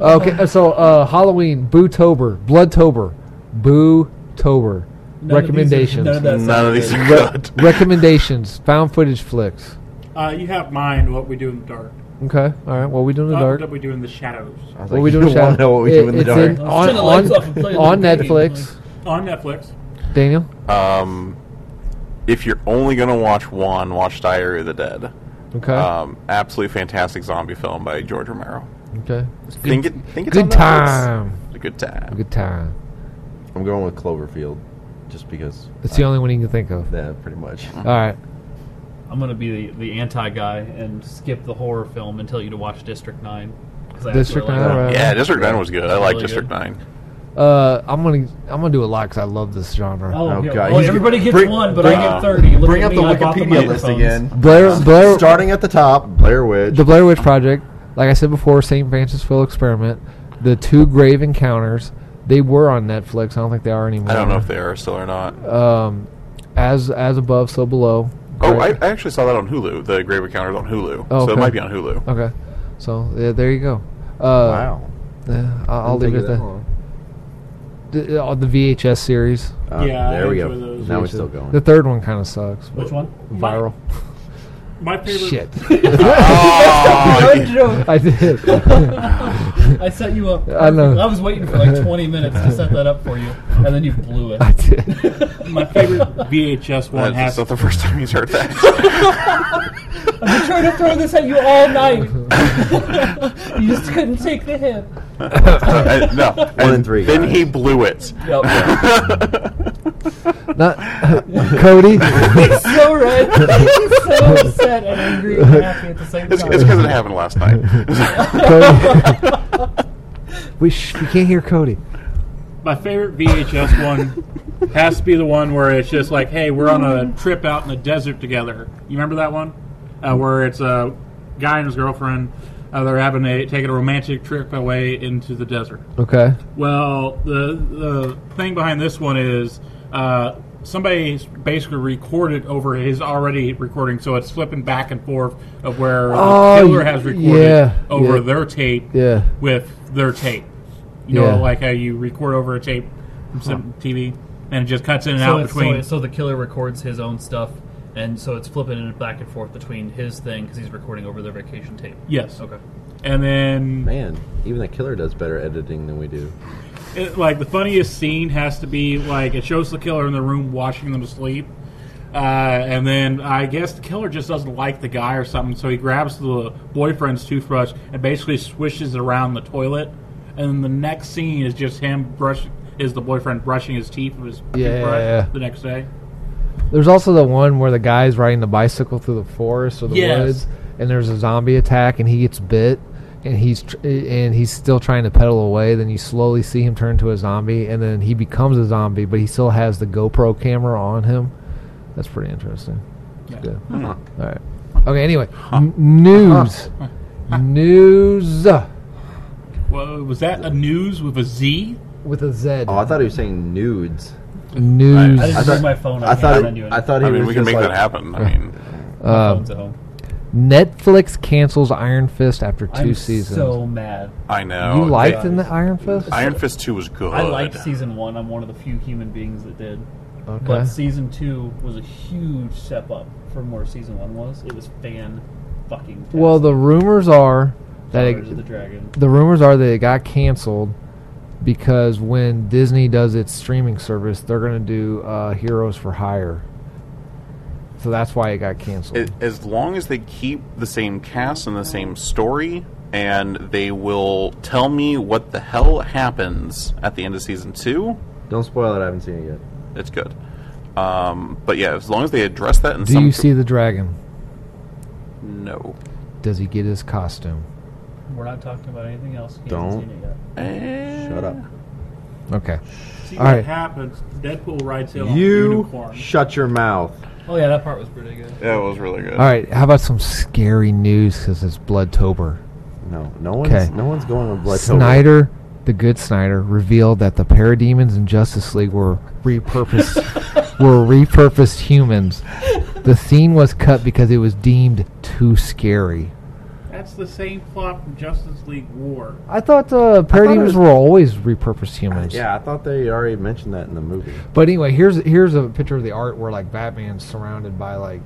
Speaker 4: Okay, uh, so uh, Halloween, Bootober, Bloodtober, Bootober.
Speaker 5: None of these
Speaker 4: Recommendations.
Speaker 5: are- none of that
Speaker 1: none of
Speaker 5: sounds
Speaker 1: these
Speaker 5: good.
Speaker 1: are good.
Speaker 4: Recommendations. Found footage flicks.
Speaker 2: Uh, you have mine. What we do in the dark.
Speaker 4: Okay. All right. What we do in the
Speaker 5: Uh,
Speaker 2: Not
Speaker 4: dark?
Speaker 2: What we do in the shadows
Speaker 3: I was
Speaker 4: What
Speaker 3: like,
Speaker 4: we do in the
Speaker 3: you don't wanna
Speaker 4: shadow?
Speaker 3: know what we
Speaker 4: It-
Speaker 3: do in the
Speaker 4: it's
Speaker 3: dark.
Speaker 4: in-
Speaker 5: Let's
Speaker 4: on
Speaker 5: turn the lights off and play
Speaker 4: on,
Speaker 5: a
Speaker 4: on
Speaker 5: little game,
Speaker 4: Netflix.
Speaker 2: on Netflix.
Speaker 4: Daniel.
Speaker 1: Um, if you're only going to watch one, watch Diary of the Dead.
Speaker 4: Okay.
Speaker 1: Um, absolutely fantastic zombie film by George Romero.
Speaker 4: okay.
Speaker 1: think it, think it's on
Speaker 4: Good
Speaker 1: Netflix.
Speaker 4: time.
Speaker 1: It's a good time.
Speaker 4: Good time.
Speaker 3: I'm going with Cloverfield, just because.
Speaker 4: It's the only one you can think of.
Speaker 3: Yeah, pretty much.
Speaker 4: All right.
Speaker 5: I'm gonna be the, the anti guy and skip the horror film and tell you to watch District Nine. 'cause I actually
Speaker 4: District
Speaker 5: like
Speaker 4: 9,
Speaker 5: it.
Speaker 4: right.
Speaker 1: Yeah, District Nine was good. I like
Speaker 5: Really
Speaker 1: District
Speaker 5: good.
Speaker 1: Nine.
Speaker 4: Uh, I'm gonna I'm gonna do a lot because I love this genre.
Speaker 5: Oh,
Speaker 3: Oh,
Speaker 5: yeah.
Speaker 3: God.
Speaker 5: Oh,
Speaker 3: He's-
Speaker 5: everybody gets
Speaker 3: bring-
Speaker 5: one, but
Speaker 1: bring-
Speaker 5: I get thirty. Look
Speaker 3: Bring
Speaker 5: at
Speaker 3: up the
Speaker 5: me, I bought
Speaker 3: Wikipedia list
Speaker 5: microphones.
Speaker 3: again.
Speaker 4: Blair Blair
Speaker 3: Starting at the top, Blair Witch.
Speaker 4: the Blair Witch Project. Like I said before, St. Francis Phil Experiment, the two Grave Encounters. They were on Netflix. I don't think they are anymore.
Speaker 1: I don't know if they are still or not.
Speaker 4: Um, as as above, so below.
Speaker 1: oh, I,
Speaker 4: Grave-
Speaker 1: I actually saw that on Hulu. The Grave Encounters on Hulu,
Speaker 4: Oh,
Speaker 1: so it
Speaker 4: okay.
Speaker 1: might be on Hulu.
Speaker 4: Okay, so yeah, there you go. Uh,
Speaker 3: wow.
Speaker 4: wow. I'll, I'll leave
Speaker 3: Didn't
Speaker 4: it at
Speaker 3: take you that
Speaker 4: that.
Speaker 3: long.
Speaker 4: The, uh, the VHS series.
Speaker 3: Uh,
Speaker 2: Yeah,
Speaker 3: there
Speaker 2: I
Speaker 3: we go.
Speaker 2: enjoy those.
Speaker 3: Now we're
Speaker 4: VHS.
Speaker 3: still going.
Speaker 4: The third one kind of sucks.
Speaker 5: Which
Speaker 4: but
Speaker 5: one?
Speaker 4: Viral.
Speaker 2: My favorite.
Speaker 4: Shit.
Speaker 1: Oh,
Speaker 5: No joke.
Speaker 4: I did.
Speaker 5: I set you up.
Speaker 4: I know.
Speaker 5: I was waiting for like 20 minutes to set that up for you, and then you blew it.
Speaker 4: I did.
Speaker 2: My favorite VHS one
Speaker 1: that's
Speaker 2: has
Speaker 1: not the first time he's heard that.
Speaker 5: I'm trying to throw this at you all night. you just couldn't take the hit.
Speaker 1: Uh, no, one
Speaker 3: and three,
Speaker 1: Then
Speaker 3: guys.
Speaker 1: he blew it.
Speaker 5: Yep.
Speaker 4: Not Cody.
Speaker 5: He's so right. He's so upset and angry and happy at the same
Speaker 1: It's
Speaker 5: time.
Speaker 1: because it happened last night.
Speaker 4: Cody. we sh- we can't hear Cody.
Speaker 2: my favorite VHS one has to be the one where it's just like, hey, we're on a trip out in the desert together. You remember that one? Uh, where it's a guy and his girlfriend, uh, they're having a taking a romantic trip away into the desert.
Speaker 4: Okay.
Speaker 2: Well, the the thing behind this one is uh, somebody basically recorded over his already recording, so it's flipping back and forth of where
Speaker 4: Oh,
Speaker 2: the killer has recorded
Speaker 4: yeah,
Speaker 2: over
Speaker 4: yeah.
Speaker 2: their tape
Speaker 4: Yeah.
Speaker 2: with their tape. You
Speaker 4: Yeah.
Speaker 2: know, like how you record over a tape from some TV and it just cuts in and
Speaker 5: so,
Speaker 2: out
Speaker 5: it's-
Speaker 2: between.
Speaker 5: so, so the killer records his own stuff, and so it's flipping it back and forth between his thing because he's recording over their vacation tape.
Speaker 2: yes.
Speaker 5: Okay.
Speaker 2: And then
Speaker 3: Man, even the killer does better editing than we do.
Speaker 2: it, like the funniest scene has to be like it shows the killer in the room watching them sleep, uh, and then I guess the killer just doesn't like the guy or something, so he grabs the boyfriend's toothbrush and basically swishes it around the toilet, and then the next scene is just him brush is the boyfriend brushing his teeth with his
Speaker 4: Yeah,
Speaker 2: toothbrush
Speaker 4: yeah, yeah.
Speaker 2: the next day.
Speaker 4: There's also the one where the guy's riding the bicycle through the forest or the
Speaker 2: Yes.
Speaker 4: woods, and there's a zombie attack, and he gets bit, and he's tr- and he's still trying to pedal away. Then you slowly see him turn to a zombie, and then he becomes a zombie, but he still has the GoPro camera on him. That's pretty interesting. It's good. All right. Okay. Anyway, n- news, news
Speaker 2: Well, was that a news with a Z?
Speaker 4: with a Z.
Speaker 3: Oh, I thought he was saying nudes.
Speaker 4: news.
Speaker 5: I just
Speaker 3: thought-
Speaker 5: moved my phone. I,
Speaker 3: I
Speaker 5: can't
Speaker 3: thought.
Speaker 5: send you
Speaker 3: It,
Speaker 5: any.
Speaker 3: I thought he
Speaker 1: I mean,
Speaker 3: was
Speaker 1: we can
Speaker 3: just
Speaker 1: make
Speaker 3: like,
Speaker 1: that happen. I mean,
Speaker 5: my phone's at home.
Speaker 4: Netflix cancels Iron Fist after 2
Speaker 5: I'm
Speaker 4: seasons.
Speaker 5: so mad.
Speaker 1: I know.
Speaker 4: you liked
Speaker 1: They-
Speaker 4: in the Iron Fist?
Speaker 1: Iron Fist Two was good.
Speaker 5: I liked season one. I'm one of the few human beings that did.
Speaker 4: Okay.
Speaker 5: But season two was a huge step up from where season one was. It was fan fucking.
Speaker 4: well, the rumors are that
Speaker 5: Riders of
Speaker 4: it,
Speaker 5: the Dragon.
Speaker 4: the rumors are that it got canceled because when Disney does its streaming service, they're going to do uh, Heroes for Hire. So that's why it got canceled.
Speaker 1: It- as long as they keep the same cast and the same story, and they will tell me what the hell happens at the end of season two,
Speaker 3: Don't spoil it. I haven't seen it yet.
Speaker 1: it's good. Um, but yeah, as long as they address that in
Speaker 4: do
Speaker 1: some
Speaker 4: you see the dragon?
Speaker 1: no.
Speaker 4: Does he get his costume?
Speaker 5: We're not talking about anything else. You
Speaker 3: Don't.
Speaker 5: haven't seen it yet.
Speaker 1: Shut
Speaker 3: up.
Speaker 4: Okay.
Speaker 2: See
Speaker 4: All
Speaker 2: what
Speaker 4: right.
Speaker 2: happens. Deadpool rides in on a
Speaker 3: You
Speaker 2: unicorn.
Speaker 3: shut your mouth.
Speaker 6: Oh yeah, that part was pretty good.
Speaker 1: Yeah, it was really good.
Speaker 4: All right. How about some scary news because it's Bloodtober?
Speaker 3: No, no one's
Speaker 4: Okay.
Speaker 3: no one's going with blood.
Speaker 4: Snyder, the good Snyder, revealed that the parademons in Justice League were repurposed were repurposed humans. The scene was cut because it was deemed too scary.
Speaker 2: That's the same plot from Justice League War.
Speaker 4: I thought the
Speaker 3: it
Speaker 4: parademons
Speaker 3: was-
Speaker 4: were always repurposed humans.
Speaker 3: Yeah, I thought they already mentioned that in the movie.
Speaker 4: But anyway, here's here's a picture of the art where like Batman's surrounded by like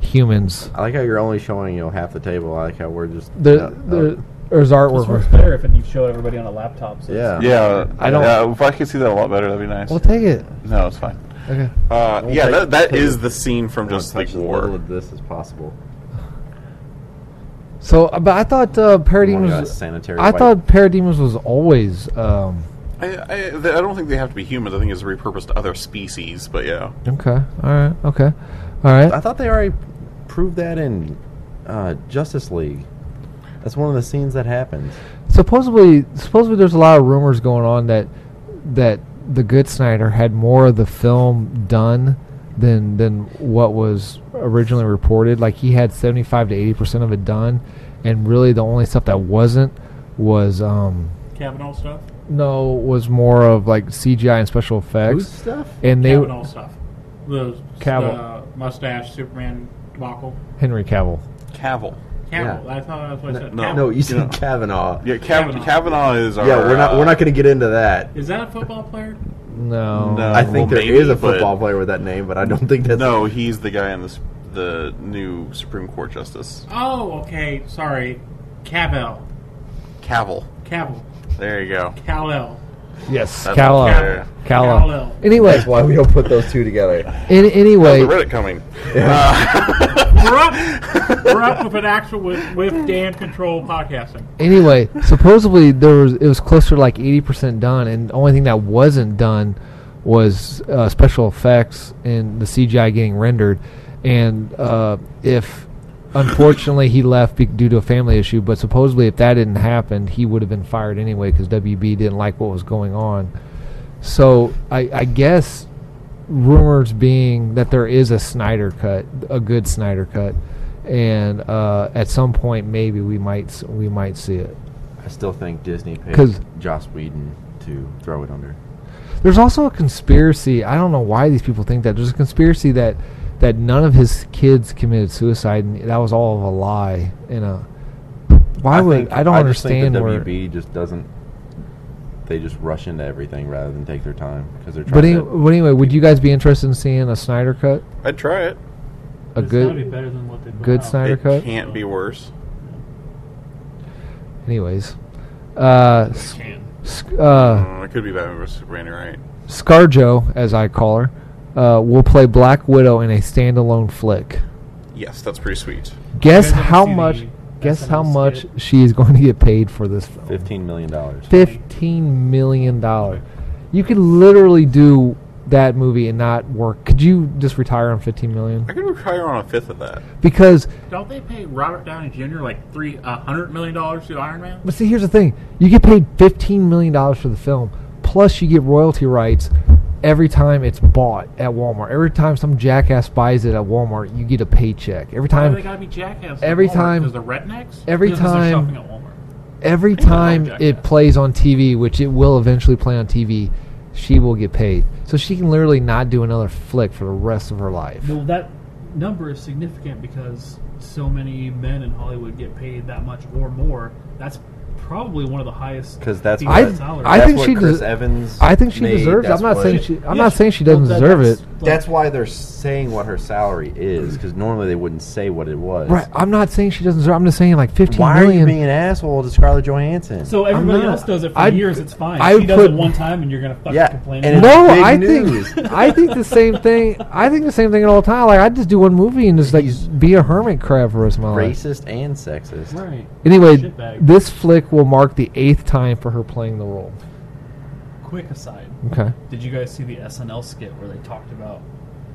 Speaker 4: humans.
Speaker 3: I like how you're only showing you know half the table. I like how we're just
Speaker 4: There,
Speaker 3: uh, uh,
Speaker 4: there- there's artwork.
Speaker 5: This
Speaker 4: where-
Speaker 5: works better if you show everybody on a laptop. So
Speaker 3: yeah.
Speaker 1: Yeah,
Speaker 4: I don't-
Speaker 1: Yeah, if I could see that a lot better, that'd be nice.
Speaker 4: We'll take it.
Speaker 1: no, it's fine.
Speaker 4: Okay.
Speaker 1: Uh,
Speaker 3: Don't
Speaker 1: yeah,
Speaker 3: take-
Speaker 1: that, that
Speaker 3: take-
Speaker 1: is the scene from
Speaker 3: Don't
Speaker 1: Justice
Speaker 3: touch
Speaker 1: League
Speaker 3: as little
Speaker 1: War.
Speaker 3: of this as possible.
Speaker 4: So, uh, but I thought uh,
Speaker 3: Everyone
Speaker 4: parademons.
Speaker 3: got a Oh sanitary
Speaker 4: I
Speaker 3: wipe.
Speaker 4: thought parademons was always. Um,
Speaker 1: I, I, I don't think they have to be humans. I think it's repurposed to other species. But yeah,
Speaker 4: Okay. All right. Okay. All right.
Speaker 3: I thought they already proved that in uh, Justice League. That's one of the scenes that happens.
Speaker 4: Supposedly, supposedly, there's a lot of rumors going on that that the good Snyder had more of the film done than than what was originally reported. Like he had 75 to 80 percent of it done, and really the only stuff that wasn't was um
Speaker 2: Kavanaugh stuff.
Speaker 4: no was more of like CGI and special
Speaker 3: Who's
Speaker 4: effects.
Speaker 3: stuff?
Speaker 4: And they
Speaker 2: Kavanaugh stuff. The,
Speaker 4: Cavill.
Speaker 2: the mustache Superman debacle.
Speaker 4: Henry Cavill.
Speaker 1: Cavill.
Speaker 2: Cavill.
Speaker 3: Yeah.
Speaker 2: I thought that's what I said.
Speaker 1: No,
Speaker 2: Cavill.
Speaker 3: No, you said
Speaker 1: Yeah.
Speaker 3: Kavanaugh.
Speaker 1: Yeah, Kav- Kavanaugh.
Speaker 2: Kavanaugh.
Speaker 1: is our.
Speaker 3: Yeah, we're not
Speaker 1: uh,
Speaker 3: we're not going to get into that.
Speaker 2: Is that a football player?
Speaker 4: No.
Speaker 1: No.
Speaker 3: I think
Speaker 1: well,
Speaker 3: there is
Speaker 1: maybe,
Speaker 3: a
Speaker 1: but-
Speaker 3: football player with that name, but I don't think that's
Speaker 1: uh, No, he's the guy in the s- the new Supreme Court justice.
Speaker 2: Oh, okay. Sorry. Cavill.
Speaker 1: Cavill.
Speaker 2: Cavill.
Speaker 1: There you go.
Speaker 2: Kal-El.
Speaker 4: Yes.
Speaker 1: That's
Speaker 4: Calla.
Speaker 1: fair.
Speaker 4: Calla.
Speaker 2: Kal-El.
Speaker 4: Anyway.
Speaker 3: That's why we don't put those two together.
Speaker 4: In, anyway.
Speaker 1: How's the Reddit coming? Uh,
Speaker 2: We're up. We're up with an actual with, with damn control podcasting.
Speaker 4: anyway, supposedly there was it was closer to like eighty percent done, and the only thing that wasn't done was uh, special effects and the CGI getting rendered. And uh, if unfortunately he left be- due to a family issue, but supposedly if that didn't happen, he would have been fired anyway because WB didn't like what was going on. So I, I guess rumors being that there is a Snyder cut, a good Snyder cut, and uh, at some point maybe we might s- we might see it.
Speaker 3: I still think Disney paid
Speaker 4: 'Cause-
Speaker 3: Joss Whedon to throw it under.
Speaker 4: There's also a conspiracy. I don't know why these people think that. There's a conspiracy that that none of his kids committed suicide, and that was all of a lie. In a why would
Speaker 3: think-
Speaker 4: I don't
Speaker 3: just think
Speaker 4: understand where.
Speaker 3: the WB just doesn't. They just rush into everything rather than take their time because they're
Speaker 4: But,
Speaker 3: trying.
Speaker 4: any,
Speaker 3: to,
Speaker 4: but anyway, would you guys be interested in seeing a Snyder cut?
Speaker 1: I'd try it.
Speaker 4: A
Speaker 5: it's gotta be
Speaker 4: good,
Speaker 5: better than what they put
Speaker 4: good
Speaker 5: out.
Speaker 4: Snyder
Speaker 1: It
Speaker 4: cut.
Speaker 1: can't be worse.
Speaker 4: Anyways, uh, s- s- uh,
Speaker 1: Mm, it could be Batman vs Superman, you're right?
Speaker 4: Scarjo, as I call her, uh, will play Black Widow in a standalone flick.
Speaker 1: Yes, that's pretty sweet.
Speaker 4: Guess
Speaker 5: haven't
Speaker 4: how
Speaker 5: seen
Speaker 4: much?
Speaker 5: the
Speaker 4: Guess
Speaker 5: SNL
Speaker 4: how much
Speaker 5: skit?
Speaker 4: she is going to get paid for this film?
Speaker 3: Fifteen million dollars.
Speaker 4: Fifteen million dollars. You could literally do that movie and not work. Could you just retire on fifteen million?
Speaker 1: I could retire on a fifth of that.
Speaker 4: Because,
Speaker 2: Don't they pay Robert Downey Jr. like three a hundred million dollars to Iron Man?
Speaker 4: but see, here's the thing: you get paid fifteen million dollars for the film, plus you get royalty rights every time it's bought at Walmart. Every time some jackass buys it at Walmart, you get a paycheck. Every
Speaker 2: Why
Speaker 4: time
Speaker 2: do they gotta be jackass?
Speaker 4: every time-
Speaker 2: because the rednecks.
Speaker 4: every
Speaker 2: Just 'cause they're
Speaker 4: time-
Speaker 2: shopping at Walmart.
Speaker 4: every
Speaker 2: Ain't nothing
Speaker 4: time
Speaker 2: like
Speaker 4: it
Speaker 2: Jackass.
Speaker 4: plays on TV, which it will eventually play on TV, she will get paid. So she can literally not do another flick for the rest of her life.
Speaker 5: No, that number is significant because so many men in Hollywood get paid that much or more. That's probably one of the highest
Speaker 3: 'Cause that's
Speaker 5: female
Speaker 3: what-
Speaker 5: salaries.
Speaker 4: I
Speaker 3: That's
Speaker 4: think
Speaker 3: what
Speaker 4: she
Speaker 3: Chris
Speaker 4: des-
Speaker 3: Evans.
Speaker 4: I think she
Speaker 3: made,
Speaker 4: deserves. it. I'm
Speaker 3: that's
Speaker 4: not
Speaker 3: what-
Speaker 4: saying she. I'm
Speaker 5: Yeah,
Speaker 4: not saying she
Speaker 5: well,
Speaker 4: doesn't
Speaker 5: that-
Speaker 4: deserve
Speaker 5: that's-
Speaker 4: it.
Speaker 5: like,
Speaker 3: That's why they're saying what her salary is, because normally they wouldn't say what it was.
Speaker 4: Right. I'm not saying she doesn't deserve. I'm just saying like 15
Speaker 3: Why are you
Speaker 4: million.
Speaker 3: being an asshole to Scarlett Johansson?
Speaker 5: So everybody
Speaker 4: not-
Speaker 5: else does it for
Speaker 4: I'd-
Speaker 5: years. It's fine.
Speaker 4: I
Speaker 5: she does
Speaker 4: put-
Speaker 5: it one time, and you're gonna fucking
Speaker 3: Yeah,
Speaker 5: complain.
Speaker 3: and
Speaker 5: about
Speaker 3: it's-
Speaker 4: no,
Speaker 3: Big
Speaker 4: I
Speaker 3: news.
Speaker 4: think I think the same thing. I think the same thing all the time. Like I just do one movie and just like be a hermit crab for the rest of my life.
Speaker 3: racist and sexist.
Speaker 5: it. right.
Speaker 4: Anyway,
Speaker 5: Shitbag.
Speaker 4: this flick will mark the eighth time for her playing the role.
Speaker 5: Quick aside:
Speaker 4: Okay.
Speaker 5: Did you guys see the SNL skit where they talked about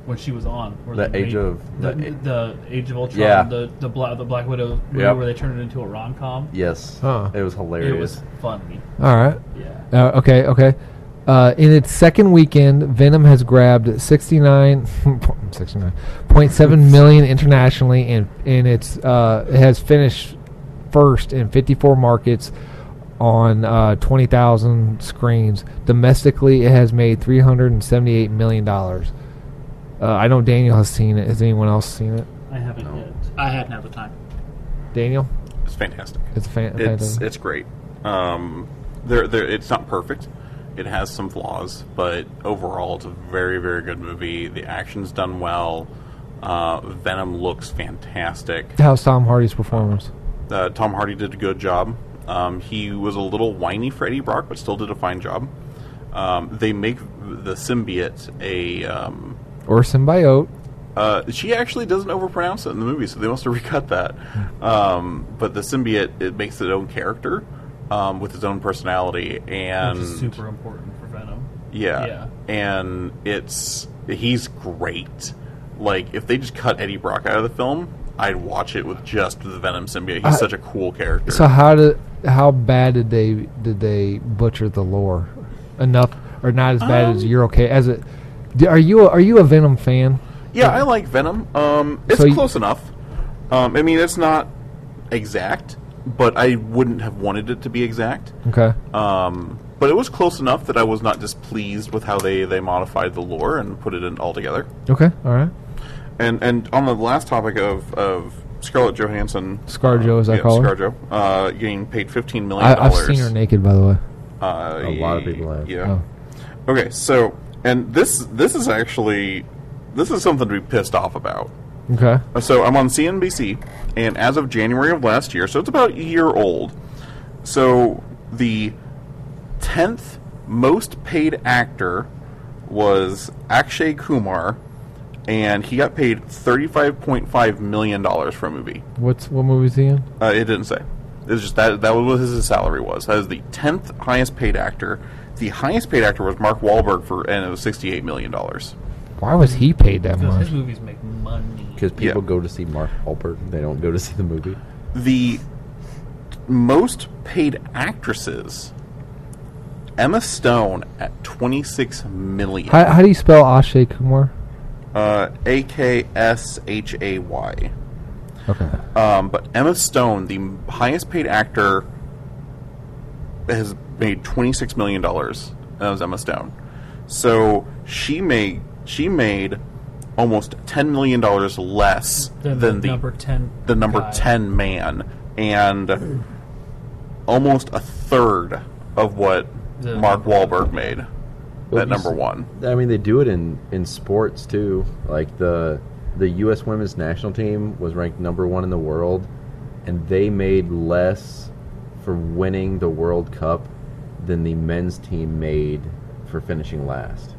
Speaker 5: when she was on where
Speaker 3: The
Speaker 5: they
Speaker 3: Age of-
Speaker 5: the,
Speaker 3: the-
Speaker 5: the Age of Ultron,
Speaker 3: Yeah.
Speaker 5: the the Black, the Black Widow movie
Speaker 3: Yep.
Speaker 5: where they turned it into a rom com?
Speaker 3: Yes,
Speaker 4: Huh.
Speaker 3: it was hilarious.
Speaker 5: It was funny.
Speaker 4: All right.
Speaker 5: Yeah.
Speaker 4: Uh, okay, okay. Uh, in its second weekend, Venom has grabbed 69, 69.7 million internationally, and and it's uh, it has finished first in 54 markets on uh, 20,000 screens. Domestically, it has made 378 million dollars. Uh, I know Daniel has seen it. Has anyone else seen it?
Speaker 5: I haven't yet.
Speaker 2: I hadn't had the time.
Speaker 4: Daniel,
Speaker 1: It's fantastic.
Speaker 4: it's a fan.
Speaker 1: It's
Speaker 4: fantastic-
Speaker 1: it's great. Um, there there it's not perfect. It has some flaws, but overall, it's a very very good movie. The action's done well. Uh, Venom looks fantastic.
Speaker 4: How's Tom Hardy's performance?
Speaker 1: Uh, Tom Hardy did a good job. Um, he was a little whiny for Eddie Brock, but still did a fine job. Um, they make the symbiote a. Um,
Speaker 4: Or symbiote?
Speaker 1: uh, she actually doesn't overpronounce it in the movie, so they must have recut that. Um, but the symbiote it makes its own character um, with its own personality, and
Speaker 5: Which is super important for Venom.
Speaker 1: yeah. And it's he's great. Like if they just cut Eddie Brock out of the film, I'd watch it with just the Venom symbiote. He's
Speaker 4: Uh,
Speaker 1: such a cool character.
Speaker 4: So how did how bad did they did they butcher the lore? Enough or not as bad
Speaker 5: Um,
Speaker 4: as you're okay as it? d- Are you a, are you a Venom fan?
Speaker 1: yeah, I like Venom. Um, it's
Speaker 4: So you-
Speaker 1: close enough. Um, I mean, it's not exact, but I wouldn't have wanted it to be exact.
Speaker 4: Okay,
Speaker 1: Um, but it was close enough that I was not displeased with how they, they modified the lore and put it in all together.
Speaker 4: okay, all right.
Speaker 1: And and on the last topic of, of Scarlett Johansson,
Speaker 4: ScarJo, as I
Speaker 1: yeah,
Speaker 4: call her.
Speaker 1: ScarJo, uh, getting paid fifteen million
Speaker 4: I, I've
Speaker 1: dollars.
Speaker 4: seen her naked by the way.
Speaker 1: Uh,
Speaker 3: A lot of people have.
Speaker 1: Yeah.
Speaker 4: Oh.
Speaker 1: Okay, so and this this is actually this is something to be pissed off about.
Speaker 4: Okay,
Speaker 1: Uh, So I'm on CNBC, and as of January of last year, so it's about a year old. So the tenth most paid actor was Akshay Kumar, and he got paid thirty-five point five million dollars for a movie.
Speaker 4: what's what movie is he in?
Speaker 1: Uh, it didn't say. It was just that that was what his salary was. That is the tenth highest paid actor. The highest paid actor was Mark Wahlberg for, and it was sixty-eight million dollars.
Speaker 4: Why was he paid that
Speaker 5: Because his
Speaker 4: much?
Speaker 5: movies make money.
Speaker 3: Because people
Speaker 1: Yeah.
Speaker 3: go to see Mark Wahlberg, they don't go to see the movie.
Speaker 1: the most paid actresses Emma Stone at 26 million.
Speaker 4: How, how do you spell Akshay Kumar?
Speaker 1: Uh, A K S H A Y.
Speaker 4: Okay,
Speaker 1: Um, but Emma Stone, the m- highest paid actor, has made twenty six million dollars. That was Emma Stone. So she made she made almost ten million dollars less
Speaker 5: Than
Speaker 1: than,
Speaker 5: the
Speaker 1: the
Speaker 5: number 10
Speaker 1: the number
Speaker 5: guy.
Speaker 1: ten man, and almost a third of what
Speaker 5: The-
Speaker 1: Mark Wahlberg made.
Speaker 3: Well,
Speaker 1: at
Speaker 3: you s-
Speaker 1: number one.
Speaker 3: I mean, they do it in in sports too. Like the the U.S. women's national team was ranked number one in the world, and they made less for winning the World Cup than the men's team made for finishing last.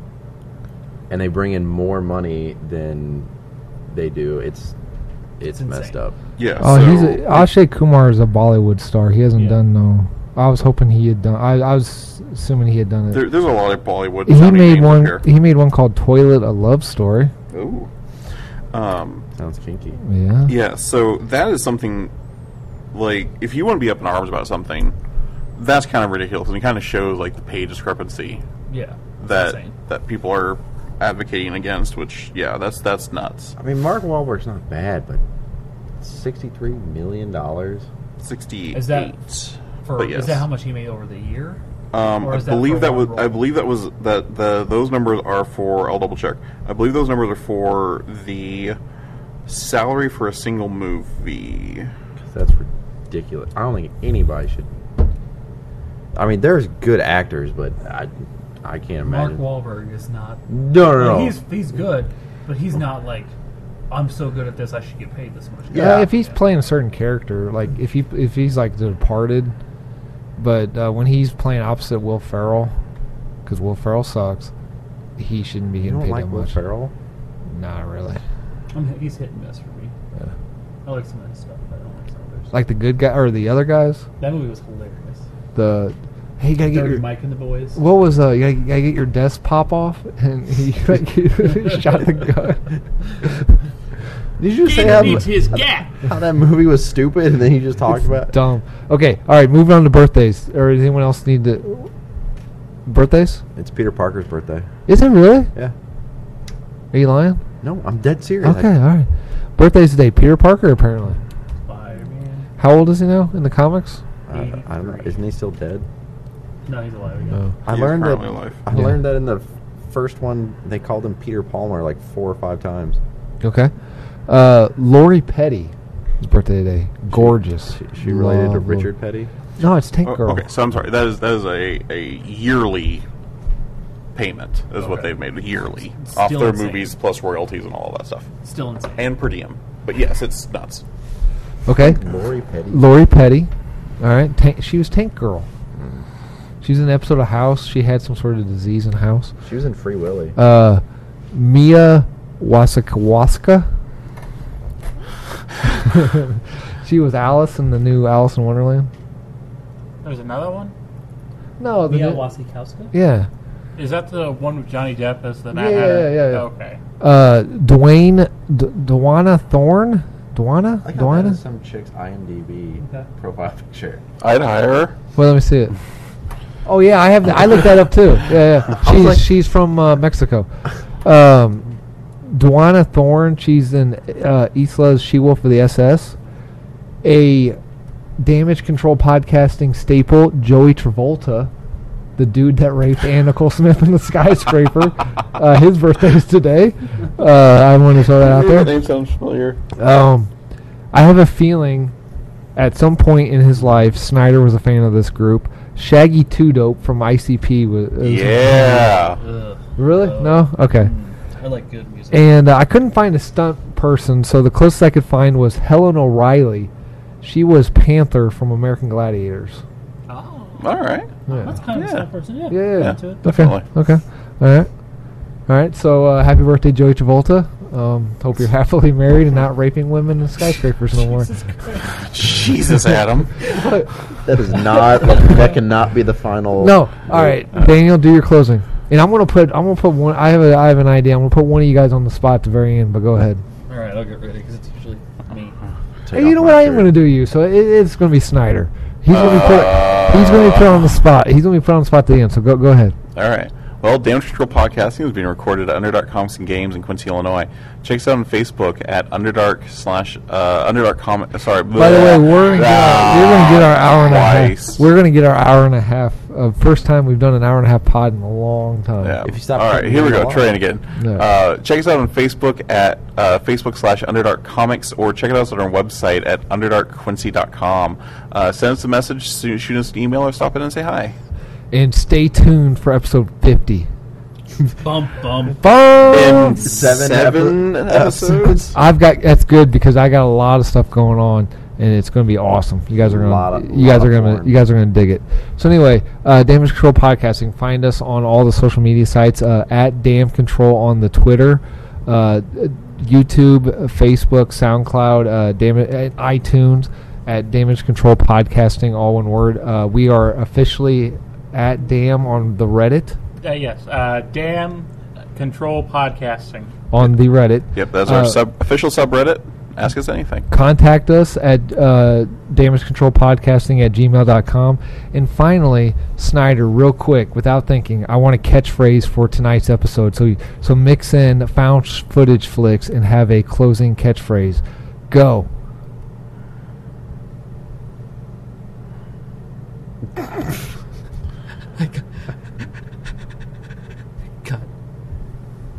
Speaker 3: And they bring in more money than they do. It's it's,
Speaker 5: It's insane.
Speaker 3: messed up.
Speaker 1: Yeah.
Speaker 4: oh,
Speaker 1: so
Speaker 4: he's a, Akshay Kumar is a Bollywood star. He hasn't
Speaker 5: Yeah.
Speaker 4: done no. I was hoping he had done. I, I was assuming he had done it.
Speaker 1: there, there's a lot of Bollywood.
Speaker 4: he
Speaker 1: sounding
Speaker 4: made
Speaker 1: names up
Speaker 4: one.
Speaker 1: Here.
Speaker 4: He made one called "Toilet: A Love Story."
Speaker 1: Ooh. Um,
Speaker 3: Sounds kinky.
Speaker 4: Yeah.
Speaker 1: Yeah, so that is something like if you want to be up in arms about something, that's kind of ridiculous, and it kind of shows like the pay discrepancy
Speaker 5: Yeah. It's
Speaker 1: that
Speaker 5: insane.
Speaker 1: that people are advocating against. Which yeah, that's that's nuts.
Speaker 3: I mean, Mark Wahlberg's not bad, but sixty-three million dollars.
Speaker 1: Sixty-eight.
Speaker 5: Is that for
Speaker 1: But
Speaker 5: is
Speaker 1: yes.
Speaker 5: that how much he made over the year?
Speaker 1: um,
Speaker 5: or
Speaker 1: I
Speaker 5: is that for
Speaker 1: believe that
Speaker 5: one
Speaker 1: was.
Speaker 5: role?
Speaker 1: I believe that was that the those numbers are for. I'll double check. I believe those numbers are for the Salary for a single movie.
Speaker 3: That's ridiculous. I don't think anybody should. I mean, there's good actors, but I, I can't
Speaker 5: Mark
Speaker 3: imagine.
Speaker 5: Wahlberg is not.
Speaker 3: no, no,
Speaker 5: I
Speaker 3: no.
Speaker 5: mean, he's he's good, but he's not like I'm so good at this. I should get paid this much.
Speaker 3: Yeah.
Speaker 4: Uh, if he's playing a certain character, like if he if he's like The Departed, but uh, when he's playing opposite Will Ferrell, because Will Ferrell sucks, he shouldn't be
Speaker 3: you
Speaker 4: getting
Speaker 3: don't
Speaker 4: paid
Speaker 3: like
Speaker 4: that
Speaker 3: Will
Speaker 4: much.
Speaker 3: Ferrell?
Speaker 4: Not really.
Speaker 5: I mean, he's hit and miss for me.
Speaker 4: Yeah.
Speaker 5: I like some of his stuff, but I don't like some of others.
Speaker 4: Like the good guy or the other guys.
Speaker 5: that movie was hilarious.
Speaker 4: The hey, you gotta get
Speaker 5: Dirty
Speaker 4: your
Speaker 5: Mike and the Boys.
Speaker 4: what was uh, you gotta, you gotta get your desk pop off, and he like, he shot the gun. Did you just say
Speaker 2: Gator
Speaker 4: how,
Speaker 2: needs his gap.
Speaker 3: How that movie was stupid, and then he just talked about.
Speaker 4: dumb? Okay, all right. Moving on to birthdays. Or does anyone else need to birthdays?
Speaker 3: It's Peter Parker's birthday.
Speaker 4: Is it really?
Speaker 3: Yeah.
Speaker 4: Are you lying?
Speaker 3: No, I'm dead serious.
Speaker 4: Okay, all right. Birthday's today. Peter Parker, apparently.
Speaker 5: Spider-Man.
Speaker 4: How old is he now in the comics?
Speaker 3: I, I, I don't know. Isn't he still dead?
Speaker 5: No, he's alive again.
Speaker 4: No.
Speaker 3: I
Speaker 1: He is
Speaker 3: learned that.
Speaker 1: currently alive.
Speaker 3: I
Speaker 4: Yeah.
Speaker 3: learned that in the f- first one they called him Peter Palmer like four or five times.
Speaker 4: Okay. Uh, Lori Petty. His birthday today. Gorgeous.
Speaker 3: She, she related to
Speaker 4: Love Lori-
Speaker 3: Richard Petty.
Speaker 4: No, it's Tank
Speaker 1: Oh,
Speaker 4: Girl.
Speaker 1: okay, so I'm sorry. That is that is a, a yearly payment is what
Speaker 5: Okay.
Speaker 1: they've made yearly
Speaker 5: It's
Speaker 1: off
Speaker 5: still
Speaker 1: their
Speaker 5: insane.
Speaker 1: movies plus royalties and all of that stuff
Speaker 5: Still insane.
Speaker 1: and per diem. But yes, it's nuts.
Speaker 4: Okay.
Speaker 3: Lori Petty.
Speaker 4: Lori Petty. All right. Tank, she was Tank Girl. She was in an episode of House. She had some sort of disease in House.
Speaker 3: She was in Free Willy.
Speaker 4: Uh, Mia Wasikowska. she was Alice in the new Alice in Wonderland.
Speaker 2: There's another one.
Speaker 4: No, the
Speaker 5: Mia
Speaker 4: new-
Speaker 5: Wasikowska.
Speaker 4: yeah.
Speaker 2: Is that the one with Johnny Depp as the
Speaker 4: Yeah, yeah, yeah, yeah.
Speaker 2: Okay.
Speaker 4: Uh, Dwayne, D- Dwana Thorne, Dwana,
Speaker 3: I got that as
Speaker 4: Dwana.
Speaker 3: some chick's IMDb
Speaker 5: Okay.
Speaker 3: profile picture.
Speaker 1: I'd hire her.
Speaker 4: Well, let me see it. Oh yeah, I have. That. I looked that up too. Yeah, yeah.
Speaker 3: was
Speaker 4: She's
Speaker 3: like-
Speaker 4: she's from uh, Mexico. Um, Dwana Thorne. She's in uh, Isla's She Wolf of the SS, a damage control podcasting staple. Joey Travolta, the dude that raped Ann Nicole Smith in the skyscraper. uh, his birthday is today. Uh, I want to throw that out there.
Speaker 1: name sounds familiar.
Speaker 4: Um, I have a feeling at some point in his life, Snyder was a fan of this group. Shaggy Two Dope from ICP uh, was. is-
Speaker 1: Yeah.
Speaker 5: Ugh.
Speaker 4: Really?
Speaker 5: Uh,
Speaker 4: No? Okay.
Speaker 5: I like good music.
Speaker 4: And uh, I couldn't find a stunt person, so the closest I could find was Helen O'Reilly. She was Panther from American Gladiators.
Speaker 5: oh,
Speaker 1: All right.
Speaker 4: Yeah.
Speaker 5: that's kind of
Speaker 1: Yeah.
Speaker 5: a stuff person. Yeah,
Speaker 4: Yeah, yeah,
Speaker 5: I'm
Speaker 1: yeah.
Speaker 5: into it.
Speaker 4: Okay.
Speaker 1: Definitely.
Speaker 4: Okay. All right. All right. So uh, happy birthday, Joey Travolta. Um, hope you're happily married and not raping women in skyscrapers no more.
Speaker 1: Jesus, Adam.
Speaker 3: That is not. that cannot be the final.
Speaker 4: No. All right,
Speaker 1: Uh-huh.
Speaker 4: Daniel, do your closing. And I'm gonna put I'm gonna put one. I have a I have an idea. I'm gonna put one of you guys on the spot at the very end. But go ahead.
Speaker 5: All right, I'll get ready because it's usually me.
Speaker 4: Hey,
Speaker 3: Take
Speaker 4: you
Speaker 3: off
Speaker 4: know
Speaker 3: my
Speaker 4: what? I am
Speaker 3: shirt.
Speaker 4: gonna do you. So it, it's gonna be Snyder. He's gonna be put. He's gonna be put on the spot. He's gonna be put on the spot at the end. So go go ahead.
Speaker 1: All right. Well, Damage Control Podcasting is being recorded at Underdark Comics and Games in Quincy, Illinois. Check us out on Facebook at Underdark slash uh, Underdark Comic. Sorry. Ah,
Speaker 4: By the way, we're gonna get our, we're gonna get our hour and a half.
Speaker 1: Twice.
Speaker 4: We're gonna get our hour and a half. Uh, first time we've done an hour and a half pod in a long time.
Speaker 1: Yeah.
Speaker 3: If you stop
Speaker 1: All right,
Speaker 3: hitting
Speaker 1: here we
Speaker 3: the
Speaker 1: go.
Speaker 3: wall.
Speaker 1: Trying again.
Speaker 4: Yeah.
Speaker 1: Uh, check us out on Facebook at uh, Facebook slash Underdark Comics, or check it out on our website at underdarkquincy.com. Uh, send us a message, so- shoot us an email, or stop in and say hi.
Speaker 4: And stay tuned for episode 50.
Speaker 5: Bum bum.
Speaker 4: Boom.
Speaker 3: Seven, epi- episodes.
Speaker 4: I've got that's good because I got a lot of stuff going on and it's going to be awesome. You guys are going
Speaker 3: Lot
Speaker 4: to
Speaker 3: of-
Speaker 4: you guys
Speaker 3: lot
Speaker 4: are
Speaker 3: of
Speaker 4: going
Speaker 3: porn.
Speaker 4: to you guys are going to dig it. So anyway, uh, Damage Control podcasting. Find us on all the social media sites uh, at Damn Control on the Twitter, uh, YouTube, Facebook, SoundCloud, uh, Dam- uh, iTunes at Damage Control podcasting, all one word. Uh, we are officially at Damn on the Reddit.
Speaker 2: Uh, yes. Uh, damn control podcasting.
Speaker 4: On the Reddit.
Speaker 1: Yep, that's
Speaker 4: Uh,
Speaker 1: our sub- official subreddit. Ask us anything.
Speaker 4: contact us at uh, damage control podcasting at gmail.com and finally snyder real quick without thinking i want a catchphrase for tonight's episode so so mix in found sh- footage flicks and have a closing catchphrase go
Speaker 5: God.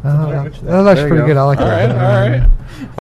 Speaker 4: Uh, that was actually pretty good i like
Speaker 1: All right,
Speaker 4: Oh, that
Speaker 1: all right.